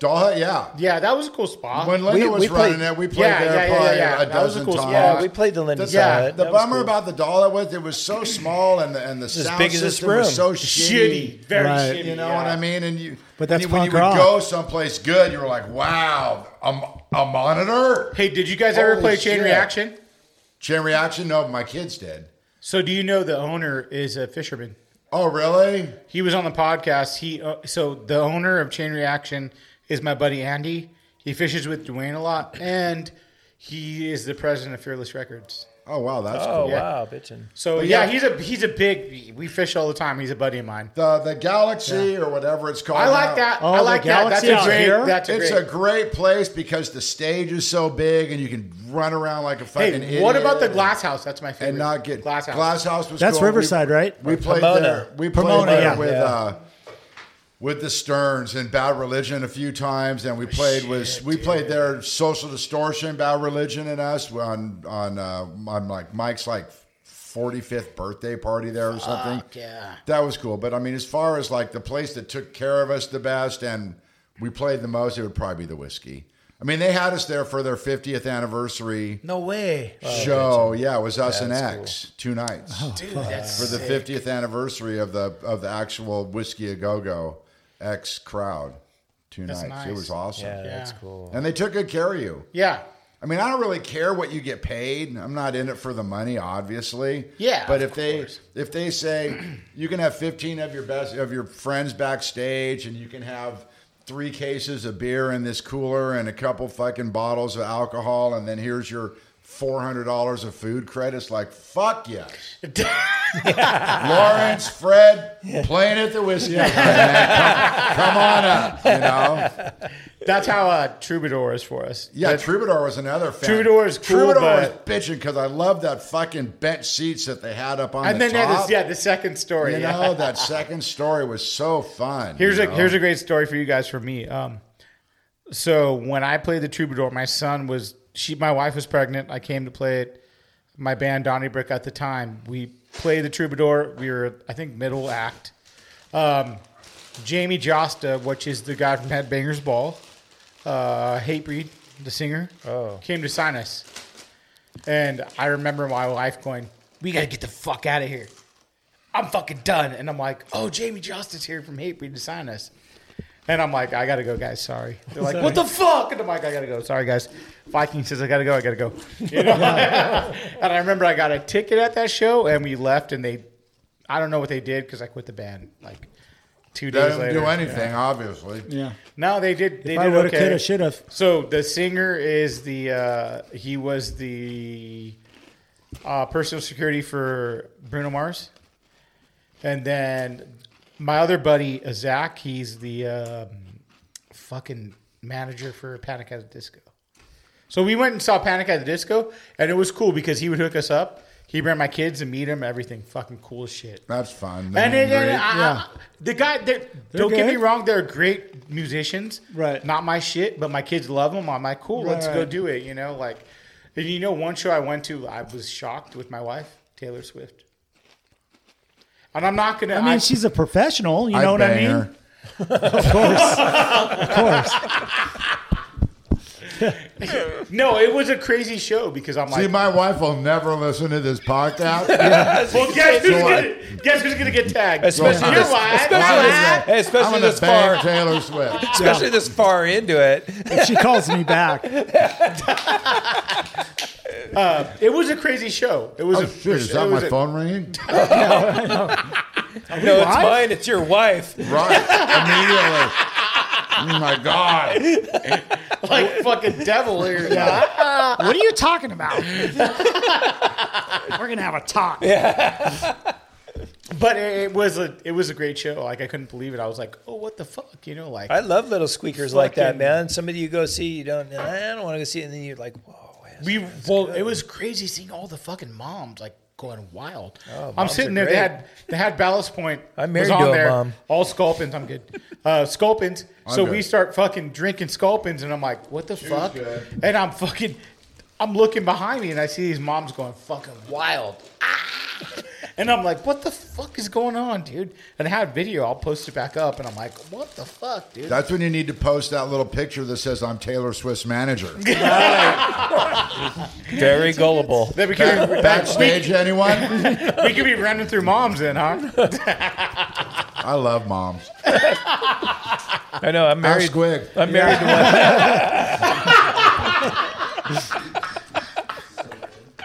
Doll Hut, yeah. Yeah, that was a cool spot. When Linda was running it, we played there probably a That was dozen cool times. spot. played the The, Linda yeah, Hut. the That was bummer cool. about the doll that was it was so small and the and the It's as sound big as this system room. was so Shitty, shitty, very Right. You shitty, know yeah. what I mean? And you, But that's and when you punk would rock. go someplace good, you were like, wow, a, m- a monitor. Hey, did you guys ever Holy play Chain shit. Reaction? Chain reaction? No, my kids did. So, do you know the owner is a fisherman? Oh, really? He was on the podcast. He uh, so the owner of Chain Reaction is my buddy Andy. He fishes with Dwayne a lot, and he is the president of Fearless Records. Oh wow, that's oh cool. wow, bitchin'. So But yeah, yeah. he's a he's a big. We fish all the time. He's a buddy of mine. The Oh, the Galaxy or whatever it's called. I like now. that. I like that. That's a great. That's a it's a great. great place because the stage is so big and you can run around like a fucking hey, idiot. what about the Glass House? That's my favorite. and not get Glass House. Glass House was That's cool. Riverside, Oh, we, right? We played Pomona. there. We played Pomona, there yeah. with Yeah. uh, with the Sterns and Bad Religion a few times, and we played with we played there Social Distortion, Bad Religion, and us on on uh, on like Mike's like forty fifth birthday party there or something. yeah. That was cool. But I mean, as far as like the place that took care of us the best and we played the most, it would probably be the whiskey. I mean, they had us there for their 50th anniversary No way. show. Yeah, it was us and That's X two nights Dude, that's for the sick. 50th anniversary of the of the actual Whiskey a Go Go X crowd. Two That's nights. It nice. was awesome. Yeah, that's cool. And they took good care of you. Yeah. I mean, I don't really care what you get paid. I'm not in it for the money, obviously. Yeah, But of if they if they say you can have 15 of your best of your friends backstage, and you can have three cases of beer in this cooler and a couple fucking bottles of alcohol, and then here's your four hundred dollars of food credits, like fuck yes. Lawrence, Fred, playing at the whiskey. House, man. Come, come on up, you know. That's how uh, Troubadour is for us. Yeah, That- Troubadour was another fan. Troubadour is cool, Troubadour but- was bitching because I love that fucking bench seats that they had up on and the then they had top. this, yeah, the second story. you yeah. know that second story was so fun. Here's you a know? here's a great story for you guys for me. Um, So when I played the troubadour, my son was she. My wife was pregnant. I came to play it. My band Donnybrook at the time. We played the troubadour. We were I think middle act. Um, Jamie Josta, which is the guy from Headbangers Ball, uh, Hatebreed, the singer, Oh. came to sign us. And I remember my wife going, "We gotta get the fuck out of here. I'm fucking done." And I'm like, "Oh, Jamie Josta's here from Hatebreed to sign us." And I'm like, "I gotta go, guys. Sorry." They're like, "What the fuck?" And I'm like, "I gotta go. Sorry, guys." Viking says, "I gotta go. I gotta go." You know? and I remember I got a ticket at that show, and we left, and they, I don't know what they did because I quit the band like two days Doesn't later. do anything, Yeah. obviously. Yeah. No, they did. They If I did woulda, okay. coulda, shoulda. So the singer is the uh, he was the uh, personal security for Bruno Mars, and then my other buddy uh, Zach, he's the um, fucking manager for Panic at the Disco. So we went and saw Panic at the Disco, and it was cool because he would hook us up. He bring my kids and meet him. Everything fucking cool as shit. That's fun. And, it, and Great. I- I- the guy, they're- don't get good. me wrong, they're great musicians. Right. Not my shit, but my kids love them. I'm like, cool, Right, let's go right. do it. You know, like, and you know, one show I went to, I was shocked with my wife, Taylor Swift. And I'm not gonna. I mean, she's a professional. You I'd know what I bang mean? her. of course, of course. no, it was a crazy show because I'm See, like, my wife will never listen to this podcast. well, guess who's, So I- gonna, guess who's gonna get tagged? Especially your this- wife. especially Your this- wife. hey, especially I'm gonna this bang far- Taylor Swift. Especially this far into it. If she calls me back, Uh, it was a crazy show. It was. Oh, a, shit, is it that was my a- phone ringing? No, it's mine. It's your wife. Right. Immediately. Oh my God. like fucking devil here. Yeah. what are you talking about? We're gonna have a talk. But it, it was a it was a great show. Like I couldn't believe it. I was like, oh, what the fuck? You know, like I love little squeakers like that, Fucking- man. Somebody you go see, you don't. I don't want to go see, it, and then you're like, whoa. we well, it was crazy seeing all the fucking moms like going wild. I'm Oh, moms sitting are there. They great. had they had Ballast Point. I'm was married on to a there. mom. All sculpins. I'm good. Uh, sculpins. I'm so good. we start fucking drinking sculpins, and I'm like, what the fuck? good. And I'm fucking. I'm looking behind me, and I see these moms going fucking wild. Ah! And I'm like, what the fuck is going on, dude? And I had video. I'll post it back up. And I'm like, what the fuck, dude? That's when you need to post that little picture that says, I'm Taylor Swift's manager. Very gullible. That we can- Back- backstage, anyone? we could be running through moms then, huh? I love moms. I know. I'm married. Ask Squig. I'm married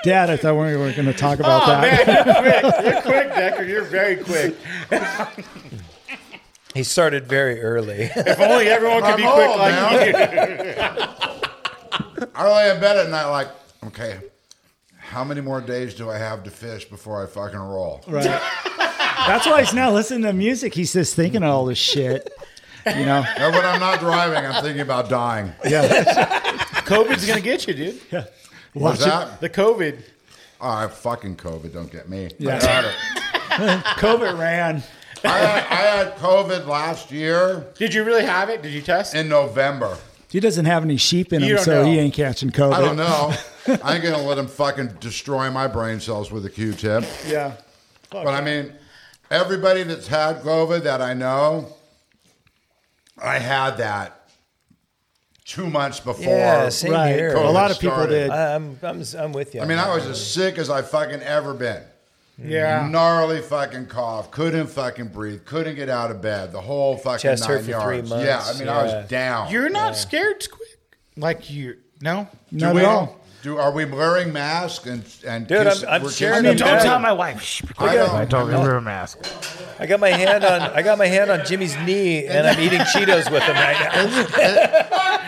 Dad, I thought we were going to talk about oh, that. man, you're quick. You're quick, Decker. You're very quick. to one. He started very early. If only everyone could be I'm quick old like now. I lay in bed at night like, okay, how many more days do I have to fish before I fucking roll? Right. That's why he's not listening to music. He's just thinking all this shit. You know. And when I'm not driving, I'm thinking about dying. Yeah. COVID's going to get you, dude. Yeah. What's that? The COVID. Oh, fucking COVID, don't get me. Yeah. I got it. COVID ran. I had, I had COVID last year. Did you really have it? Did you test? In November. He doesn't have any sheep in You him, don't so know. he ain't catching COVID. I don't know. I ain't gonna let him fucking destroy my brain cells with a Q-tip. Yeah. But I mean, everybody that's had COVID that I know, I had that two months before. yeah, same here. COVID started. I, am I'm, I'm with you. I mean, I was as sick as I fucking ever been. Yeah. Mm-hmm. Gnarly fucking cough. Couldn't fucking breathe. Couldn't get out of bed. The whole fucking Chest nine hurt for yards. three months. Yeah, I mean, I Yeah. was down. You're not scared, Squid. Like you. No? Do we- Do, are we wearing masks and and Dude, kiss- I'm- I'm we're sharing kissing- a Don't bed. tell my wife. Shh, I don't. I told him wear a mask. I got my hand on I got my hand on Jimmy's knee, and I'm eating Cheetos with him right now.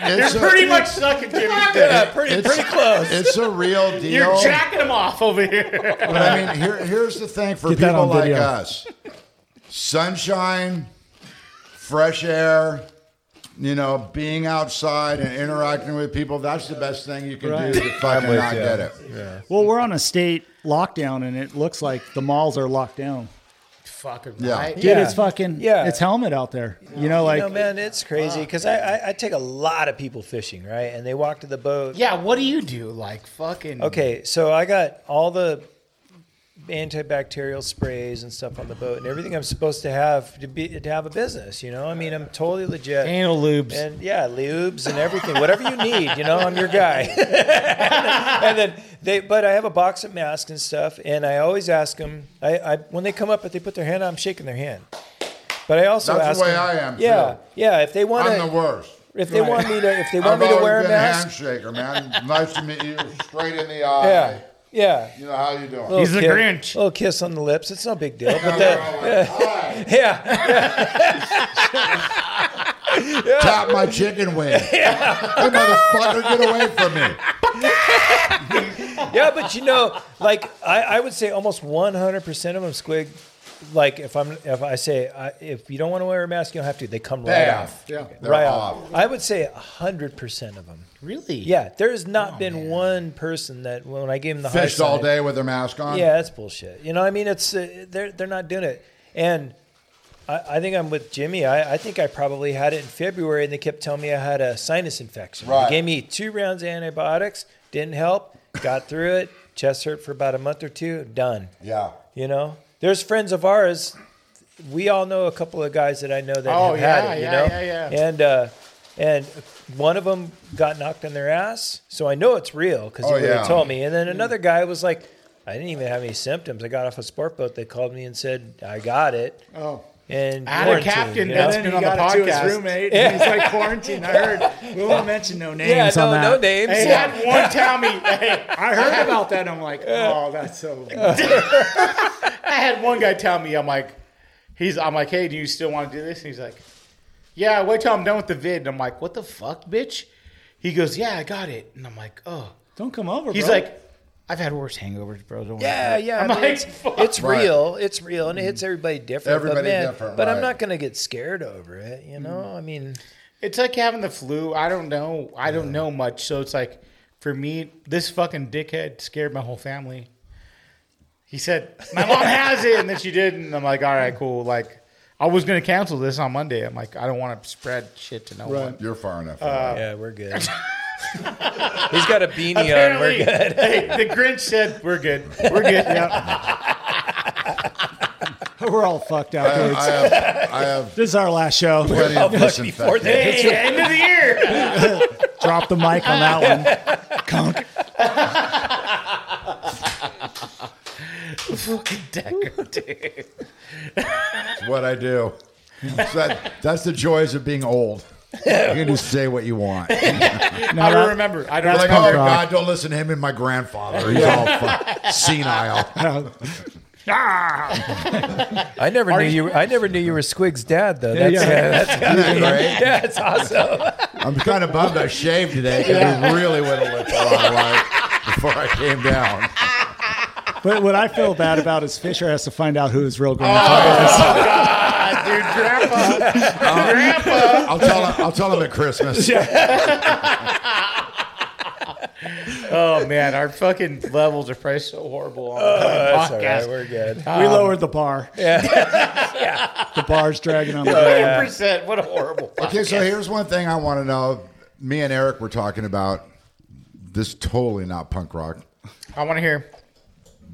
It's You're a- pretty much sucking Jimmy's dick. Yeah, Uh, pretty- pretty close. It's a real deal. You're jacking him off over here. But I mean, here, here's the thing for Get that people on like video. us sunshine, fresh air, you know, being outside and interacting with people, that's the best thing you can Right. do to I'm fucking with not you. get it. Well, we're on a state lockdown, and it looks like the malls are locked down. fucking Yeah. right. Dude, it's fucking yeah. it's helmet out there. You know, like you know, man, it's crazy because I, I I take a lot of people fishing, right? And they walk to the boat. Yeah, what do you do? Like fucking Okay, so I got all the antibacterial sprays and stuff on the boat and everything I'm supposed to have to be to have a business, you know? I mean, I'm totally legit. Anal lubes. And yeah, lubes and everything. Whatever you need, you know, I'm your guy. and then they but I have a box of masks and stuff and I always ask them I, I when they come up if they put their hand out, I'm shaking their hand. But I also That's ask the way them- I am, Yeah. too. Yeah, if they want I'm the worst. If they want me to if they want I've me to always wear a been mask, handshaker, man. nice to meet you. Straight in the eye. Yeah. Yeah. You know how you doing? Little ki- Little kiss on the lips. It's no big deal. But that, yeah. yeah. Yeah. Tap my chicken wing. Hey, motherfucker, get away from me. yeah, but you know, like I, I would say almost 100% of them, Squig, like if I'm if I say I, if you don't want to wear a mask, you don't have to. They come right Bam. off. Yeah. They're right off. off. I would say 100% of them. Really? Yeah, there has not been one person that when I gave them the high Oh, Fished all sign- day with their mask on. Yeah, that's bullshit. You know, I mean, it's uh, they're they're not doing it, and I, I think I'm with Jimmy. I, I think I probably had it in February, and they kept telling me I had a sinus infection. Right. They gave me two rounds of antibiotics, didn't help. Got through it. Chest hurt for about a month or two. Done. Yeah. You know, there's friends of ours. We all know a couple of guys that I know that Oh, have yeah, had it. You yeah, know, yeah, yeah. and uh, and one of them got knocked on their ass, so I know it's real because Oh, he really yeah. told me. And then another guy was like, "I didn't even have any symptoms. I got off a sport boat. They called me and said I got it." Oh. And I had a quarantine, captain you that's know? been He on the got it to his podcast. roommate, and he's like, "Quarantine, I heard." We won't mention no names Yeah, no, on that. no names. Hey, Yeah. had one tell me, hey, I heard about that. I'm like, oh, that's so. I had one guy tell me, I'm like, he's, I'm like, hey, do you still want to do this? And he's like, yeah, wait till I'm done with the vid. And I'm like, what the fuck, bitch? He goes, yeah, I got it. And I'm like, oh, don't come over. He's bro. like, I've had worse hangovers, bro. Don't worry Yeah, about it." yeah. I'm I mean, like, it's "Fuck." Mm. it's real. It's real, and it hits everybody different. but Everybody man, different, But right. Mm. I'm not going to get scared over it. You know, I mean, It's like having the flu. I don't know. I don't know much. So it's like, for me, this fucking dickhead scared my whole family. He said, my mom has it. And then she didn't. And I'm like, all right, cool. Like, I was going to cancel this on Monday. I'm like, I don't want to spread shit to no one. You're far enough. Uh, yeah, we're good. He's got a beanie on. We're Apparently, good. hey, the Grinch said, we're good. We're good. Yeah. We're all fucked I have, out. I have, I have this is our last show. plenty of disinfectant. Hey, end of the year. Drop the mic on that one. Conk. Fucking Decker, dude. It's what I do. So that- that's the joys of being old. You can just say what you want. I don't remember. I don't like, remember. oh God, don't listen to him and my grandfather. He's all fuck, senile. I never Are knew you- you. I never knew you were Squig's dad, though. Yeah, That's yeah. that's Isn't that great? Yeah, it's awesome. I'm kind of bummed I shaved today because Yeah. it really would have looked a lot alike before I came down. But what I feel bad about is Fisher has to find out who his real grandfather is. Oh, God, dude, Grandpa. Uh, Grandpa. I'll tell him. I'll tell him at Christmas. Oh man, our fucking levels are probably so horrible on the Oh, that's all podcast. right. We're good. we Um, lowered the bar. The bar's dragging on the Hundred percent. What a horrible. Okay, so podcast. here's one thing I want to know. Me and Eric were talking about this. Totally not punk rock. I want to hear.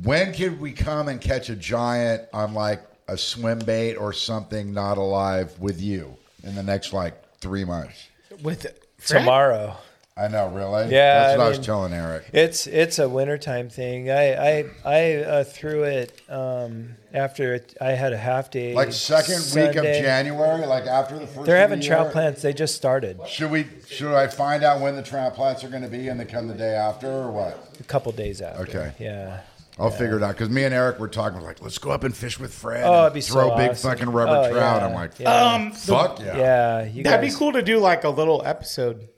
When could we come and catch a giant on like a swim bait or something not alive with you in the next like three months? With Tomorrow. I know, really. Yeah, that's what I, I was mean- telling Eric. It's it's a wintertime thing. I I I uh, threw it um, after it, I had a half day. Like second week of Sunday. January, like after the first. They're of having the trout year? plants. They just started Should we? Should I find out when the trout plants are going to be and they come the day after or what? a couple days after. Okay. Yeah. I'll figure it out because me and Eric were talking. We're like, let's go up and fish with Fred. Oh, and it'd be so throw big awesome. fucking rubber Oh, trout. yeah, I'm like, yeah. Um, fuck yeah, Yeah. You That'd guys- be cool to do like a little episode,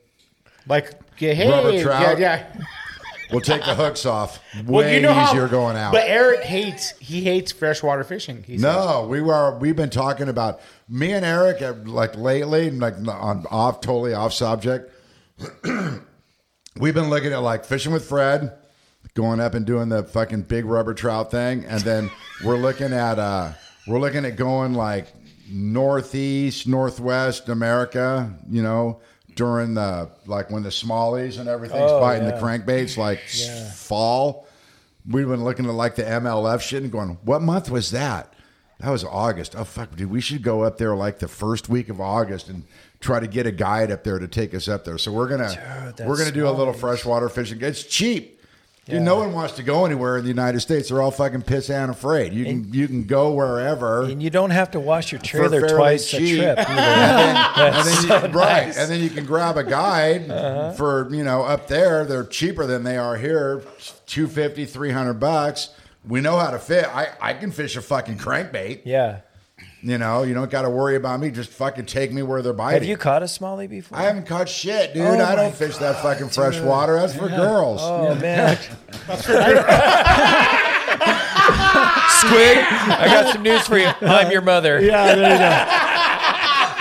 like yeah, hey, Rubber trout? yeah, yeah. We'll take the hooks off. Way Well, you know how- easier going out. But Eric hates he hates freshwater fishing. He says. No, we were we've been talking about me and Eric uh, like lately, and, like on off totally off subject. we've been looking at like fishing with Fred, going up and doing the fucking big rubber trout thing, and then we're looking at uh we're looking at going like northeast, northwest America, you know, during the like when the smallies and everything's Oh, biting yeah. the crankbaits like s- Yeah. fall. We've been looking at like the MLF shit and going, what month was that? That was August. Oh fuck, dude, we should go up there like the first week of August and try to get a guide up there to take us up there. So we're gonna Dude, we're gonna that's do a little freshwater fishing. It's cheap. Dude, Yeah. no one wants to go anywhere in the United States. They're all fucking pissed and afraid. You can you can go wherever. And you don't have to wash your trailer fairly twice a cheap. trip either. and then, and That's then you, so right, nice. and then you can grab a guide Uh-huh. for you know up there. They're cheaper than they are here, 250, 300 bucks. We know how to fit. I I can fish a fucking crankbait. Yeah. You know, you don't got to worry about me. Just fucking take me where they're biting. Have you caught a smallie before? I haven't caught shit, dude. Oh I my don't fish that fucking fresh water. That's for Yeah. girls. Oh, man. Squig, I got some news for you. I'm your mother. Yeah, there you go.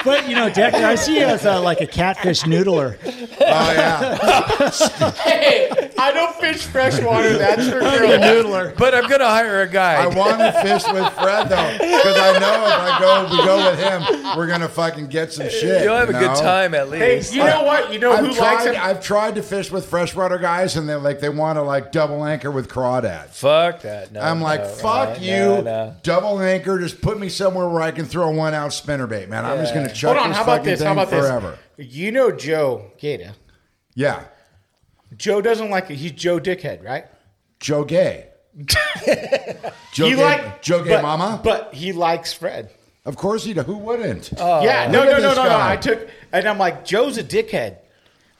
But you know, Decker, I see you as uh, like a catfish noodler. Oh, hey, I don't fish freshwater. That's for I'm girls. a noodler. But I'm gonna hire a guy. I want to fish with Fred though, because I know if I go, we go with him, we're gonna fucking get some shit. You'll have you a good know? time at Hey, least. you know what? You know I've who tried, likes it? I've tried to fish with freshwater guys, and they like they want to like double anchor with crawdads. Fuck that. No, I'm like, no, fuck no, you, no, no. double anchor. Just put me somewhere where I can throw a one out spinnerbait, man. I'm just gonna chuck Hold on. this How about fucking this? thing How about forever. this? You know Joe Gata. Yeah, Joe doesn't like it. He's Joe Dickhead, right? Joe Gay. Joe he Gay, like Joe Gay but- Mama. but he likes Fred. Of course he. do- Who wouldn't? Oh. yeah, Oh. Look no, at no, no, this no, no. guy. I took, and I'm like, Joe's a dickhead.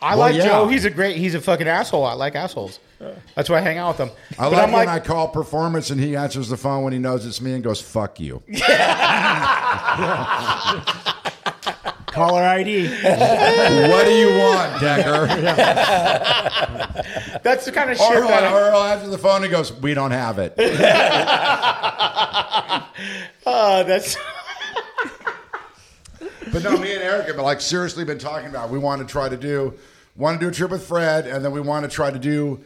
I Well, like yeah. Joe. He's a great. He's a fucking asshole. I like assholes. That's why I hang out with him. I like when I call performance and he answers the phone when he knows it's me and goes, fuck you. Caller ID. what do you want, Decker? That's the kind of Or shit he'll, that I'm- or he'll answer the phone and goes, we don't have it. Uh, that's But no, me and Eric have like seriously been talking about we want to try to do want to do a trip with Fred, and then we want to try to do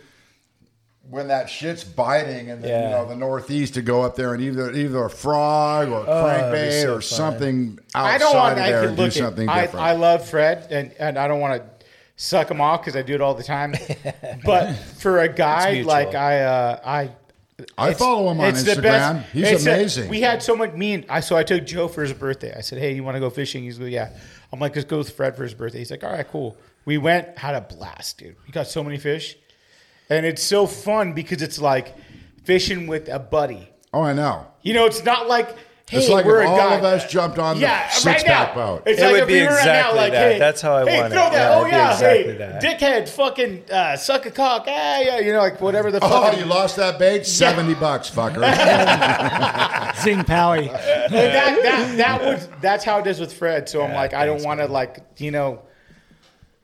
when that shit's biting and the, you Yeah. know the Northeast to go up there and either either a frog or a Oh, that'd be crankbait so or fun. something outside I don't want. of I there can and look do something at, different. I, I love Fred, and, and I don't want to suck him off because I do it all the time. but for a guy mutual. like I, uh, I. I it's- follow him on it's the Instagram. best- He's it's a- amazing. we had so much. Me and I, so I took Joe for his birthday. I said, "Hey, you want to go fishing?" He's like, "Yeah." I'm like, "Let's go with Fred for his birthday." He's like, "All right, cool." We went, had a blast, dude. We got so many fish, and it's so fun because it's like fishing with a buddy. oh, I know. You know, it's not like hey, it's like if we're a all guy. of us jumped on Yeah, the right six pack now. boat. It's It like would if be we were right now, exactly like, that. Hey, That's how I hey, want it. throw that. Yeah, oh it'd be yeah, exactly hey, that. dickhead, fucking uh, suck a cock. Ah, yeah, you know, like whatever the. Oh, fucking, you lost that bait? 70 bucks, fucker. Zing Powie. But that, that, that was that's how it is with Fred. So I'm like, I don't want to like you know.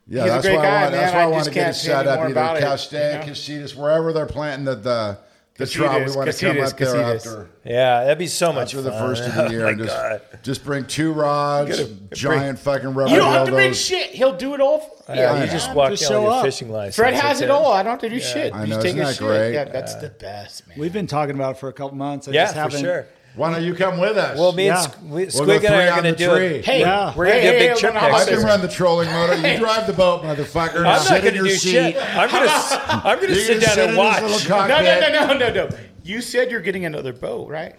Yeah, He's a that's great why, guy, I want, that's man. why I, I want to just get it can't say set any up more either about it, Castay, Casitas, wherever they're planting the the, the trout. We Casitas, want to come Casitas, up there Casitas. after Yeah, that'd be so much after the fun. first of the Oh year. my and God. just, just bring two rods, Gotta bring- giant fucking rubber You don't have to make dildos. shit. He'll do it all. For you. Yeah, you just walk Just in with show your up. fishing license. Fred has That's it all. I don't have to do shit. I You know, just take isn't a that shit. great? Yeah, that's the best, man. We've been talking about it for a couple months. I Yeah, just for haven't. sure. Why don't you come with us? Well, me and Yeah. Squ- we- Squig and I are gonna do it. it. Hey, Yeah. we're gonna do a big trip I next can year. run the trolling motor. You drive the boat, motherfucker. I'm not Sit in gonna your do seat. shit. I'm gonna s- I'm gonna You're sit down and in this watch. little No, no, cockpit. no, no, no, no. You said you're getting another boat, right?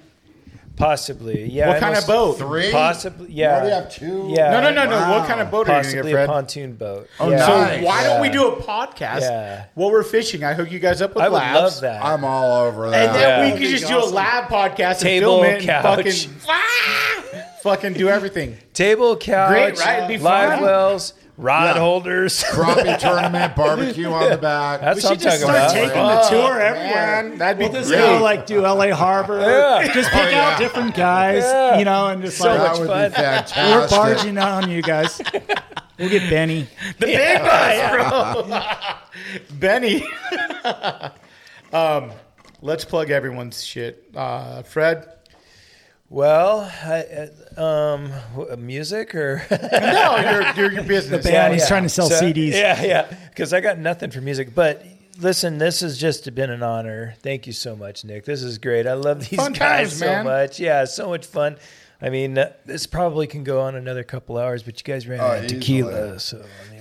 Possibly, yeah. What I kind know of boat? Three? Possibly, You yeah. already have two? No, no, no, no. What kind of boat are you gonna get, Possibly Fred? a pontoon boat. Oh, yeah. So why don't we do a podcast Yeah. while we're fishing? I hook you guys up with I would labs. love that. I'm all over that. And then we Yeah. could just do a Awesome. lab podcast Table, and film it and couch. fucking, fucking do everything. Table, couch, Great, right? It'd be live fun. wells, rod holders, Crappie tournament, barbecue on the back. That's We what I'm should just talking start about. taking the Fuck, tour everywhere. Oh, man. That'd be We'll just great. go like do L.A. Harbor. Yeah. Just pick Oh, yeah. out different guys, Yeah. you know, and just So like much That would be fun. Ah, We're fantastic. barging out on you guys. We'll get Benny. The big bus, bro. Benny. um, let's plug everyone's shit. Uh, Fred. Well, I, uh, um, wh- music or no, your, your, your business. The band, he's trying to sell CDs. Yeah, yeah. Because I got nothing for music, but listen, this has just been an honor. Thank you so much, Nick. This is great. I love these Fun guys times, so man. much. Yeah, so much fun. I mean, uh, this probably can go on another couple hours, but you guys ran out of tequila, so. I mean,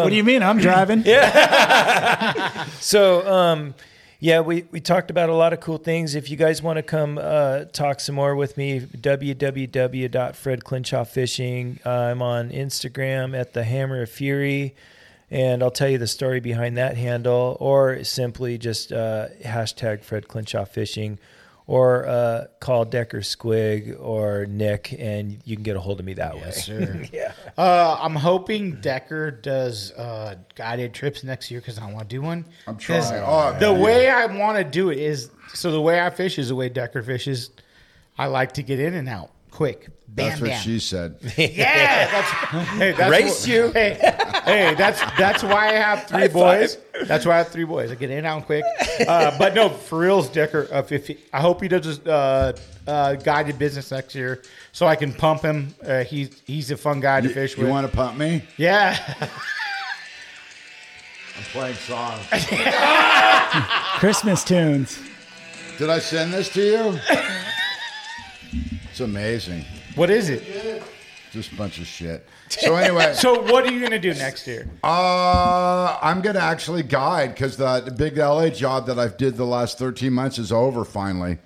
What do you mean? I'm driving. yeah. so, um, yeah, we, we talked about a lot of cool things. If you guys want to come uh, talk some more with me, www.fredclinchofffishing. Uh, I'm on Instagram at the Hammer of Fury, and I'll tell you the story behind that handle, or simply just uh, hashtag Fred Clinchoff Fishing, or uh, call Decker Squig or Nick, and you can get a hold of me that way. yeah. Uh, I'm hoping Decker does uh, guided trips next year because I want to do one. I'm trying. Oh, the man. way I want to do it is so the way I fish is the way Decker fishes. I like to get in and out quick. Bam, That's what bam. she said. Yeah, that's, hey, that's Race wh- you. Hey, hey, that's that's why I have three High boys. That's why I have three boys. I get in and out quick. Uh, but no, for reals, Decker. Uh, if he, I hope he does a uh, uh, guided business next year, so I can pump him. Uh, he's he's a fun guy to fish You with. want to pump me? yeah, I'm playing songs. Christmas tunes. Did I send this to you? It's amazing. What is it? Just a bunch of shit. So anyway, so what are you gonna do next year? Uh, I'm gonna actually guide because the, the big LA job that I've did the last 13 months is over finally.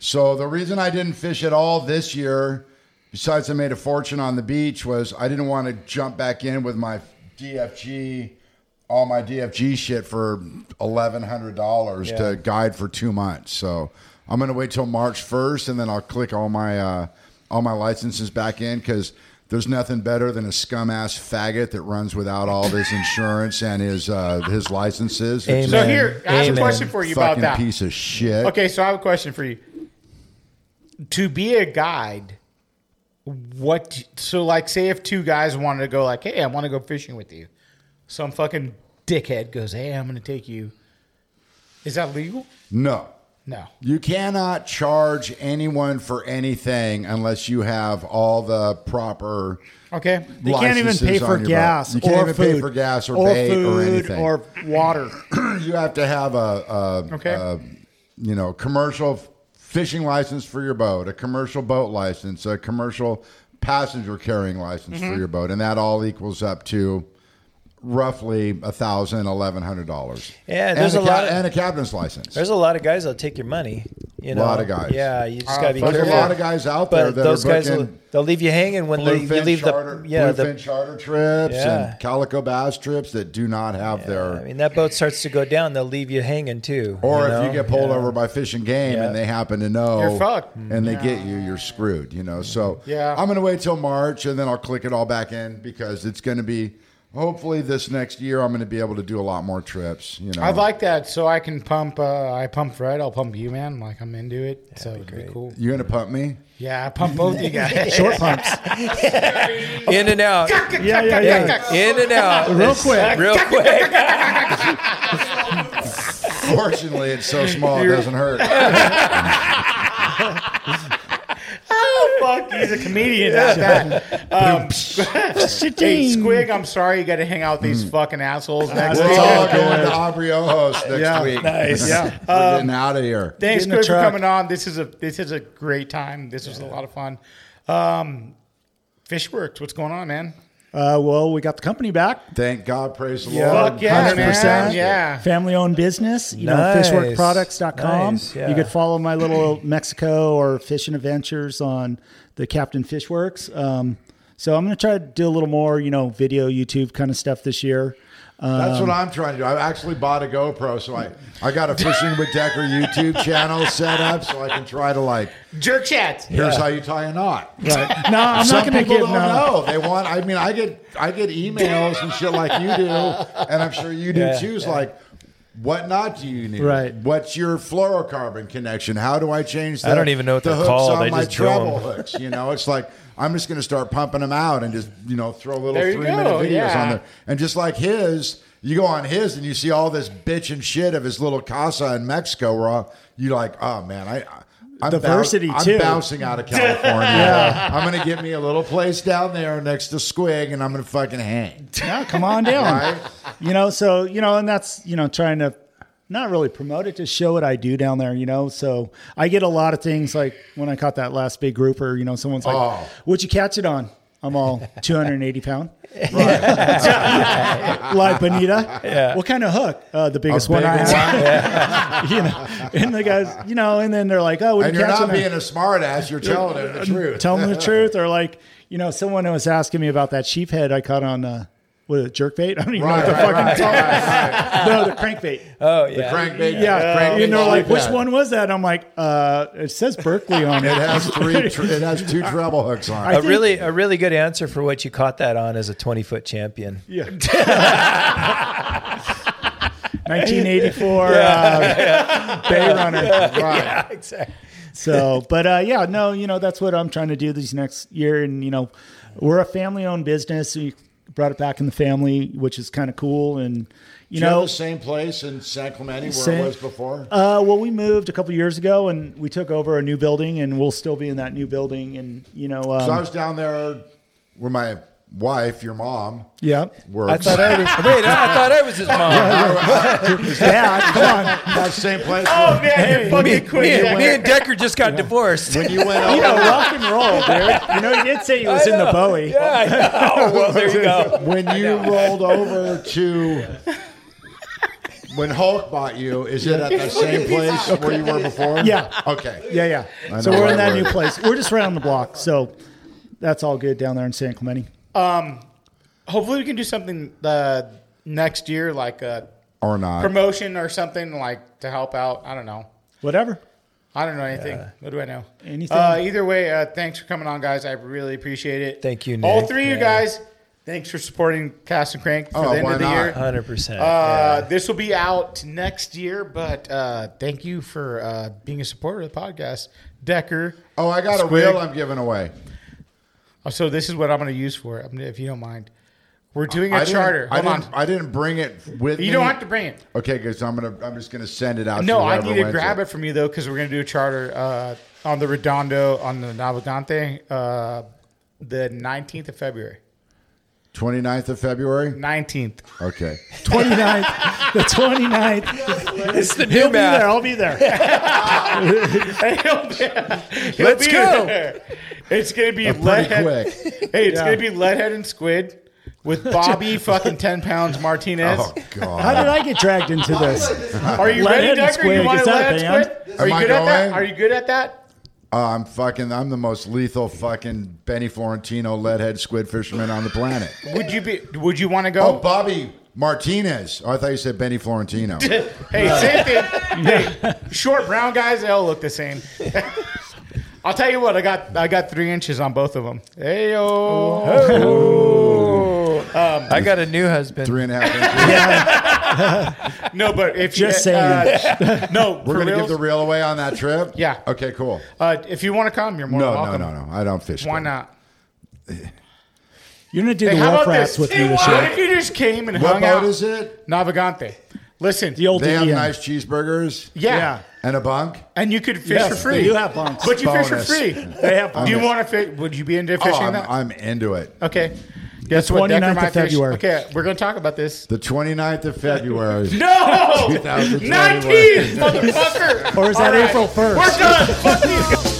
So the reason I didn't fish at all this year, besides I made a fortune on the beach, was I didn't want to jump back in with my DFG, all my DFG shit for $1,100 Yeah. to guide for two months. So I'm gonna wait till March 1st and then I'll click all my uh, all my licenses back in because. There's nothing better than a scum ass faggot that runs without all this insurance and his uh, his licenses. It's So just here, I have a Amen. question for you about Fucking that. piece of shit. Okay, so I have a question for you. To be a guide, what? So, like, say if two guys wanted to go, like, hey, I want to go fishing with you. Some fucking dickhead goes, hey, I'm going to take you. Is that legal? No. No. You cannot charge anyone for anything unless you have all the proper. Okay. They can't even pay licenses on for your boat. gas You can't or even pay food for gas or, or bait or food anything. or water. you have to have a, a, Okay. a, you know commercial fishing license for your boat, a commercial boat license, a commercial passenger carrying license for Mhm. your boat, and that all equals up to roughly a thousand, eleven hundred dollars. Yeah, there's a lot of- and a captain's license. There's a lot of guys that'll take your money. You know, Lot of guys. Yeah, you just Uh, gotta be there's a careful. lot of guys out there that those are guys will, booking they'll leave you hanging when they, you Bluefin leave charter, the yeah the Bluefin charter trips Yeah. and calico bass trips that do not have their. I mean, that boat starts to go down, they'll leave you hanging too. or if know? you get pulled Yeah. over by fish and game Yeah. and they happen to know, You're fucked. and they get you, you're screwed. You know, so Mm-hmm. Yeah. I'm gonna wait till March and then I'll click it all back in because it's gonna be hopefully this next year I'm gonna be able to do a lot more trips. You know, I'd like that so I can pump. Uh, I pump Fred. I'll pump you, man. Like I'm into it. so it'd be cool. you gonna pump me? Yeah, I pump both you guys. Short pumps. in and out, yeah, yeah, yeah. in and out, Real quick. real quick. Fortunately, it's so small it You're- doesn't hurt. Oh fuck, he's a comedian at that. Um, hey, Squig, I'm sorry you got to hang out with Mm. these fucking assholes next We're week. all going to Aubrey Ojos next Yeah. week. Nice. Yeah. We're Um, getting out of here. Thanks, Squig, for coming on. This is a this is a great time. This was a lot of fun. Um, Fishworks, what's going on, man? Uh, well, we got the company back. Thank God, praise the Yeah. Lord. Fuck yeah, man. 100%. Yeah. Family owned business, you Nice. know, fishworkproducts.com. Nice, yeah. You could follow my little Mexico or fishing adventures on the Captain Fishworks. Um, so I'm going to try to do a little more, you know, video, YouTube kind of stuff this year. Um, That's what I'm trying to do. I actually bought a GoPro, so I, I got a Fishing with Decker YouTube channel set up so I can try to like. Jerk chats. Here's Yeah. how you tie a knot. Right. No, I'm Some not gonna people give don't no. know. They want. I mean, I get I get emails and shit like you do, and I'm sure you do Yeah, too. It's yeah. Like, what knot do you need? Right. What's your fluorocarbon connection? How do I change? The, I don't even know what the they're hooks called. on I my just drill 'em. treble hooks. You know, it's like I'm just gonna start pumping them out and just you know throw little There you three minute go, videos yeah. on there. And just like his, you go on his and you see all this bitch and shit of his little casa in Mexico. Where all, you're like, oh man, I. I I'm bou- Diversity, I'm too. bouncing out of California. Yeah. I'm gonna get me a little place down there next to Squig, and I'm gonna fucking hang. Yeah, come on down. Right? you know, so you know, and that's you know trying to not really promote it, just show what I do down there. You know, so I get a lot of things like when I caught that last big grouper. You know, someone's like, Oh. "What'd you catch it on?" I'm all 280 pound. like Bonita. Yeah. What kind of hook? Uh, the biggest A one big I one? have. you know, and the guys, you know, and then they're like, "Oh, what and did you you're catch not on?" being a smart ass. You're telling them the truth. Tell them uh, the truth, or like you know, someone was asking me about that sheep head I caught on uh, what a jerk bait. I don't even know what the fucking no, the crankbait. Oh The crankbait. Yeah, crankbait you know, like sheephead. which one was that? I'm like, uh, it says Berkeley on it. It has three. tr- it has two treble hooks on it. a really, a really good answer for what you caught that on as a 20 foot champion. Yeah. 1984 Yeah, uh, Bay Runner. Yeah, exactly. So, but uh, yeah, no, you know, that's what I'm trying to do this next year. And, you know, we're a family owned business. We brought it back in the family, which is kind of cool. And, You, you know, know, the same place in San Clemente where Same- it was before. Uh, well, we moved a couple years ago and we took over a new building and we'll still be in that new building. And, you know, um, so I was down there with my wife, your mom. yeah. Works. thought I already- Wait, I thought I was his mom. Dad, come on. That same place. Oh man, you fucking me, quit. me and- Yeah. me and Decker just got divorced. When you went You know, rock and roll, dude. You know, you did say he was in the Bowie. well, there you go. When you rolled over to when Hulk bought you, is it at the same place where you were before? Yeah. Okay. Yeah, yeah. I So know we're where in I that new work. place. We're just right on the block. So that's all good down there in San Clemente. Um, hopefully we can do something uh, next year, like a Or not. promotion or something, like to help out. I don't know. Whatever. I don't know anything. What do I know? Anything. Uh, either way, uh, thanks for coming on, guys. I really appreciate it. Thank you, Nick. All three of Yeah. you guys. Thanks for supporting Cast and Crank for Oh, the end why of the not? year. 100%, Uh, This will be out next year, but uh, thank you for uh, being a supporter of the podcast, Decker. Oh, I got a Squig. wheel I'm giving away. Oh, So this is what I'm going to use for it, I'm- if you don't mind. We're doing a I didn't- charter. I Hold on. didn't- I didn't bring it with You me. don't have to bring it. Okay, because I'm gonna. I'm just gonna send it out. No, I whoever need to wins grab it from you though, because we're going to do a charter uh, on the Redondo on the Navigante uh, the 19th of February. 29th of February. 19th. Okay. 29th. The 29th. It's the new He'll math. be there. I'll be there. He'll Let's be go. there. It's going to be I'm pretty leadhead. Hey, it's Yeah. going to be leadhead and squid with Bobby fucking 10 pounds Martinez. Oh God. How did I get dragged into this? Are you ready, Decker? You want to let squid? Are Am you I good at that? going? Are you good at that? Oh, I'm fucking. I'm the most lethal fucking Benny Florentino leadhead squid fisherman on the planet. Would you be? Would you want to Oh, go? Bobby Martinez. Oh, I thought you said Benny Florentino. hey, same thing. Hey, short brown guys, they all look the same. I'll tell you what, I got I got three inches on both of them. Hey Oh. yo. Um, I got a new husband. Three and a half inches. no, but if Just you, uh, no, We're for gonna give reals, the reel away on that trip. Yeah. Okay. Cool. uh, if you want to come, you're more than Oh, No, no, welcome. no, no. I don't fish. Why squid. not? You're going to do Hey, the how wolf about rats this? with Hey, me this what year. if you just came and What hung boat out? is it? Navigante. Listen, The old They have Indian. nice cheeseburgers. yeah, And a bunk. and you could fish Yes, for free. they do have bunks. but you fish for Bonus. free. They have Do you bunks. want to fish? Would you be into Oh, fishing I'm, that? I'm into it. Okay. Guess 29th what? Decker of my fish- February. Okay, we're going to talk about this. The 29th of February. No! 2021. 19, motherfucker! Or is that All right. April 1st? We're done! Fuck you!